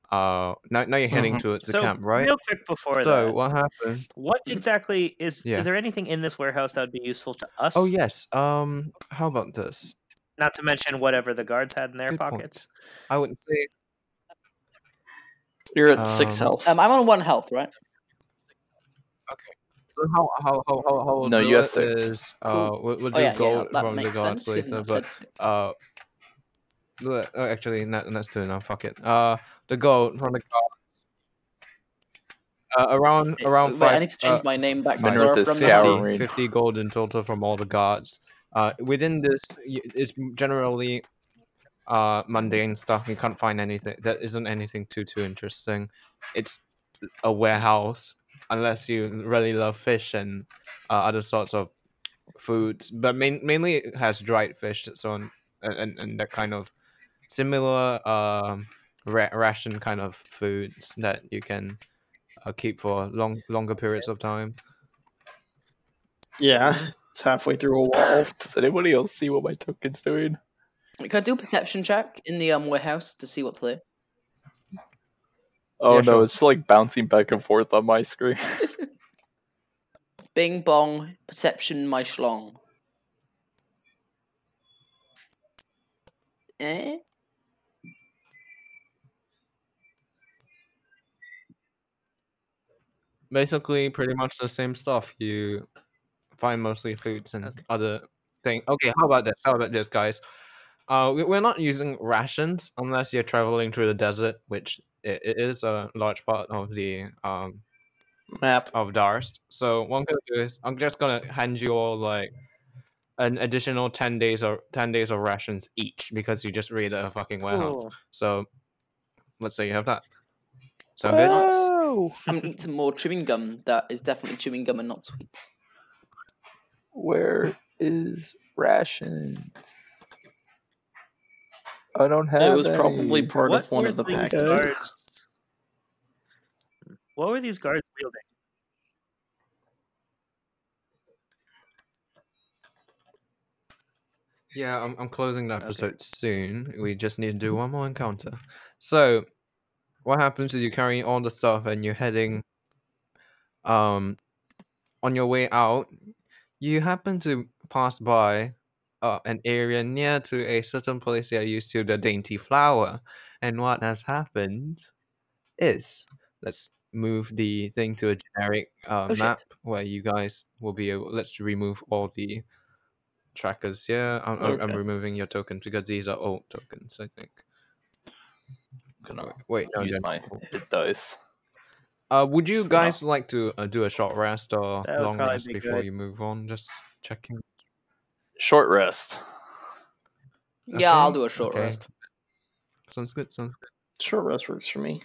Speaker 1: uh now, now you're heading
Speaker 3: Mhm.
Speaker 1: towards the
Speaker 5: Mm-hmm. So,
Speaker 1: camp, right?
Speaker 5: real quick before
Speaker 1: so
Speaker 5: that,
Speaker 1: what happens?
Speaker 5: what exactly is?
Speaker 1: Yeah.
Speaker 5: Is there anything in this warehouse that would be useful to us?
Speaker 1: Oh yes. Um, how about this?
Speaker 5: Not to mention whatever the guards had in their
Speaker 1: Good point.
Speaker 5: pockets.
Speaker 1: I would say
Speaker 3: You're at six
Speaker 1: Um,
Speaker 3: health.
Speaker 2: um, I'm on one health, right?
Speaker 1: so. How how how how how we'll
Speaker 4: No,
Speaker 1: do
Speaker 4: you have
Speaker 1: it
Speaker 4: six.
Speaker 1: is,
Speaker 2: Cool.
Speaker 1: uh, we'll, we'll
Speaker 2: Oh
Speaker 1: do
Speaker 2: yeah, yeah,
Speaker 1: gold
Speaker 2: that
Speaker 1: from the
Speaker 2: makes
Speaker 1: guards
Speaker 2: sense. you
Speaker 1: later,
Speaker 2: haven't
Speaker 1: but
Speaker 2: said-
Speaker 1: uh, le- oh, actually, no, let's do it now. Fuck it. Uh, the gold from the guards. Uh, around around
Speaker 2: Wait,
Speaker 1: five.
Speaker 2: I need to change
Speaker 1: uh,
Speaker 2: my name back to
Speaker 1: Minor
Speaker 2: Gorif
Speaker 4: to
Speaker 2: from
Speaker 4: Scour.
Speaker 2: now.
Speaker 1: 50,
Speaker 4: Scouring.
Speaker 1: 50 gold in total from all the guards. Uh, within this y- it's generally uh mundane stuff. You can't find anything. There isn't anything too too interesting. It's a warehouse unless you really love fish and uh, other sorts of foods. But main, mainly it has dried fish and so on and, and, and that kind of similar um ra- ration kind of foods that you can uh, keep for long longer periods of time.
Speaker 3: Yeah, it's halfway through a wall.
Speaker 4: Does anybody else see what my token's doing?
Speaker 2: Can I do a perception check in the um warehouse to see what's there?
Speaker 4: Oh
Speaker 1: Yeah,
Speaker 4: no,
Speaker 1: sure.
Speaker 4: it's just like bouncing back and forth on my screen.
Speaker 2: Bing bong, perception my schlong. Eh?
Speaker 1: Basically, pretty much the same stuff. You find mostly foods and
Speaker 5: Okay.
Speaker 1: other thing. Okay, how about this? How about this, guys? Uh, we- we're not using rations unless you're traveling through the desert, which i- i- is a large part of the um
Speaker 3: Map.
Speaker 1: of Darst. So what I'm gonna do is I'm just gonna hand you all like an additional ten days or ten days of rations each because you just raided a fucking warehouse.
Speaker 5: Cool.
Speaker 1: So let's say you have that. Sound
Speaker 4: (laughs)
Speaker 1: good?
Speaker 2: Nice.
Speaker 4: Whoa!
Speaker 2: I'm gonna eat some more chewing gum. That is definitely chewing gum and not sweet.
Speaker 4: Where is rations? I don't have.
Speaker 3: It was probably
Speaker 4: any.
Speaker 3: part of one
Speaker 5: were
Speaker 3: of the
Speaker 5: these
Speaker 3: packages.
Speaker 5: guards- What were these guards wielding?
Speaker 1: Yeah, I'm, I'm closing the
Speaker 5: Okay. Mm-hmm.
Speaker 1: episode soon. We just need to do one more encounter. So, what happens is you're carrying all the stuff and you're heading um on your way out you happen to pass by uh, an area near to a certain place that are used to the dainty flower and what has happened is let's move the thing to a generic uh,
Speaker 2: Oh, shit.
Speaker 1: map where you guys will be able let's remove all the trackers yeah I'm, I'm- I'm
Speaker 3: Okay.
Speaker 1: removing your tokens because these are old tokens i think
Speaker 4: I'm gonna
Speaker 1: wait no,
Speaker 4: use
Speaker 1: they're
Speaker 4: my
Speaker 1: not old.
Speaker 4: hit dice.
Speaker 1: Uh, would you
Speaker 4: Just gonna-
Speaker 1: guys like to uh, do a short rest or
Speaker 5: That would
Speaker 1: long
Speaker 5: probably
Speaker 1: rest
Speaker 5: be
Speaker 1: before
Speaker 5: good.
Speaker 1: you move on? Just checking.
Speaker 4: Short rest.
Speaker 2: Yeah, I'll
Speaker 1: Okay,
Speaker 2: do a short
Speaker 1: okay.
Speaker 2: rest.
Speaker 1: Sounds good. Sounds good.
Speaker 3: Short rest works for me.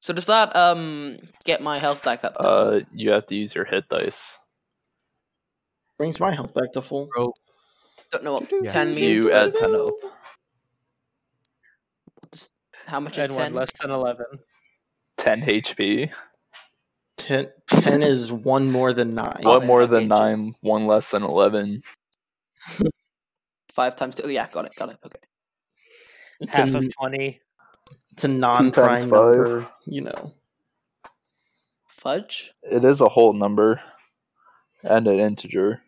Speaker 2: So does that um get my health back up? To full?
Speaker 4: Uh, you have to use your hit dice.
Speaker 3: Brings my health back to full.
Speaker 2: Don't know what
Speaker 1: Yeah.
Speaker 2: ten means.
Speaker 4: You
Speaker 2: but
Speaker 4: add ten health.
Speaker 2: just- how much is
Speaker 5: And one
Speaker 2: ten?
Speaker 5: less than eleven.
Speaker 4: Ten HP.
Speaker 3: Ten, (laughs) 10 is one more than nine.
Speaker 2: Oh,
Speaker 4: One
Speaker 2: yeah,
Speaker 4: more than
Speaker 2: okay, just-
Speaker 4: nine. One less than eleven.
Speaker 2: Five times two. Oh, Yeah, got it. Got it. Okay.
Speaker 3: It's
Speaker 5: Half
Speaker 3: a,
Speaker 5: of twenty.
Speaker 3: it's a
Speaker 4: times
Speaker 3: non-prime
Speaker 4: five.
Speaker 3: number, you know.
Speaker 2: Fudge.
Speaker 4: It is a whole number, and an integer.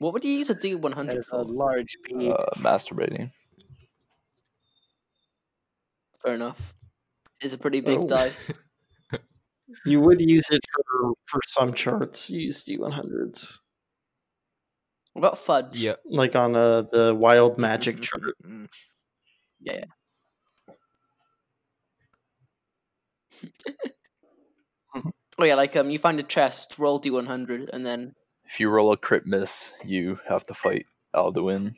Speaker 2: What would you use a D one
Speaker 5: That
Speaker 2: hundred
Speaker 5: is
Speaker 2: for?
Speaker 5: a large bead.
Speaker 4: Uh, masturbating.
Speaker 2: Fair enough. It's a pretty big
Speaker 3: Oh.
Speaker 2: dice.
Speaker 3: You would use it for for some charts. You use D100s,
Speaker 2: What about fudge?
Speaker 1: Yeah.
Speaker 3: like on uh, the wild magic
Speaker 5: Mm-hmm.
Speaker 3: chart.
Speaker 2: Yeah. yeah. oh yeah, like um, you find a chest, roll D one hundred, and then
Speaker 4: If you roll a crit miss, you have to fight Alduin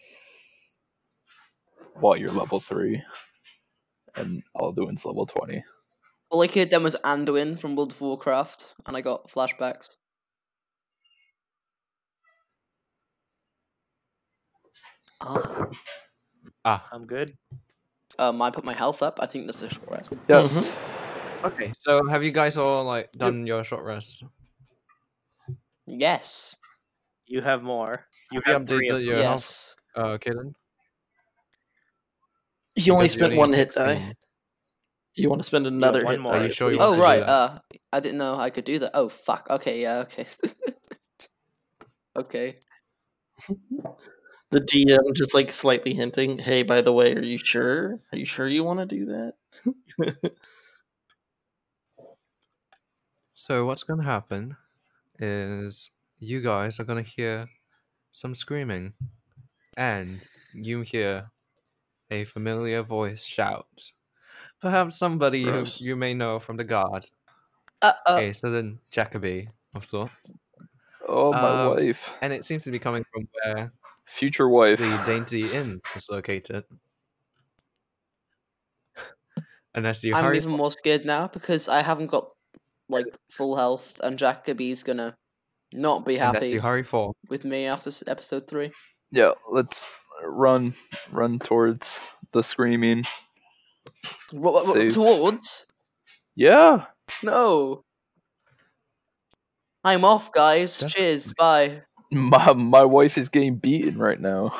Speaker 4: while you're level three, and Alduin's level twenty.
Speaker 2: all I could then was Anduin from World of Warcraft, and I got flashbacks. Ah,
Speaker 1: Ah.
Speaker 5: I'm good.
Speaker 2: um, I put my health up. I think that's a short rest.
Speaker 4: Yes.
Speaker 3: Mm-hmm.
Speaker 1: Okay. So have you guys all like done your short rest?
Speaker 2: Yes.
Speaker 5: You have more. You
Speaker 1: Have you
Speaker 5: have three of
Speaker 1: updated your health,
Speaker 2: yes.
Speaker 1: uh, Kaden?
Speaker 3: You only
Speaker 1: Because
Speaker 3: spent one hit
Speaker 1: 16.
Speaker 3: die. Do you want to spend another
Speaker 5: one
Speaker 3: hit
Speaker 5: more.
Speaker 1: Are
Speaker 3: die?
Speaker 1: you sure you
Speaker 3: please?
Speaker 1: want
Speaker 2: Oh
Speaker 1: to do
Speaker 2: right.
Speaker 1: that.
Speaker 2: Uh, I didn't know I could do that. Oh fuck. Okay. Yeah. Okay. (laughs) okay.
Speaker 3: The DM just like slightly hinting, "Hey, by the way, are you sure? Are you sure you want to do that?"
Speaker 1: So what's gonna happen is you guys are gonna hear some screaming, and you hear a familiar voice shout. Perhaps somebody who
Speaker 3: Gross.
Speaker 1: you may know from the guard,
Speaker 2: Uh. uh
Speaker 1: a certain Jacoby of sorts,
Speaker 4: Oh, my
Speaker 1: Um,
Speaker 3: Uh,
Speaker 4: wife,
Speaker 1: and it seems to be coming from where
Speaker 4: future wife.
Speaker 2: (laughs)
Speaker 1: the Dainty Inn is located. (laughs) Unless you
Speaker 2: I'm
Speaker 1: hurry,
Speaker 2: even more scared now because I haven't got like full health, and Jacoby's gonna not be
Speaker 1: unless
Speaker 2: happy
Speaker 1: you hurry for.
Speaker 2: with me after s- episode three.
Speaker 4: Yeah, let's run, run towards the screaming.
Speaker 2: Ro- ro- ro-
Speaker 4: Safe.
Speaker 2: towards?
Speaker 4: Yeah,
Speaker 2: No. I'm off, guys.
Speaker 1: That's-
Speaker 2: Cheers. Bye.
Speaker 4: my my wife is getting beaten right now.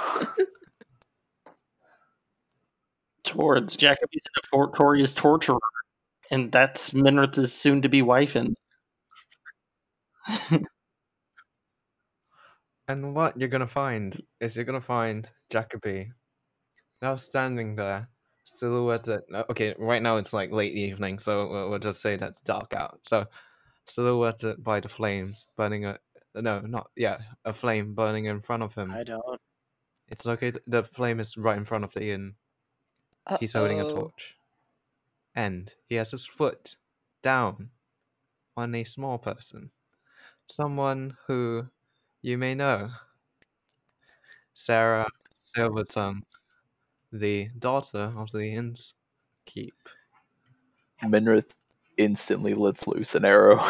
Speaker 3: Towards Jacoby's a notorious torturer, and that's Minrith's soon-to-be wife. And
Speaker 1: And what you're gonna find is you're gonna find Jacoby now standing there, silhouetted. no, Okay, right now it's like late evening, so we'll, we'll just say that's dark out. So silhouetted by the flames burning a no, not yeah, a flame burning in front of him.
Speaker 5: I don't.
Speaker 1: It's located. The flame is right in front of the inn. He's holding a
Speaker 2: Uh-oh.
Speaker 1: torch, and he has his foot down on a small person, someone who you may know, Sarah Silvertongue, the daughter of the inn's keep.
Speaker 4: Minrith instantly lets loose an arrow.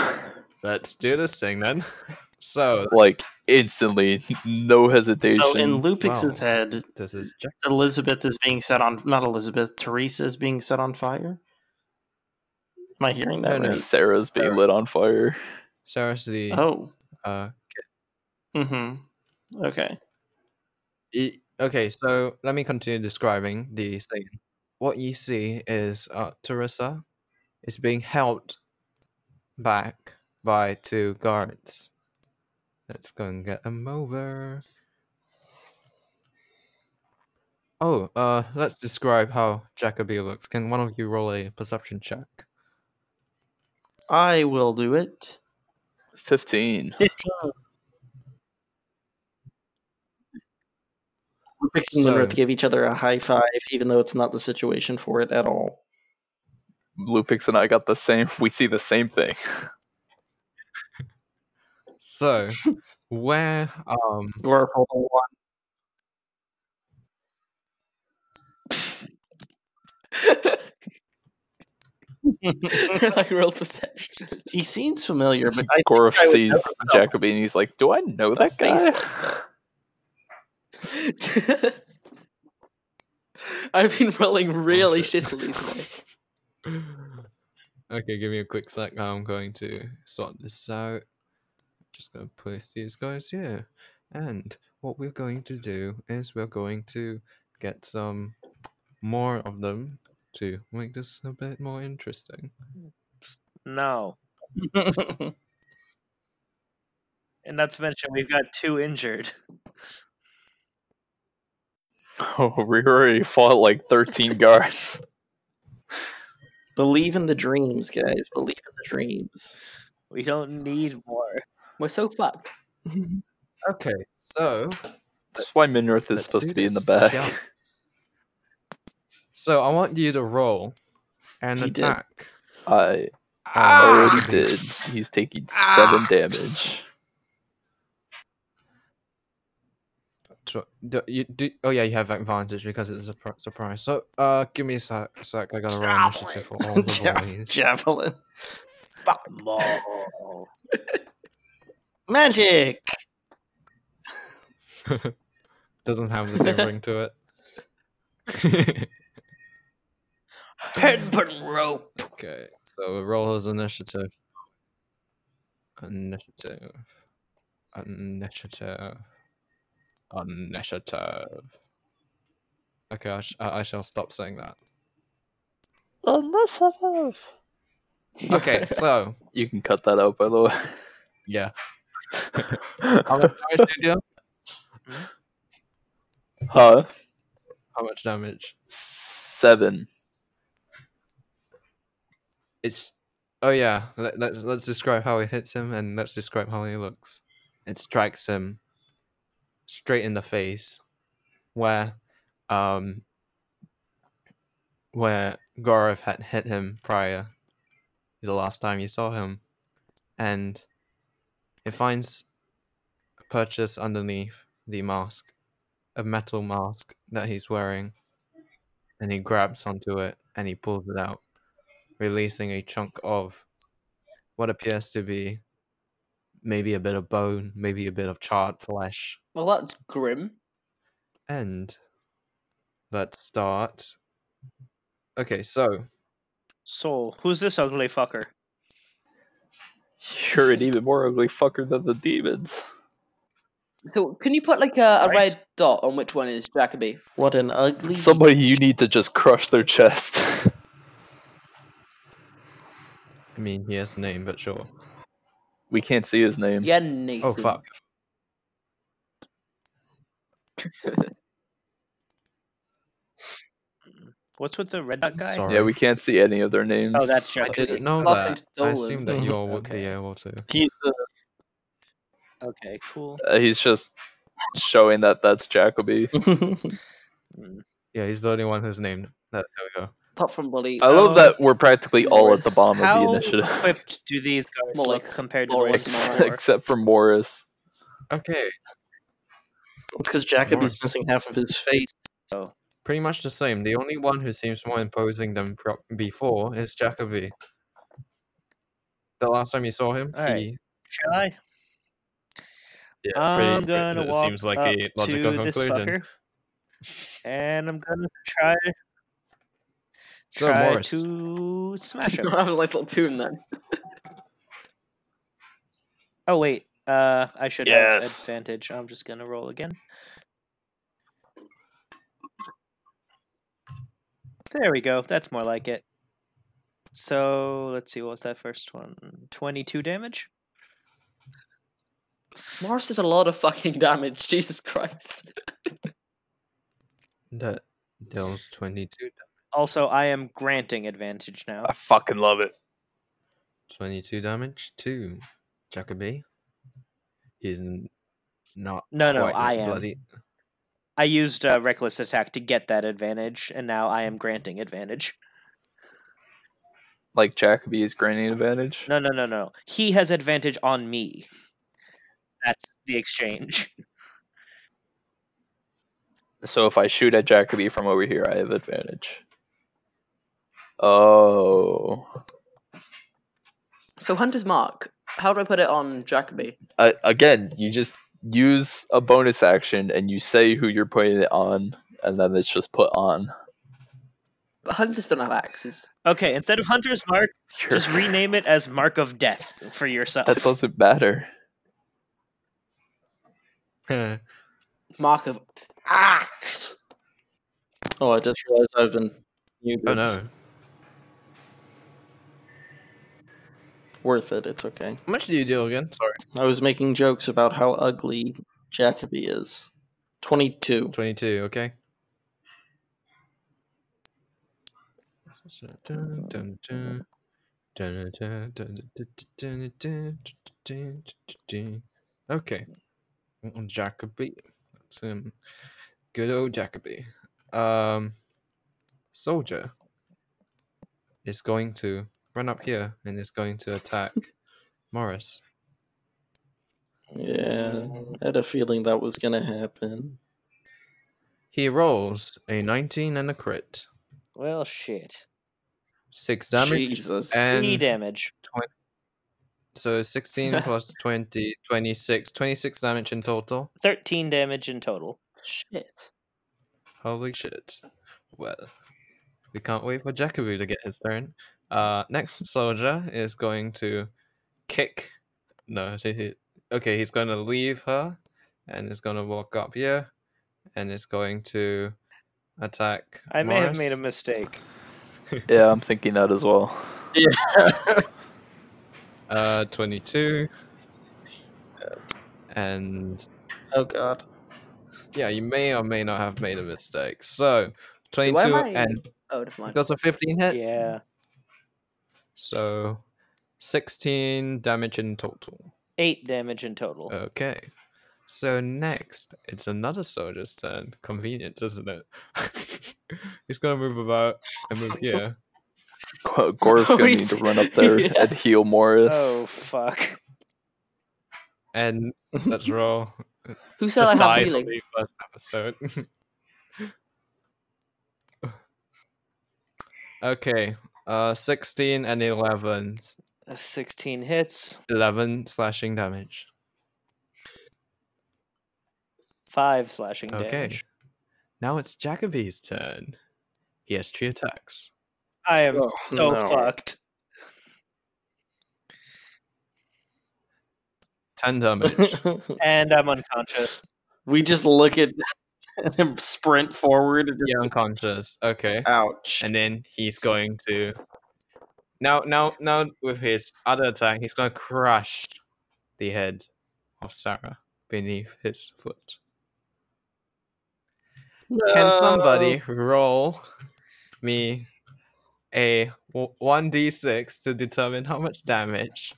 Speaker 4: (laughs)
Speaker 1: Let's do this thing then. (laughs) So
Speaker 4: like instantly, no hesitation.
Speaker 3: so, in Lupix's
Speaker 1: wow.
Speaker 3: head,
Speaker 1: this is Jack-
Speaker 3: Elizabeth is being set on not Elizabeth, Teresa is being set on fire. Am I hearing that
Speaker 1: No, no.
Speaker 3: right?
Speaker 4: Sarah's being
Speaker 1: Sarah.
Speaker 4: lit on fire.
Speaker 1: Sarah's the
Speaker 3: Oh.
Speaker 1: uh,
Speaker 3: Mm-hmm. Okay.
Speaker 1: E- okay, so let me continue describing the scene. what you see is uh, Teresa is being held back by two guards. Let's go and get them over. Oh, uh, let's describe how Jacoby looks. Can one of you roll a perception check?
Speaker 3: I will do it.
Speaker 4: 15.
Speaker 5: 15.
Speaker 3: Pixie and
Speaker 1: So-
Speaker 3: Linrith give each other a high five, even though it's not the situation for it at all.
Speaker 4: Lupix and I got the same. We see the same thing.
Speaker 1: So, where um
Speaker 3: Gorf, hold on one.
Speaker 2: (laughs) like real perception. (laughs)
Speaker 3: He seems familiar, but I think
Speaker 4: Gorf
Speaker 3: I would
Speaker 4: sees
Speaker 3: notice that.
Speaker 4: Jacoby and he's like, Do I know
Speaker 3: The
Speaker 4: that
Speaker 3: face
Speaker 4: guy?
Speaker 3: like that.
Speaker 2: I've been rolling really
Speaker 1: shit.
Speaker 2: shittily today.
Speaker 1: Okay, give me a quick sec. Now I'm going to sort this out. Just gonna place these guys here. And what we're going to do is we're going to get some more of them to make this a bit more interesting.
Speaker 5: No.
Speaker 1: (laughs)
Speaker 5: And not to mention, we've got two injured.
Speaker 4: (laughs)
Speaker 5: (laughs)
Speaker 4: Oh, we already fought like 13 guards.
Speaker 3: Believe in the dreams, guys. Believe in the
Speaker 1: (laughs)
Speaker 3: dreams. (laughs)
Speaker 5: We don't need more.
Speaker 2: We're so fucked.
Speaker 1: Okay, so
Speaker 4: That's why Minorth is
Speaker 1: let's
Speaker 4: supposed
Speaker 1: do
Speaker 4: to be in the
Speaker 1: this.
Speaker 4: back.
Speaker 1: Yeah. So I want you to roll an
Speaker 3: He did.
Speaker 1: attack.
Speaker 4: I
Speaker 1: Ah!
Speaker 4: already did. He's taking 7 damage.
Speaker 1: Tw- do, you do, oh yeah, you have advantage because it's a surpri- surprise. So, uh, give me a sec. sec I gotta roll initiative for all
Speaker 3: (laughs)
Speaker 1: the
Speaker 3: Ja-
Speaker 1: boys.
Speaker 3: Javelin.
Speaker 5: (laughs) Maul.
Speaker 3: Magic!
Speaker 1: (laughs) Doesn't have the same ring to it.
Speaker 2: Headbutt rope.
Speaker 1: okay, so we roll his initiative. Initiative. Initiative. Initiative. Okay, I, sh- I I shall stop saying that. Okay, so
Speaker 4: You can cut that out, by the way. (laughs)
Speaker 1: yeah, how much damage did you do?
Speaker 4: huh?
Speaker 1: How much damage?
Speaker 4: Seven.
Speaker 1: it's oh yeah let, let, let's describe how it hits him and let's describe how he looks it strikes him straight in the face where um where Gorov had hit him prior to the last time you saw him and it finds a purchase underneath the mask a metal mask that he's wearing and he grabs onto it and he pulls it out releasing a chunk of what appears to be maybe a bit of bone, maybe a bit of charred flesh.
Speaker 2: Well, that's grim.
Speaker 1: And let's start. Okay, so
Speaker 5: Soul, who's this ugly fucker?
Speaker 4: You're an even more ugly fucker than the demons.
Speaker 2: So, can you put like a, a
Speaker 5: Right.
Speaker 2: red dot on which one is Jacoby?
Speaker 3: What an ugly.
Speaker 4: Somebody you need to just crush their chest. (laughs)
Speaker 1: I mean, he has a name, but sure.
Speaker 4: We can't see his name.
Speaker 2: Yeah, Nathan.
Speaker 1: Oh fuck!
Speaker 5: What's with the red dot guy?
Speaker 1: Sorry.
Speaker 4: Yeah, we can't see any of their names.
Speaker 5: Oh, that's
Speaker 1: I
Speaker 5: Jacoby.
Speaker 1: didn't know
Speaker 2: Last
Speaker 1: that.
Speaker 2: name's
Speaker 1: I
Speaker 2: Dolan.
Speaker 1: assumed
Speaker 5: (laughs)
Speaker 1: that you all would
Speaker 5: Okay.
Speaker 1: be able to.
Speaker 3: He's the
Speaker 5: Okay,
Speaker 3: (laughs)
Speaker 5: cool.
Speaker 4: Uh, he's just showing that that's Jacoby.
Speaker 5: Mm.
Speaker 1: Yeah, he's the only one who's named. That, there we go.
Speaker 2: Apart from bloody
Speaker 4: I love that we're practically all at the
Speaker 2: Morris,
Speaker 4: bottom of the
Speaker 5: Oh. How (laughs)
Speaker 4: initiative,
Speaker 5: equipped do these guys
Speaker 2: More
Speaker 5: look
Speaker 2: like
Speaker 5: compared to
Speaker 2: Boris
Speaker 5: the ones
Speaker 2: Morris.
Speaker 5: before?
Speaker 4: except for Morris.
Speaker 1: Okay,
Speaker 3: It's because Jacoby's
Speaker 1: Morris.
Speaker 3: missing half of his face.
Speaker 5: So,
Speaker 1: pretty much the same. The only one who seems more imposing than pro- before is Jacoby. The last time you saw him,
Speaker 5: All right.
Speaker 1: he
Speaker 5: shall I?
Speaker 1: Yeah,
Speaker 5: I'm
Speaker 1: pretty-
Speaker 5: gonna
Speaker 1: it
Speaker 5: walk
Speaker 1: seems like
Speaker 5: up
Speaker 1: a logical
Speaker 5: to this
Speaker 1: conclusion.
Speaker 5: fucker, and I'm gonna try
Speaker 1: So,
Speaker 5: try
Speaker 1: Morris.
Speaker 5: to smash him.
Speaker 2: (laughs) I (laughs) have a nice little tune then.
Speaker 5: oh wait, uh, I should have
Speaker 4: Yes.
Speaker 5: advantage. I'm just gonna roll again. There we go. That's more like it. So let's see. What was that first one? Twenty-two damage.
Speaker 2: Morris does a lot of fucking damage. (laughs) Jesus Christ.
Speaker 1: That deals 22,
Speaker 5: Also, I am granting advantage now.
Speaker 4: I fucking love it.
Speaker 1: 22 damage to Jacoby. He's n- not.
Speaker 5: No, no,
Speaker 1: quite as
Speaker 5: I am.
Speaker 1: Bloody. (laughs)
Speaker 5: I used uh, reckless attack to get that advantage, and now I am granting advantage.
Speaker 4: Like Jacoby is granting advantage.
Speaker 5: No, no, no, no. He has advantage on me. That's the exchange.
Speaker 4: So if I shoot at Jacoby from over here, I have advantage. Oh,
Speaker 2: So Hunter's Mark. How do I put it on Jacoby?
Speaker 4: uh, again, you just use a bonus action and you say who you're putting it on, and then it's just put on.
Speaker 2: But Hunters don't have axes.
Speaker 5: Okay, instead of Hunter's Mark,
Speaker 4: You're- (laughs)
Speaker 5: just rename it as Mark of Death for yourself.
Speaker 4: That doesn't (laughs) matter.
Speaker 1: Heh.
Speaker 2: Mark of axe.
Speaker 3: Oh, I just realized I've been. muted.
Speaker 1: oh no.
Speaker 3: Worth it. It's okay.
Speaker 1: How much do you deal again? Sorry.
Speaker 3: I was making jokes about how ugly Jacoby is. 22.
Speaker 1: 22, okay. So, dun, dun, dun. Dun, dun, dun, dun, dun, dun, dun, dun, dun, dun, dun. Okay. Mm, Jacoby. That's him. Good old Jacoby. Um, soldier is going to run up here and is going to attack Morris.
Speaker 3: Yeah. I had a feeling that was going to happen.
Speaker 1: He rolls a 19 and a crit.
Speaker 5: Well, shit.
Speaker 1: 6 damage.
Speaker 3: Jesus.
Speaker 1: and-
Speaker 5: Three damage.
Speaker 1: So
Speaker 2: (laughs)
Speaker 1: 16 plus 20, 26. 26 damage in total.
Speaker 5: 13 damage in total.
Speaker 2: Shit.
Speaker 1: Holy shit. Well, we can't wait for Jacobu to get his turn. Uh, next soldier is going to kick. No, he- he- okay, he's going to leave her and is going to walk up here and is going to attack.
Speaker 5: I may have made a
Speaker 1: Morris.
Speaker 5: mistake.
Speaker 4: Yeah, I'm thinking that as well.
Speaker 1: Uh, 22. And
Speaker 3: oh, (laughs) God.
Speaker 1: yeah, you may or may not have made a mistake. So,
Speaker 2: am
Speaker 1: 22
Speaker 2: I-
Speaker 1: and
Speaker 2: Oh, never mind.
Speaker 1: Does a 15 hit?
Speaker 5: Yeah.
Speaker 1: So 16 damage in total.
Speaker 5: 8 damage in total.
Speaker 1: Okay. So next, it's another soldier's turn. Convenient, isn't it? (laughs) He's gonna move about and
Speaker 2: (laughs)
Speaker 1: move here.
Speaker 4: Go- Gorb's gonna
Speaker 2: We
Speaker 4: need to
Speaker 2: see-
Speaker 4: run up there
Speaker 2: Yeah.
Speaker 4: and heal Morris.
Speaker 5: Oh, fuck.
Speaker 1: And let's
Speaker 2: (laughs)
Speaker 1: roll.
Speaker 2: Who said I
Speaker 1: Just
Speaker 2: have
Speaker 1: die
Speaker 2: healing?
Speaker 1: from the first episode. (laughs) okay. Uh 16 and 11.
Speaker 5: 16 hits,
Speaker 1: 11 slashing damage.
Speaker 5: 5 slashing
Speaker 1: Okay.
Speaker 5: damage.
Speaker 1: Now it's Jacoby's turn. He has three attacks.
Speaker 5: I am
Speaker 3: Oh,
Speaker 5: so
Speaker 3: no.
Speaker 5: fucked.
Speaker 1: 10 damage.
Speaker 5: And I'm unconscious.
Speaker 3: we just look at at him sprint forward and
Speaker 1: yeah, unconscious. Okay.
Speaker 3: ouch.
Speaker 1: And then he's going to now now now with his other attack, he's gonna crush the head of Sarah beneath his foot. Can somebody roll me a one d six to determine how much damage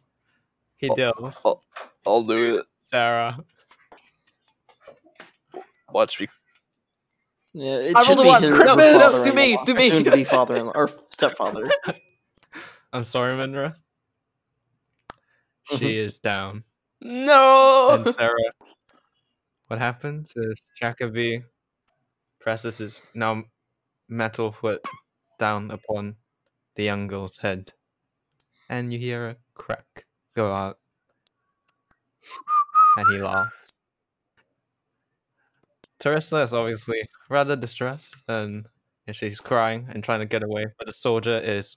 Speaker 1: he
Speaker 4: Oh,
Speaker 1: deals,
Speaker 4: oh. I'll do it.
Speaker 1: Sarah?
Speaker 4: Watch me. (laughs)
Speaker 3: Yeah, it
Speaker 2: I
Speaker 3: should
Speaker 2: rolled a one.
Speaker 3: be his
Speaker 2: No, no, no, to
Speaker 3: father-in-law,
Speaker 2: me, to me.
Speaker 3: Soon to be father-in-law
Speaker 2: (laughs)
Speaker 3: or stepfather.
Speaker 1: I'm sorry, Mindra. She is down.
Speaker 2: No. (laughs)
Speaker 1: and Sarah. What happens is Jacoby presses his now metal foot down upon the young girl's head, and you hear a crack go out, and he laughs. Teresa is obviously rather distressed, and and she's crying and trying to get away, but the soldier is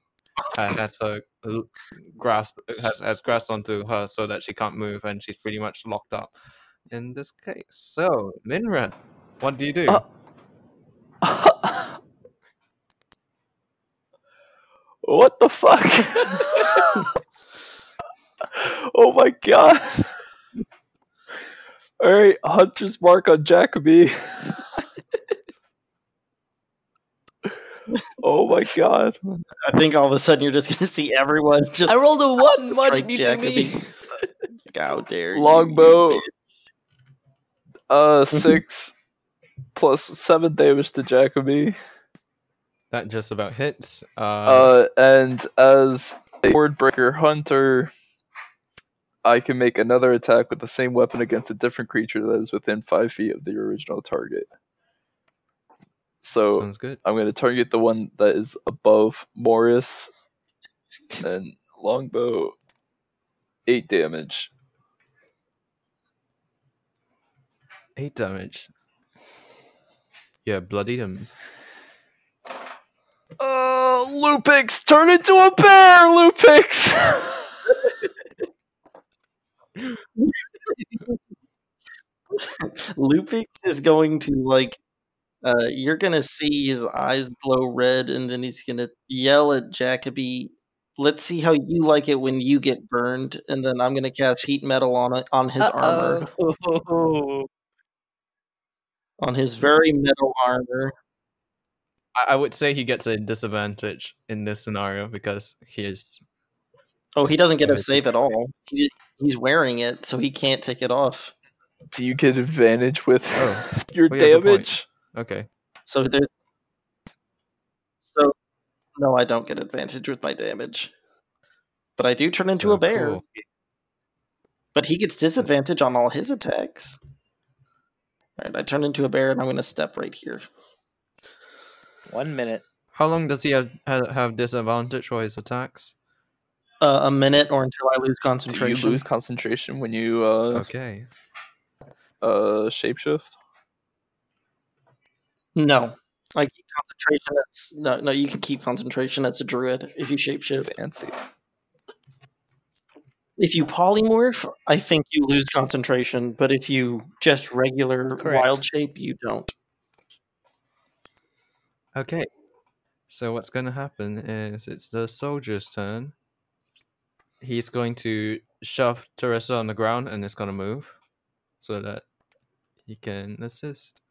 Speaker 1: uh, has her l- grasp has, has grasped onto her so that she can't move, and she's pretty much locked up in this case. So,
Speaker 3: Uh
Speaker 1: Minra, what do you do?
Speaker 4: Uh, What the fuck? (laughs) oh my god. (laughs) Alright, Hunter's mark on Jacoby. (laughs) oh my god.
Speaker 3: I think all of a sudden you're just gonna see everyone just
Speaker 2: I rolled a one. Why
Speaker 3: Strike
Speaker 2: didn't you do me?
Speaker 3: like, how dare you,
Speaker 4: Longbow.
Speaker 3: you
Speaker 4: Uh six plus seven damage to Jacoby.
Speaker 1: That just about hits. Uh,
Speaker 4: Uh, and as a word breaker hunter, I can make another attack with the same weapon against a different creature that is within five feet of the original target. So
Speaker 1: sounds good.
Speaker 4: I'm going to target the one that is above
Speaker 1: (laughs)
Speaker 4: Morris, and longbow, eight damage.
Speaker 1: Eight damage. Yeah, bloody him.
Speaker 4: Uh, Lupix, turn into a bear, Lupix. (laughs)
Speaker 3: idiot. Lupix is going to like uh you're gonna see his eyes glow red and then he's gonna yell at Jacoby, let's see how you like it when you get burned, and then I'm gonna cast heat metal on it on his armor.
Speaker 2: Uh-oh.
Speaker 3: On his very metal armor.
Speaker 1: I-, I would say he gets a disadvantage in this scenario because he is.
Speaker 3: Oh, he doesn't get a
Speaker 1: Right.
Speaker 3: save at all. He, he's wearing it, so he can't take it off.
Speaker 4: Do you get advantage with
Speaker 1: Oh.
Speaker 4: your
Speaker 1: Oh, yeah, good point.
Speaker 4: damage?
Speaker 1: Okay.
Speaker 3: So there's so no, I don't get advantage with my damage, but I do turn into
Speaker 1: so
Speaker 3: a bear.
Speaker 1: cool.
Speaker 3: But he gets disadvantage on all his attacks. All right, I turn into a bear, and I'm going to step right here.
Speaker 5: One minute.
Speaker 1: How long does he have, ha- have disadvantage for his attacks?
Speaker 3: Uh, a minute, or until I lose
Speaker 4: Do you
Speaker 3: concentration.
Speaker 4: lose concentration when you uh,
Speaker 1: Okay.
Speaker 4: uh shapeshift?
Speaker 3: No, I keep concentration. As, no, no, you can keep concentration as a druid if you shapeshift.
Speaker 4: Fancy.
Speaker 3: If you polymorph, I think you lose concentration. But if you just regular
Speaker 5: Correct.
Speaker 3: wild shape, you don't.
Speaker 1: Okay. So what's going to happen is it's the soldier's turn. He's going to shove Teresa on the ground and it's going to move so that he can assist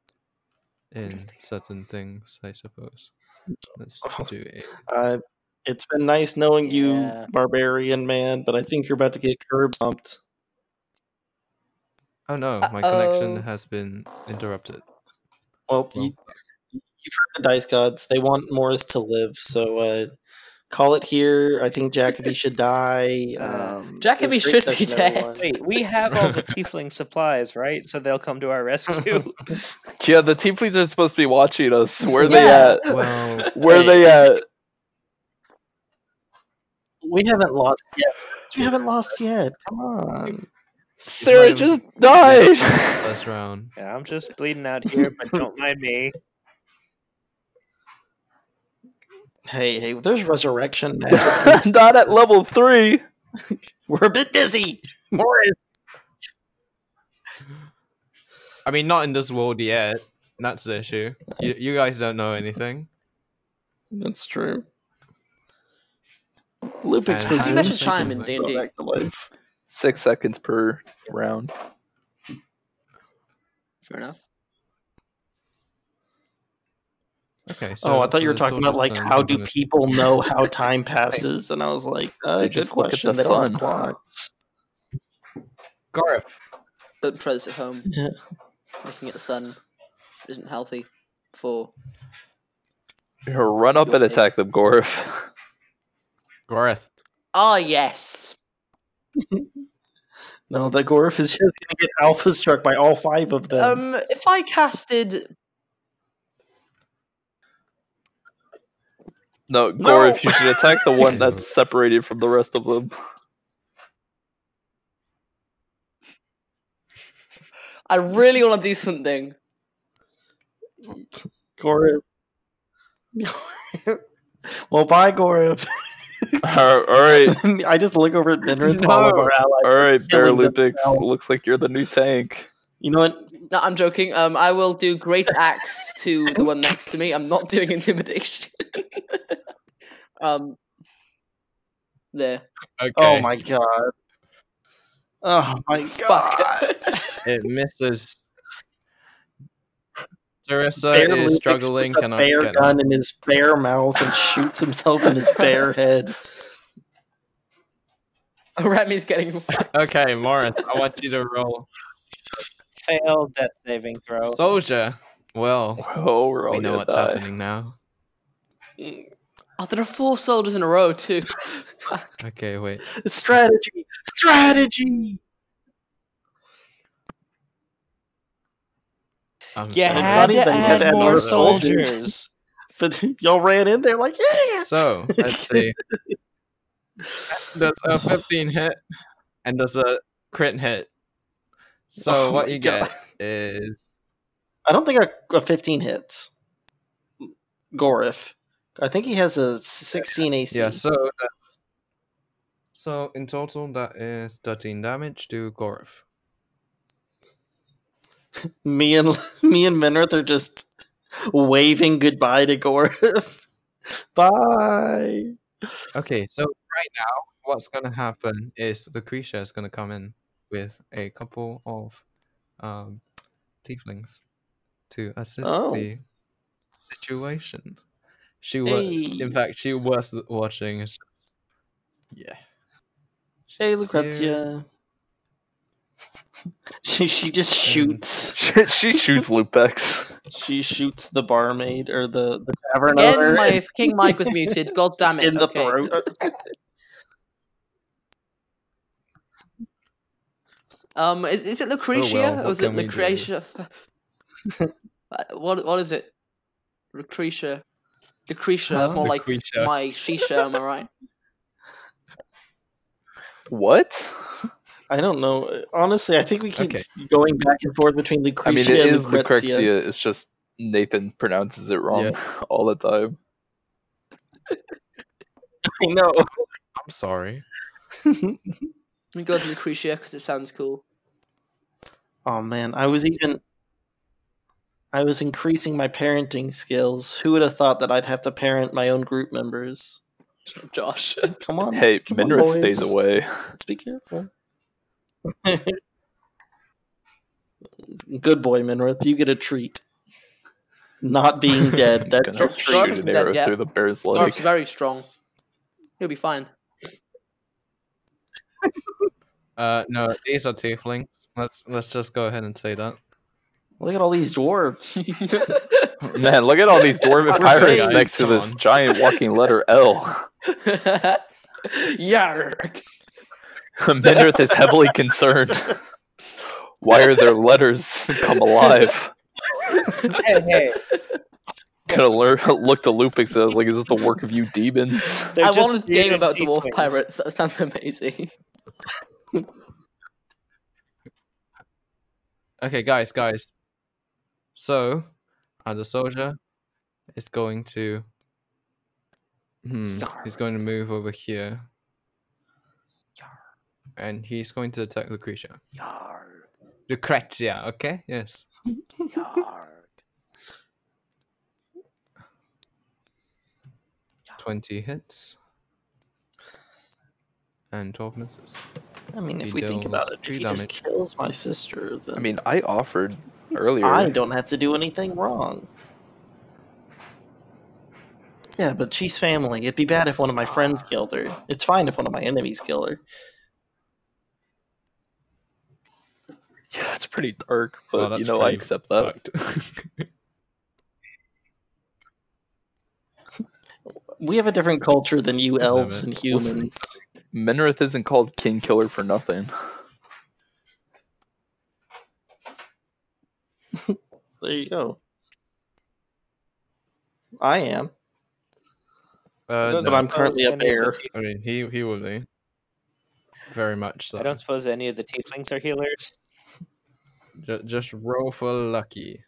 Speaker 1: in certain things, I suppose.
Speaker 3: (laughs)
Speaker 1: Let's
Speaker 3: Oh.
Speaker 1: do it.
Speaker 3: Uh, it's been nice knowing
Speaker 5: Yeah.
Speaker 3: you, barbarian man, but I think you're about to get curb stomped.
Speaker 1: Oh no, my connection
Speaker 2: Uh-oh.
Speaker 1: has been
Speaker 3: (laughs)
Speaker 1: interrupted.
Speaker 3: Well,
Speaker 1: Well,
Speaker 3: you, you've heard the dice gods; they want Morris to live, so uh, call it here. I think Jacoby should die. Um,
Speaker 2: Jacoby
Speaker 3: it was great
Speaker 2: should be
Speaker 3: session,
Speaker 2: dead.
Speaker 3: everyone.
Speaker 5: Wait, we have all the tiefling supplies, right? So they'll come to our rescue.
Speaker 4: Yeah, the team pleasers are supposed to be watching us. Where are
Speaker 2: Yeah.
Speaker 4: they
Speaker 1: well,
Speaker 4: at? Where are they at?
Speaker 3: We haven't lost yet. We haven't lost yet. Come on.
Speaker 4: Sarah
Speaker 1: It was-
Speaker 4: just died.
Speaker 1: first round.
Speaker 5: yeah, I'm just bleeding out here, but don't mind me.
Speaker 3: Hey, hey, there's resurrection magic.
Speaker 4: (laughs) Not at level three.
Speaker 3: We're a bit busy. Morris.
Speaker 1: I mean, not in this world yet. That's the issue. You, you guys don't know anything.
Speaker 3: That's true. Lupix
Speaker 1: And-
Speaker 3: presumes
Speaker 1: I think
Speaker 2: that should
Speaker 3: he
Speaker 2: chime
Speaker 3: can
Speaker 2: in
Speaker 3: go
Speaker 2: D&D.
Speaker 3: back to life.
Speaker 4: Six seconds per round.
Speaker 2: Fair enough.
Speaker 1: Okay. So
Speaker 3: Oh, I thought
Speaker 1: for
Speaker 3: you were
Speaker 1: the
Speaker 3: talking about
Speaker 1: soldier's
Speaker 3: like
Speaker 4: um,
Speaker 1: turn,
Speaker 3: how
Speaker 1: I'm
Speaker 3: do
Speaker 1: gonna-
Speaker 3: people
Speaker 4: (laughs)
Speaker 3: know how time passes? And I was like, uh,
Speaker 4: They
Speaker 3: good
Speaker 4: just look at
Speaker 3: question. they
Speaker 4: the
Speaker 3: don't
Speaker 4: sun.
Speaker 3: have clocks.
Speaker 1: Gareth,
Speaker 2: Don't try this at home.
Speaker 3: Yeah.
Speaker 2: Looking at the sun isn't healthy for
Speaker 4: Here, Run up
Speaker 2: Your
Speaker 4: and
Speaker 2: face.
Speaker 4: attack them, Gorf. (laughs)
Speaker 1: Gareth.
Speaker 2: Ah yes.
Speaker 3: No, the Gorf is just gonna get alpha struck by all five of them.
Speaker 2: Um if I casted
Speaker 4: No,
Speaker 3: No!
Speaker 4: Gorf, you should attack the one
Speaker 3: (laughs)
Speaker 4: that's separated from the rest of them.
Speaker 2: I really wanna do something.
Speaker 3: Gorf. (laughs) well, bye, Gorf. (laughs)
Speaker 4: All right,
Speaker 3: I just look over at Benrith and all of
Speaker 4: No.
Speaker 3: our allies.
Speaker 4: all right, Bear
Speaker 3: Killing them
Speaker 4: Lupix.
Speaker 3: now.
Speaker 4: Looks like you're the new tank.
Speaker 3: You know what?
Speaker 2: No, I'm joking. Um I will do great (laughs) axe to the one next to me. I'm not doing intimidation. um There. (laughs)
Speaker 1: Okay.
Speaker 3: Oh (laughs) my god. Oh my god.
Speaker 2: Fuck.
Speaker 1: It misses. Teresa
Speaker 3: Bear
Speaker 1: is
Speaker 3: Lubix
Speaker 1: struggling.
Speaker 3: puts a
Speaker 1: Cannot
Speaker 3: bear
Speaker 1: get
Speaker 3: gun in his bear mouth and shoots himself in his bear head.
Speaker 2: Oh, Remy's getting (laughs) fucked.
Speaker 1: Okay, Morris, I want you to
Speaker 3: (laughs)
Speaker 1: roll.
Speaker 5: Failed death saving throw.
Speaker 1: Soldier. Well,
Speaker 4: Oh, we're all
Speaker 1: we know
Speaker 4: gonna
Speaker 1: what's
Speaker 4: die.
Speaker 1: happening now.
Speaker 2: Oh, there are four soldiers in a row too.
Speaker 1: Okay, wait.
Speaker 3: Strategy. Strategy.
Speaker 1: I'm
Speaker 5: you
Speaker 1: sorry.
Speaker 5: had
Speaker 3: It's not
Speaker 5: to
Speaker 3: even
Speaker 5: add
Speaker 3: good
Speaker 5: more
Speaker 3: NR
Speaker 5: soldiers.
Speaker 3: soldiers. But y'all ran in there like idiots.
Speaker 1: So let's see. Does a 15 hit and does a crit hit? So
Speaker 3: Oh
Speaker 1: what
Speaker 3: my
Speaker 1: you
Speaker 3: God.
Speaker 1: get is
Speaker 3: (laughs) I don't think a, a 15 hits. Gorif. I think he has a 16 AC.
Speaker 1: yeah. So that, so in total that is 13 damage to Gorf.
Speaker 3: Me and (laughs) me and Minrith are just waving goodbye to Gorif. (laughs) Bye.
Speaker 1: Okay, so right now what's gonna happen is Lucretia is gonna come in with a couple of um tieflings to assist
Speaker 3: Oh.
Speaker 1: the situation. She was,
Speaker 3: Hey.
Speaker 1: in fact, she was watching. It's just- yeah.
Speaker 3: Hey,
Speaker 1: She's here.
Speaker 3: Lucrezia. (laughs) she she just shoots.
Speaker 4: (laughs) She, she shoots Lupex.
Speaker 3: She shoots the barmaid or the the tavern owner
Speaker 2: Again, my fucking mic was muted. God damn it.
Speaker 3: in the
Speaker 2: okay.
Speaker 3: throat. Uh,
Speaker 2: Um, is, is it Lucretia
Speaker 1: Oh, what
Speaker 2: or is
Speaker 1: can
Speaker 2: it
Speaker 1: we do?
Speaker 2: Lucretia? (laughs) Uh, what what is it? Lucretia. Lucretia. That's
Speaker 3: Huh?
Speaker 2: more
Speaker 1: Lucretia.
Speaker 2: like my shisha. Am I right?
Speaker 4: What?
Speaker 3: I don't know. Honestly, I think we keep
Speaker 1: Okay.
Speaker 3: going back and forth between
Speaker 4: I mean, it
Speaker 3: Lucretia and
Speaker 4: is
Speaker 3: Lucrezia.
Speaker 4: Lucrexia. It's just Nathan pronounces it wrong (laughs) all the time.
Speaker 3: (laughs) I know.
Speaker 1: I'm sorry.
Speaker 2: Let me go with Lucretia because it sounds cool.
Speaker 3: Oh man, I was even I was increasing my parenting skills. Who would have thought that I'd have to parent my own group members?
Speaker 2: (laughs) Josh.
Speaker 3: Come on.
Speaker 4: Hey,
Speaker 3: come on,
Speaker 4: Minrith stays
Speaker 3: boys.
Speaker 4: away.
Speaker 3: Let's be careful. (laughs) Good boy, Minrith. You get a treat. Not being
Speaker 4: (laughs)
Speaker 3: dead. That's
Speaker 4: Gonna
Speaker 3: your
Speaker 2: Dwarf
Speaker 3: treat.
Speaker 4: shoot
Speaker 2: isn't
Speaker 4: an
Speaker 2: dead
Speaker 4: arrow
Speaker 2: yet.
Speaker 4: through the bear's leg.
Speaker 2: Dwarf's Oh, very strong. He'll be fine. (laughs)
Speaker 1: Uh, no, these are tieflings. Let's let's just go ahead and say that.
Speaker 3: Look at all these dwarves.
Speaker 4: (laughs) Man, look at all these dwarven
Speaker 3: Fuck,
Speaker 4: pirates
Speaker 3: hey,
Speaker 4: next to this
Speaker 1: John.
Speaker 4: giant walking letter L. (laughs)
Speaker 2: Yarg.
Speaker 4: Minrith is heavily concerned. (laughs) Why are their letters (laughs) come alive?
Speaker 5: (laughs) Hey, hey.
Speaker 4: Gonna learn, (laughs) look to Lupix. I was like, is this the work of you demons?
Speaker 5: They're
Speaker 2: I
Speaker 5: just
Speaker 2: want a game
Speaker 5: bearded
Speaker 2: about dwarf
Speaker 5: tieflings.
Speaker 2: pirates. That sounds
Speaker 5: (laughs)
Speaker 2: amazing.
Speaker 1: Okay, guys, guys. So, uh, the soldier is going to. Hmm, he's going to move over here. And he's going to attack Lucretia. Lucretia, okay? Yes. Twenty hits. And twelve misses.
Speaker 3: I mean, if
Speaker 1: He
Speaker 3: we think
Speaker 1: deals
Speaker 3: about it, if
Speaker 1: three
Speaker 3: he just
Speaker 1: damage.
Speaker 3: kills my sister, then
Speaker 4: I mean, I offered earlier.
Speaker 3: I don't have to do anything wrong. Yeah, but she's family. It'd be bad if one of my friends killed her. It's fine if one of my enemies kill her.
Speaker 4: Yeah, it's pretty dark,
Speaker 1: Well,
Speaker 4: but you
Speaker 1: that's
Speaker 4: know, I
Speaker 1: pretty
Speaker 4: accept that.
Speaker 1: fucked. (laughs)
Speaker 3: We have a different culture than you elves
Speaker 1: it.
Speaker 3: and
Speaker 4: Listen.
Speaker 3: humans.
Speaker 4: Minrith isn't called King Killer for nothing.
Speaker 3: There you go. I am,
Speaker 1: uh,
Speaker 5: don't
Speaker 3: but
Speaker 1: no.
Speaker 3: I'm currently a
Speaker 5: Any of the
Speaker 3: bear.
Speaker 5: tief-
Speaker 1: I mean, he he will be very much so.
Speaker 5: I don't suppose any of the tieflings are healers.
Speaker 1: Ju- just roll for lucky.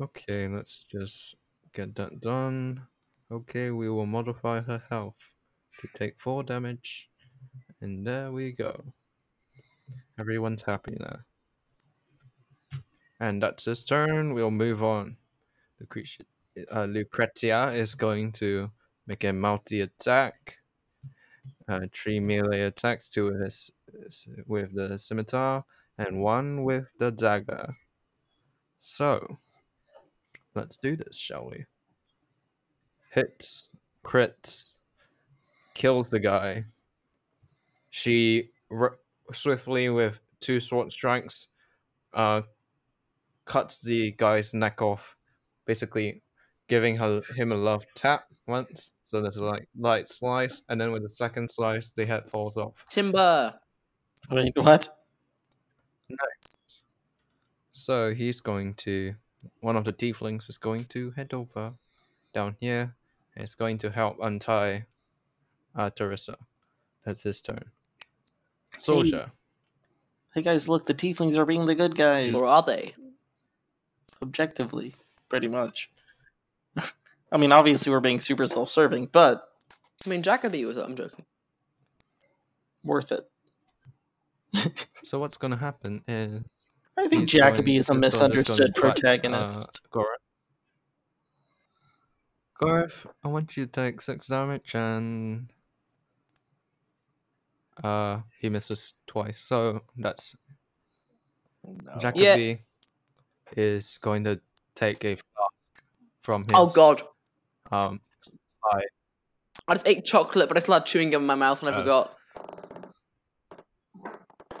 Speaker 1: Okay, let's just get that done. Okay, we will modify her health to take four damage, and there we go. Everyone's happy now. And that's his turn. We'll move on. The creature, uh, Lucretia is going to make a multi attack. Uh, three melee attacks, two with, his, with the scimitar and one with the dagger. So, let's do this, shall we? Hits, crits, kills the guy. She r- swiftly, with two sword strikes, uh, cuts the guy's neck off, basically giving her him a love tap once. So there's a light, light slice, and then with the second slice, the head falls off.
Speaker 2: Timber.
Speaker 3: Wait, (laughs) what?
Speaker 1: So he's going to. One of the tieflings is going to head over down here. and It's going to help untie uh, Teresa. That's his turn. Soldier.
Speaker 3: Hey guys, look, the tieflings are being the good guys.
Speaker 2: Or are they?
Speaker 3: Objectively, pretty much. (laughs) I mean, obviously, we're being super self serving, but
Speaker 2: I mean, Jacoby was. I'm joking.
Speaker 3: worth it. (laughs)
Speaker 1: So what's going to happen is.
Speaker 3: I think
Speaker 1: he's
Speaker 3: Jacoby
Speaker 1: going-
Speaker 3: is a
Speaker 1: this soldier's gonna
Speaker 3: misunderstood
Speaker 1: attack,
Speaker 3: protagonist.
Speaker 1: Uh, Gorath. Gorath, I want you to take six damage and. Uh, he misses twice, so that's
Speaker 4: No.
Speaker 1: Jacoby is going to take a flask from his
Speaker 2: Oh God!
Speaker 1: um side.
Speaker 2: I just ate chocolate, but I still had chewing gum in my mouth, and I
Speaker 1: Oh.
Speaker 2: forgot.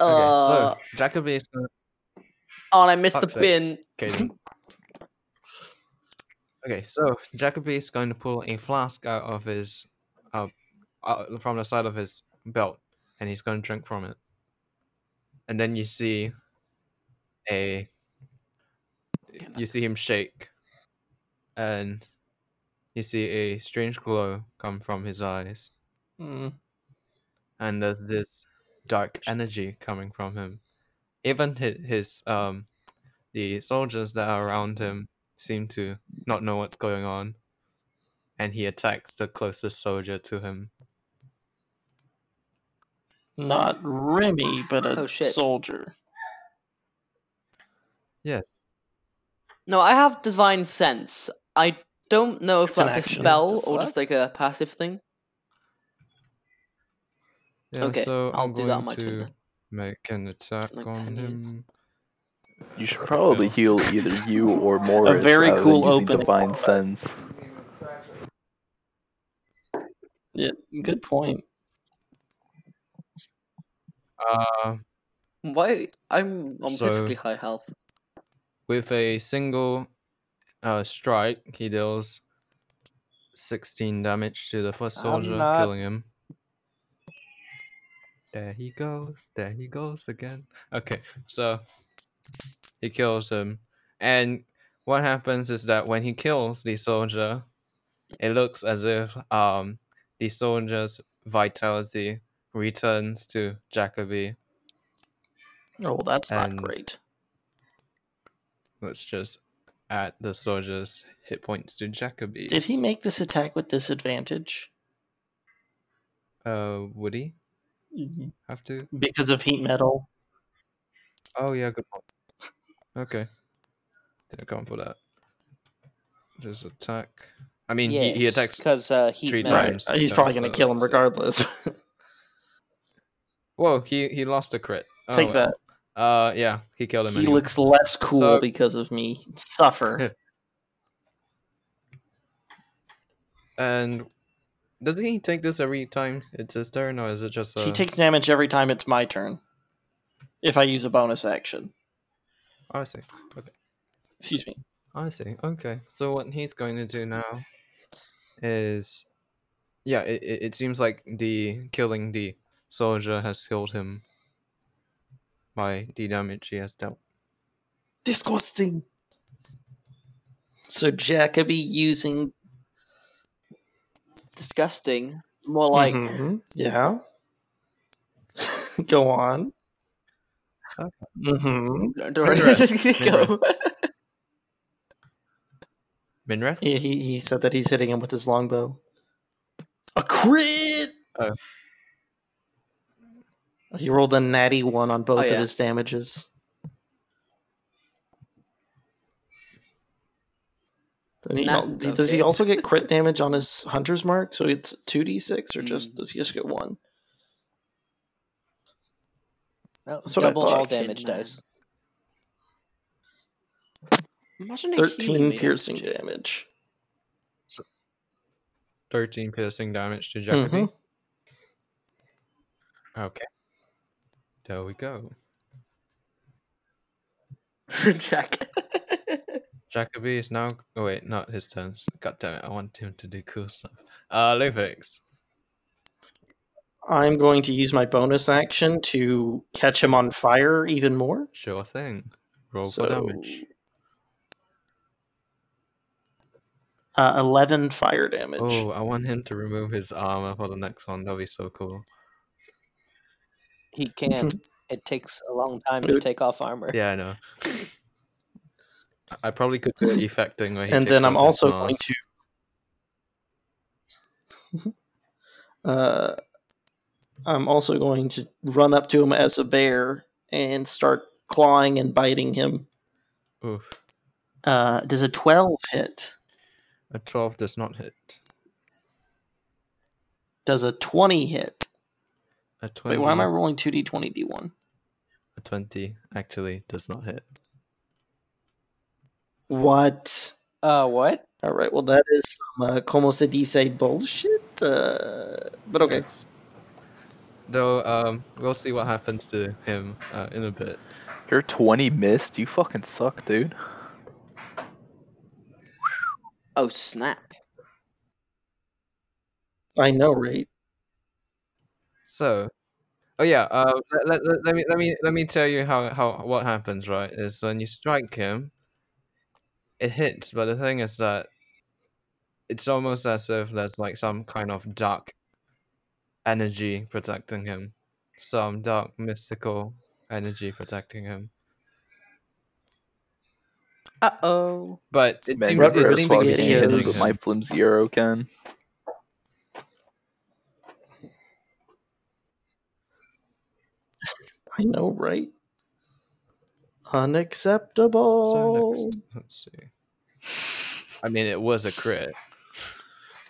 Speaker 2: Uh,
Speaker 1: Okay, so Jacoby is going
Speaker 2: oh, and I missed the
Speaker 1: fuck's sake.
Speaker 2: bin.
Speaker 1: to. Okay, then. okay, so Jacoby is going to pull a flask out of his uh, uh from the side of his belt, and he's going to drink from it. And then you see a you see him shake, and you see a strange glow come from his eyes.
Speaker 3: Mm.
Speaker 1: and there's this dark energy coming from him. Even his, his um, the soldiers that are around him seem to not know what's going on, and he attacks the closest soldier to him.
Speaker 3: Not Remy, but a
Speaker 2: Oh, shit.
Speaker 3: soldier.
Speaker 1: Yes.
Speaker 2: No, I have divine sense. I don't know if
Speaker 3: It's an
Speaker 2: that's a
Speaker 3: action.
Speaker 2: spell
Speaker 4: The
Speaker 2: or just like a passive thing.
Speaker 1: Yeah,
Speaker 2: Okay,
Speaker 1: so
Speaker 2: I'll
Speaker 1: I'm
Speaker 2: do
Speaker 1: going
Speaker 2: that on my
Speaker 1: to
Speaker 2: turn then.
Speaker 1: make an attack
Speaker 2: like
Speaker 1: on
Speaker 2: 10 years.
Speaker 1: him.
Speaker 4: You should probably heal either
Speaker 1: (laughs)
Speaker 4: you or Morris
Speaker 3: very
Speaker 4: rather
Speaker 3: cool
Speaker 4: than using
Speaker 3: opening.
Speaker 4: divine sense.
Speaker 3: Yeah, good point.
Speaker 1: Uh,
Speaker 2: Why? I'm on
Speaker 1: So-
Speaker 2: perfectly high health.
Speaker 1: with a single uh, strike, he deals 16 damage to the first
Speaker 3: I'm
Speaker 1: soldier,
Speaker 3: not-
Speaker 1: killing him. There he goes. There he goes again. Okay, so he kills him. And what happens is that when he kills the soldier, it looks as if um, the soldier's vitality returns to Jacoby.
Speaker 3: Oh, well, that's not
Speaker 1: And-
Speaker 3: great.
Speaker 1: Let's just add the soldier's hit points to Jacoby.
Speaker 3: Did he make this attack with disadvantage?
Speaker 1: Uh, would he have to?
Speaker 3: Because of heat metal?
Speaker 1: Oh yeah, good point. Okay. Didn't come for that. Just attack. I mean, he, he attacks.
Speaker 5: because uh, heat
Speaker 1: three
Speaker 5: metal.
Speaker 1: times.
Speaker 3: He's probably
Speaker 1: so
Speaker 3: going to kill him
Speaker 1: that's-
Speaker 3: regardless.
Speaker 1: Oh, Whoa, he he lost a crit. Oh,
Speaker 3: (laughs) Take
Speaker 1: well.
Speaker 3: that.
Speaker 1: Uh, yeah, he killed him.
Speaker 3: He
Speaker 1: anyway.
Speaker 3: looks less cool
Speaker 1: So-
Speaker 3: because of me.
Speaker 1: (laughs)
Speaker 3: Suffer.
Speaker 1: And does he take this every time it's his turn, or is it just? A...
Speaker 3: he takes damage every time it's my turn. If I use a bonus action.
Speaker 1: Oh, I see. Okay.
Speaker 3: Excuse me.
Speaker 1: I see. Okay. So what he's going to do now is, yeah, it, it, it seems like the killing the soldier has killed him by the damage he has dealt.
Speaker 3: Disgusting. So Jacoby using
Speaker 2: Disgusting. More like
Speaker 1: Mm-hmm.
Speaker 3: Mhm. yeah. (laughs) Go on.
Speaker 1: Okay.
Speaker 3: Mm-hmm.
Speaker 2: don't (laughs) really go.
Speaker 1: Minreth.
Speaker 3: He, he he said that he's hitting him with his longbow. A crit.
Speaker 1: Oh.
Speaker 3: He rolled a natty one on both
Speaker 2: Oh, yeah.
Speaker 3: of his damages. Then he,
Speaker 2: Not
Speaker 3: al- he- does he
Speaker 2: okay. (laughs)
Speaker 3: also get crit damage on his hunter's mark? So it's two d six, or
Speaker 2: Mm.
Speaker 3: just does he just get one?
Speaker 6: No,
Speaker 3: That's what I
Speaker 6: double
Speaker 3: thought.
Speaker 6: all damage
Speaker 2: Man.
Speaker 6: dice. Imagine a human
Speaker 3: Thirteen
Speaker 6: made of
Speaker 3: piercing
Speaker 6: shit.
Speaker 3: damage.
Speaker 1: 13 piercing damage to Jeopardy.
Speaker 3: Mhm.
Speaker 1: Okay. There we go.
Speaker 6: (laughs)
Speaker 2: (laughs) Jack.
Speaker 1: Jacoby is now. Oh, wait, not his turn. God damn it. I want him to do cool stuff. Uh, Lupix.
Speaker 3: I'm going to use my bonus action to catch him on fire even more.
Speaker 1: Sure thing. Roll
Speaker 3: So-
Speaker 1: for damage.
Speaker 3: Uh, Eleven fire damage.
Speaker 1: Oh, I want him to remove his armor for the next one. That'll be so cool.
Speaker 6: He can't. it takes a long time to
Speaker 3: Dude.
Speaker 6: take off armor.
Speaker 1: Yeah, I
Speaker 3: (laughs)
Speaker 1: know. I- I probably could do the effect thing where he
Speaker 3: and
Speaker 1: takes
Speaker 3: then I'm
Speaker 1: off his
Speaker 3: also going
Speaker 1: mask.
Speaker 3: to. (laughs) uh, I'm also going to run up to him as a bear and start clawing and biting him.
Speaker 1: Oof.
Speaker 3: Uh, does a 12 hit?
Speaker 1: A 12 does not hit.
Speaker 3: Does a 20 hit?
Speaker 1: A 20,
Speaker 3: Wait, why am I rolling 2d20 d1?
Speaker 1: a 20 actually does not hit.
Speaker 3: What?
Speaker 6: Uh, what?
Speaker 3: All right, well, that is some uh, como se dice bullshit. Uh, but okay.
Speaker 1: Yes. Though, um, we'll see what happens to him uh, in a bit.
Speaker 4: You're 20 missed. You fucking suck, dude.
Speaker 2: Oh snap!
Speaker 3: I know, right?
Speaker 1: So, oh yeah, uh, let, let, let, let me let me let me tell you how how what happens. Right, is when you strike him, it hits. But the thing is that it's almost as if there's like some kind of dark energy protecting him, some dark mystical energy protecting him.
Speaker 2: Uh oh.
Speaker 1: But it
Speaker 4: Man,
Speaker 1: seems,
Speaker 3: rubber
Speaker 1: it
Speaker 4: you're
Speaker 1: seems
Speaker 3: sponge
Speaker 1: to
Speaker 4: fucking
Speaker 1: be
Speaker 3: spaghetti
Speaker 4: kidding
Speaker 1: hitting
Speaker 4: with
Speaker 3: is-
Speaker 1: him.
Speaker 4: my flimsy arrow, Ken.
Speaker 3: I know, right?
Speaker 1: So
Speaker 3: Unacceptable.
Speaker 1: next, let's see. I mean, it was a crit.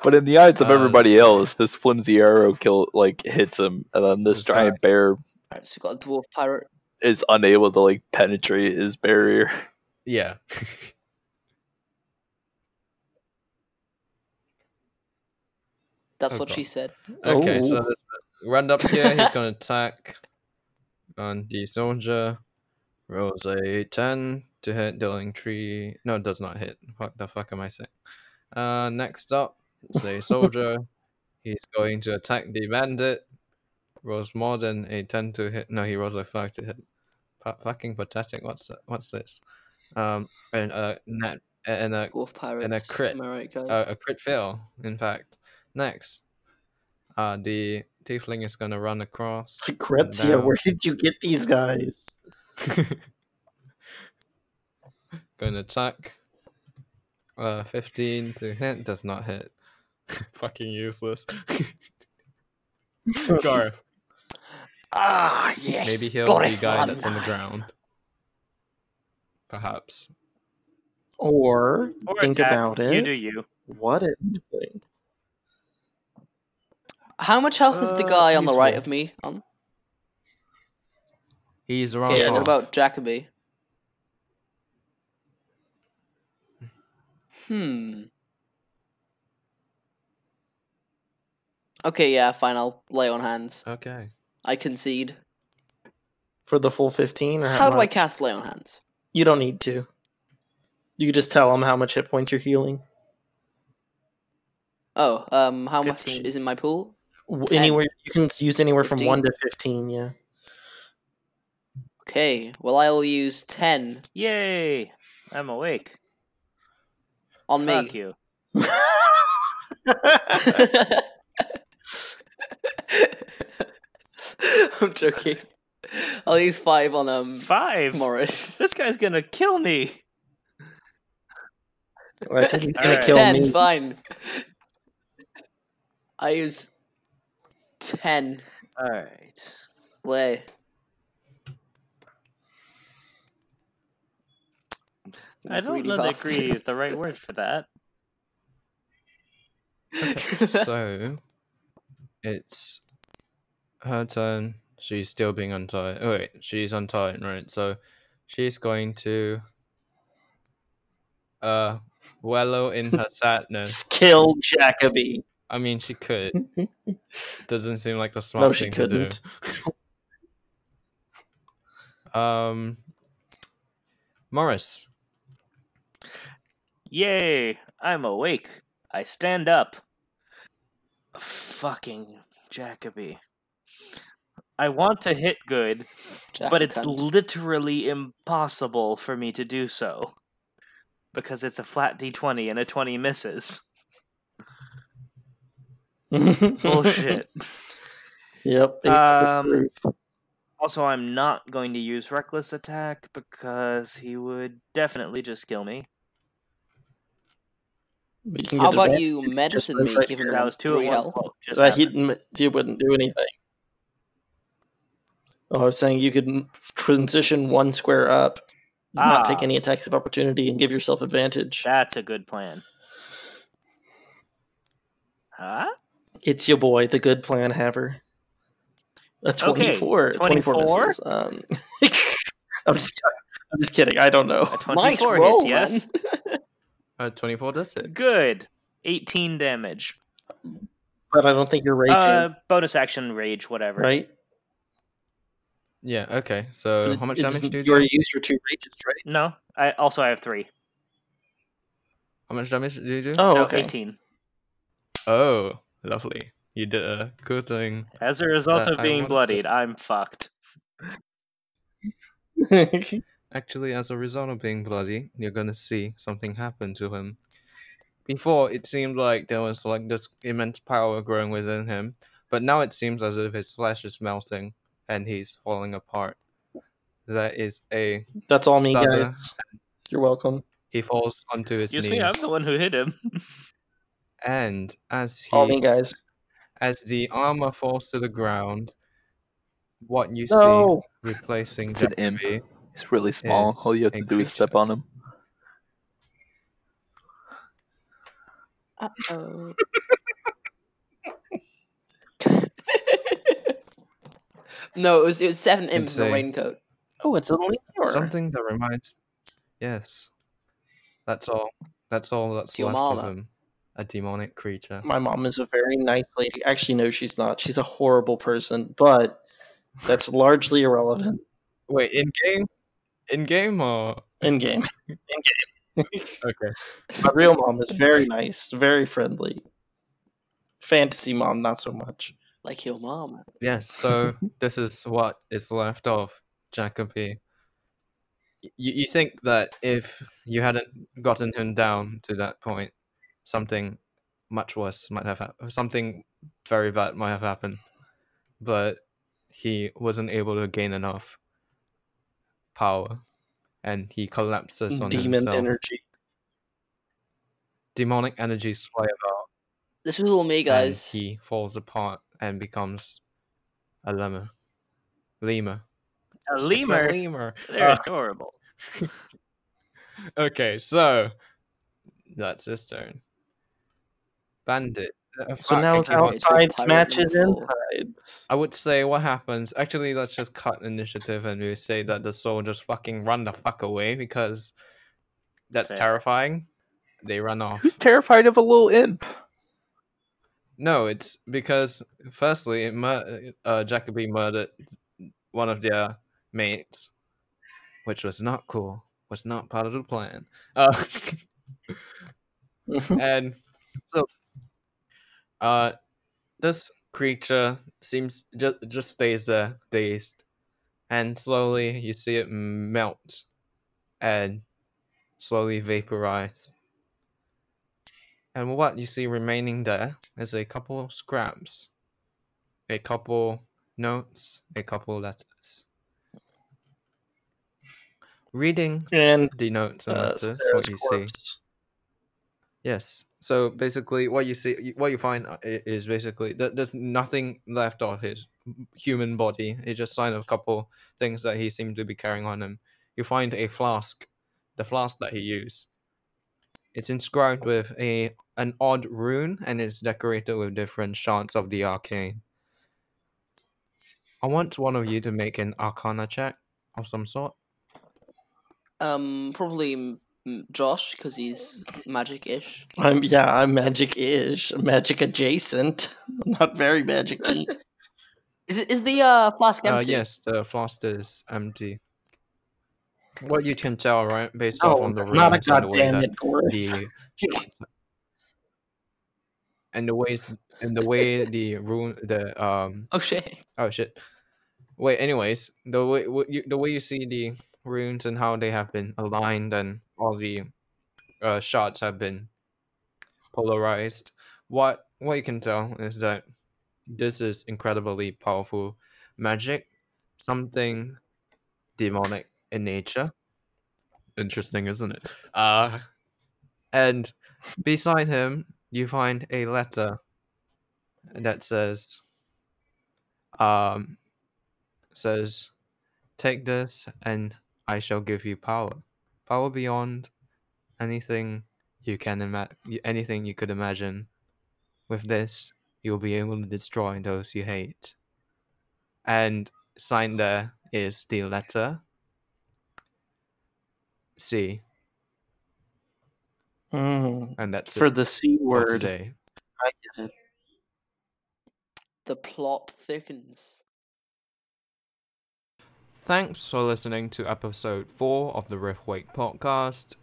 Speaker 4: But in the eyes of
Speaker 1: Uh,
Speaker 4: everybody
Speaker 1: let's see.
Speaker 4: else, this flimsy arrow kill like hits him, and then this
Speaker 1: This
Speaker 4: giant bear
Speaker 2: Alright, so we got a dwarf pirate.
Speaker 4: is unable to like penetrate his barrier. (laughs)
Speaker 1: Yeah.
Speaker 2: That's
Speaker 1: Oh,
Speaker 2: what
Speaker 1: God.
Speaker 2: she said.
Speaker 1: Okay,
Speaker 3: Oh.
Speaker 1: so this round up here, he's gonna attack on the soldier. Rolls a ten to hit, dealing three. No, it does not hit. What the fuck am I saying? Uh, next up, it's a soldier. he's going to attack the bandit. Rolls more than a ten to hit. No, he rolls a five to hit. Pa- fucking pathetic. What's that? What's this? Um, and a nat and uh, a
Speaker 2: Dwarf pirates.
Speaker 1: crit. Uh,
Speaker 2: Am I right, guys?
Speaker 1: a, a crit fail, in fact. Next, uh, the tiefling is gonna run across. and
Speaker 3: Kretzia,
Speaker 1: down.
Speaker 3: where did you get these guys?
Speaker 1: (laughs) gonna attack. Uh, 15 to hit does not hit. (laughs) Fucking
Speaker 2: (laughs)
Speaker 1: useless. Garth,
Speaker 2: Ah yes.
Speaker 1: maybe he'll
Speaker 2: got
Speaker 1: be
Speaker 2: it,
Speaker 1: the guy
Speaker 2: fun.
Speaker 1: that's on the ground. Perhaps.
Speaker 3: Or,
Speaker 5: Or
Speaker 3: think
Speaker 5: attack,
Speaker 3: about
Speaker 5: You
Speaker 3: it.
Speaker 5: do you.
Speaker 3: What if thing?
Speaker 2: How much health is the
Speaker 1: Uh,
Speaker 2: guy on the right
Speaker 1: useful.
Speaker 2: of me on?
Speaker 1: He's around.
Speaker 2: Okay, and what
Speaker 1: half.
Speaker 2: about Jacoby? Hmm. Okay, yeah, fine. I'll lay on hands.
Speaker 1: Okay.
Speaker 2: I concede.
Speaker 3: for the full fifteen? Or how,
Speaker 2: How do I
Speaker 3: much?
Speaker 2: cast lay on hands?
Speaker 3: You don't need to. You just tell them how much hit points you're healing.
Speaker 2: Oh, um, how much
Speaker 3: 15.
Speaker 2: is in my pool?
Speaker 3: W-
Speaker 2: Ten.
Speaker 3: Anywhere you can use anywhere from one
Speaker 2: 15.
Speaker 3: to fifteen. Yeah. (laughs)
Speaker 2: Okay, well, I'll use ten
Speaker 5: Yay! I'm awake.
Speaker 2: on
Speaker 5: Fuck
Speaker 2: me.
Speaker 5: you.
Speaker 2: (laughs) I'm joking. I'll use five on um
Speaker 5: Five.
Speaker 2: Morris.
Speaker 5: This guy's gonna kill me.
Speaker 3: I think he's gonna
Speaker 5: Alright.
Speaker 3: kill
Speaker 2: ten,
Speaker 3: me.
Speaker 2: fine. I use ten.
Speaker 5: All right.
Speaker 3: (laughs)
Speaker 2: Lay.
Speaker 5: I don't
Speaker 2: Greedy
Speaker 5: know that
Speaker 2: bastard. (laughs)
Speaker 5: greedy is the right word for that.
Speaker 1: so it's her turn. She's still being untied. Oh wait, she's untied, right? So she's going to uh wallow in
Speaker 3: (laughs)
Speaker 1: her sadness.
Speaker 3: Skill Jacoby.
Speaker 1: I mean, she could. Doesn't seem like the smart
Speaker 3: No, she
Speaker 1: Mm-hmm. thing to
Speaker 3: couldn't.
Speaker 1: do. Um, Morris,
Speaker 5: Yay, I'm awake. I stand up. Fucking Jacoby. I want to hit good,
Speaker 2: Jack
Speaker 5: but it's
Speaker 2: cunt.
Speaker 5: literally impossible for me to do so. Because it's a flat d20 and a 20
Speaker 2: (laughs)
Speaker 5: misses. Bullshit.
Speaker 3: (laughs) Yep. it-
Speaker 5: Um, Also, I'm not going to use Reckless Attack because he would definitely just kill me.
Speaker 3: you can
Speaker 2: How
Speaker 3: get
Speaker 2: about
Speaker 3: advantage
Speaker 2: you
Speaker 3: if just
Speaker 2: medicine
Speaker 3: move
Speaker 2: me,
Speaker 3: right
Speaker 2: giving
Speaker 3: here.
Speaker 5: That was two
Speaker 2: Three
Speaker 5: at one
Speaker 2: health.
Speaker 5: blow. Just
Speaker 3: Uh,
Speaker 5: happened.
Speaker 3: he didn't. He wouldn't do anything. Oh, I was saying you could m- transition one square up, not
Speaker 5: Ah.
Speaker 3: take any attacks of opportunity, and give yourself advantage.
Speaker 5: That's a good plan. Huh?
Speaker 3: It's your boy, the good plan haver. A
Speaker 5: Okay,
Speaker 3: twenty-four. 24
Speaker 5: 24?
Speaker 3: misses. Um, (laughs) I'm just. I'm just kidding. I don't know. (laughs)
Speaker 5: A 24
Speaker 2: Nice
Speaker 5: hits,
Speaker 2: roll, man.
Speaker 5: yes?
Speaker 1: uh, twenty-four does it.
Speaker 5: Good. 18 damage.
Speaker 3: But I don't think you're raging,
Speaker 5: Uh, bonus action, rage, whatever.
Speaker 3: right?
Speaker 1: Yeah. Okay. So Uh, how much
Speaker 3: It
Speaker 1: damage
Speaker 3: doesn't-
Speaker 1: do you
Speaker 3: you already
Speaker 1: do?
Speaker 3: used your two rages, right?
Speaker 5: No, I also I have three.
Speaker 1: How much damage do you do?
Speaker 3: Oh,
Speaker 5: so
Speaker 3: okay.
Speaker 5: 18.
Speaker 1: Oh, lovely. You did a good thing.
Speaker 5: As a result
Speaker 1: Uh,
Speaker 5: of
Speaker 1: I
Speaker 5: being
Speaker 1: want to-
Speaker 5: bloodied, I'm fucked.
Speaker 1: Actually, as a result of being bloody, you're gonna see something happen to him. Before, it seemed like there was like this immense power growing within him, but now it seems as if his flesh is melting and he's falling apart. There is a
Speaker 3: (laughs) That's all me,
Speaker 1: Stabber.
Speaker 3: guys. You're welcome.
Speaker 1: he falls onto his
Speaker 5: Excuse
Speaker 1: knees,
Speaker 5: me, I'm the one who hit him. (laughs)
Speaker 1: and as he
Speaker 3: All me, guys.
Speaker 1: as the armor falls to the ground, what you
Speaker 3: No.
Speaker 1: see replacing
Speaker 4: It's an imp.
Speaker 1: Jacobi
Speaker 4: He's really small.
Speaker 1: It's
Speaker 4: All you have
Speaker 1: a
Speaker 4: to do is step
Speaker 1: creature.
Speaker 4: on him.
Speaker 6: Uh oh.
Speaker 2: (laughs) no, it was it was seven imps in a
Speaker 1: Insane.
Speaker 2: raincoat.
Speaker 3: Oh, it's a meteor.
Speaker 1: Something that reminds. Yes. That's all. That's all that's
Speaker 2: It's your
Speaker 1: left of
Speaker 2: mama.
Speaker 1: him. A demonic creature.
Speaker 3: My mom is a very nice lady. Actually, no, she's not. She's a horrible person, but that's largely irrelevant
Speaker 1: Wait, in game? In game or.
Speaker 3: in game. (laughs)
Speaker 1: Okay.
Speaker 3: My real mom is very nice, very friendly. Fantasy mom, not so much.
Speaker 2: Like your mom.
Speaker 1: Yes, so this is what is left of Jacoby. Y- You, you think that if you hadn't gotten him down to that point, something much worse might have happened. Something very bad might have happened. But he wasn't able to gain enough power and he collapses on
Speaker 3: Demon
Speaker 1: himself.
Speaker 3: energy.
Speaker 1: Demonic energies fly about
Speaker 2: This was all me, guys.
Speaker 1: and he falls apart and becomes a lemur. Lemur.
Speaker 5: A
Speaker 1: It's a
Speaker 5: lemur?
Speaker 1: lemur.
Speaker 5: They're
Speaker 1: Uh,
Speaker 5: adorable.
Speaker 1: okay, so that's his turn. Bandit. Uh,
Speaker 3: So
Speaker 1: fuck,
Speaker 3: now
Speaker 1: I
Speaker 3: it's
Speaker 1: keep on-
Speaker 2: It's a
Speaker 3: outsides,
Speaker 2: pirate
Speaker 3: matches,
Speaker 2: number four.
Speaker 3: insides. (laughs)
Speaker 1: I would say what happens. Actually, let's just cut initiative and we say that the soldiers fucking run the fuck away because that's
Speaker 5: Fair.
Speaker 1: terrifying. They run off.
Speaker 4: Who's terrified of a little imp?
Speaker 1: No, it's because firstly, it mur- uh, Jacoby murdered one of their mates, which was not cool. Was not part of the plan. Uh, (laughs) and so, uh, this creature seems just just stays there, dazed, and slowly you see it melt, and slowly vaporize. And what you see remaining there is a couple of scraps, a couple notes, a couple letters. Reading
Speaker 3: and
Speaker 1: the notes and
Speaker 3: uh,
Speaker 1: letters,
Speaker 3: Sarah's
Speaker 1: what you see.
Speaker 3: corpse.
Speaker 1: Yes. So basically, what you see, you- what you find uh, i- is basically that there's nothing left of his human body. He just signed a couple things that he seemed to be carrying on him. You find a flask, the flask that he used, It's inscribed with a an odd rune and it's decorated with different shards of the arcane. I want one of you to make an arcana check of some sort.
Speaker 2: Um, probably mm, mm, Josh because he's magic-ish.
Speaker 3: I'm yeah, I'm magic-ish, magic adjacent. (laughs) I'm not very magic-y.
Speaker 2: Is it is the uh flask
Speaker 1: Uh,
Speaker 2: empty?
Speaker 1: yes, the flask is empty. What you can tell, right, based off
Speaker 3: no,
Speaker 1: on the
Speaker 3: Oh, that's not a
Speaker 1: runes and the way
Speaker 3: goddamn
Speaker 1: that
Speaker 3: it, Gory.
Speaker 1: the
Speaker 3: (laughs)
Speaker 1: and the ways and the way the rune the um
Speaker 2: Oh shit.
Speaker 1: oh shit wait anyways the way what you, the way you see the runes and how they have been aligned and all the uh, shots have been polarized what what you can tell is that this is incredibly powerful magic something demonic in nature interesting isn't it uh and beside him you find a letter that says um says take this and i shall give you power power beyond anything you can imagine anything you could imagine with this you'll be able to destroy those you hate and signed there is the letter c
Speaker 3: Mm,
Speaker 1: and that's
Speaker 3: for
Speaker 1: it
Speaker 3: the c
Speaker 1: for
Speaker 3: word.
Speaker 1: today
Speaker 2: The plot thickens.
Speaker 1: Thanks for listening to episode 4 of the Riftwake podcast.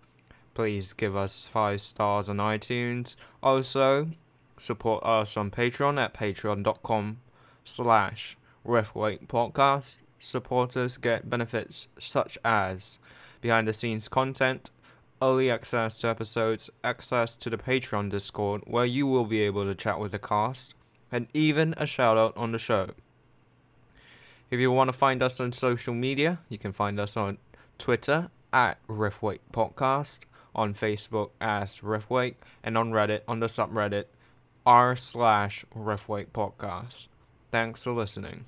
Speaker 1: Please give us 5 stars on iTunes. Also, support us on Patreon at patreon.com slash Riftwake podcast. Supporters get benefits such as behind the scenes content, early access to episodes, access to the Patreon Discord where you will be able to chat with the cast, and even a shout out on the show. If you want to find us on social media, you can find us on Twitter at Riftwake Podcast, on Facebook as Riftwake, and on Reddit on the subreddit r slash Riftwake Podcast. Thanks for listening.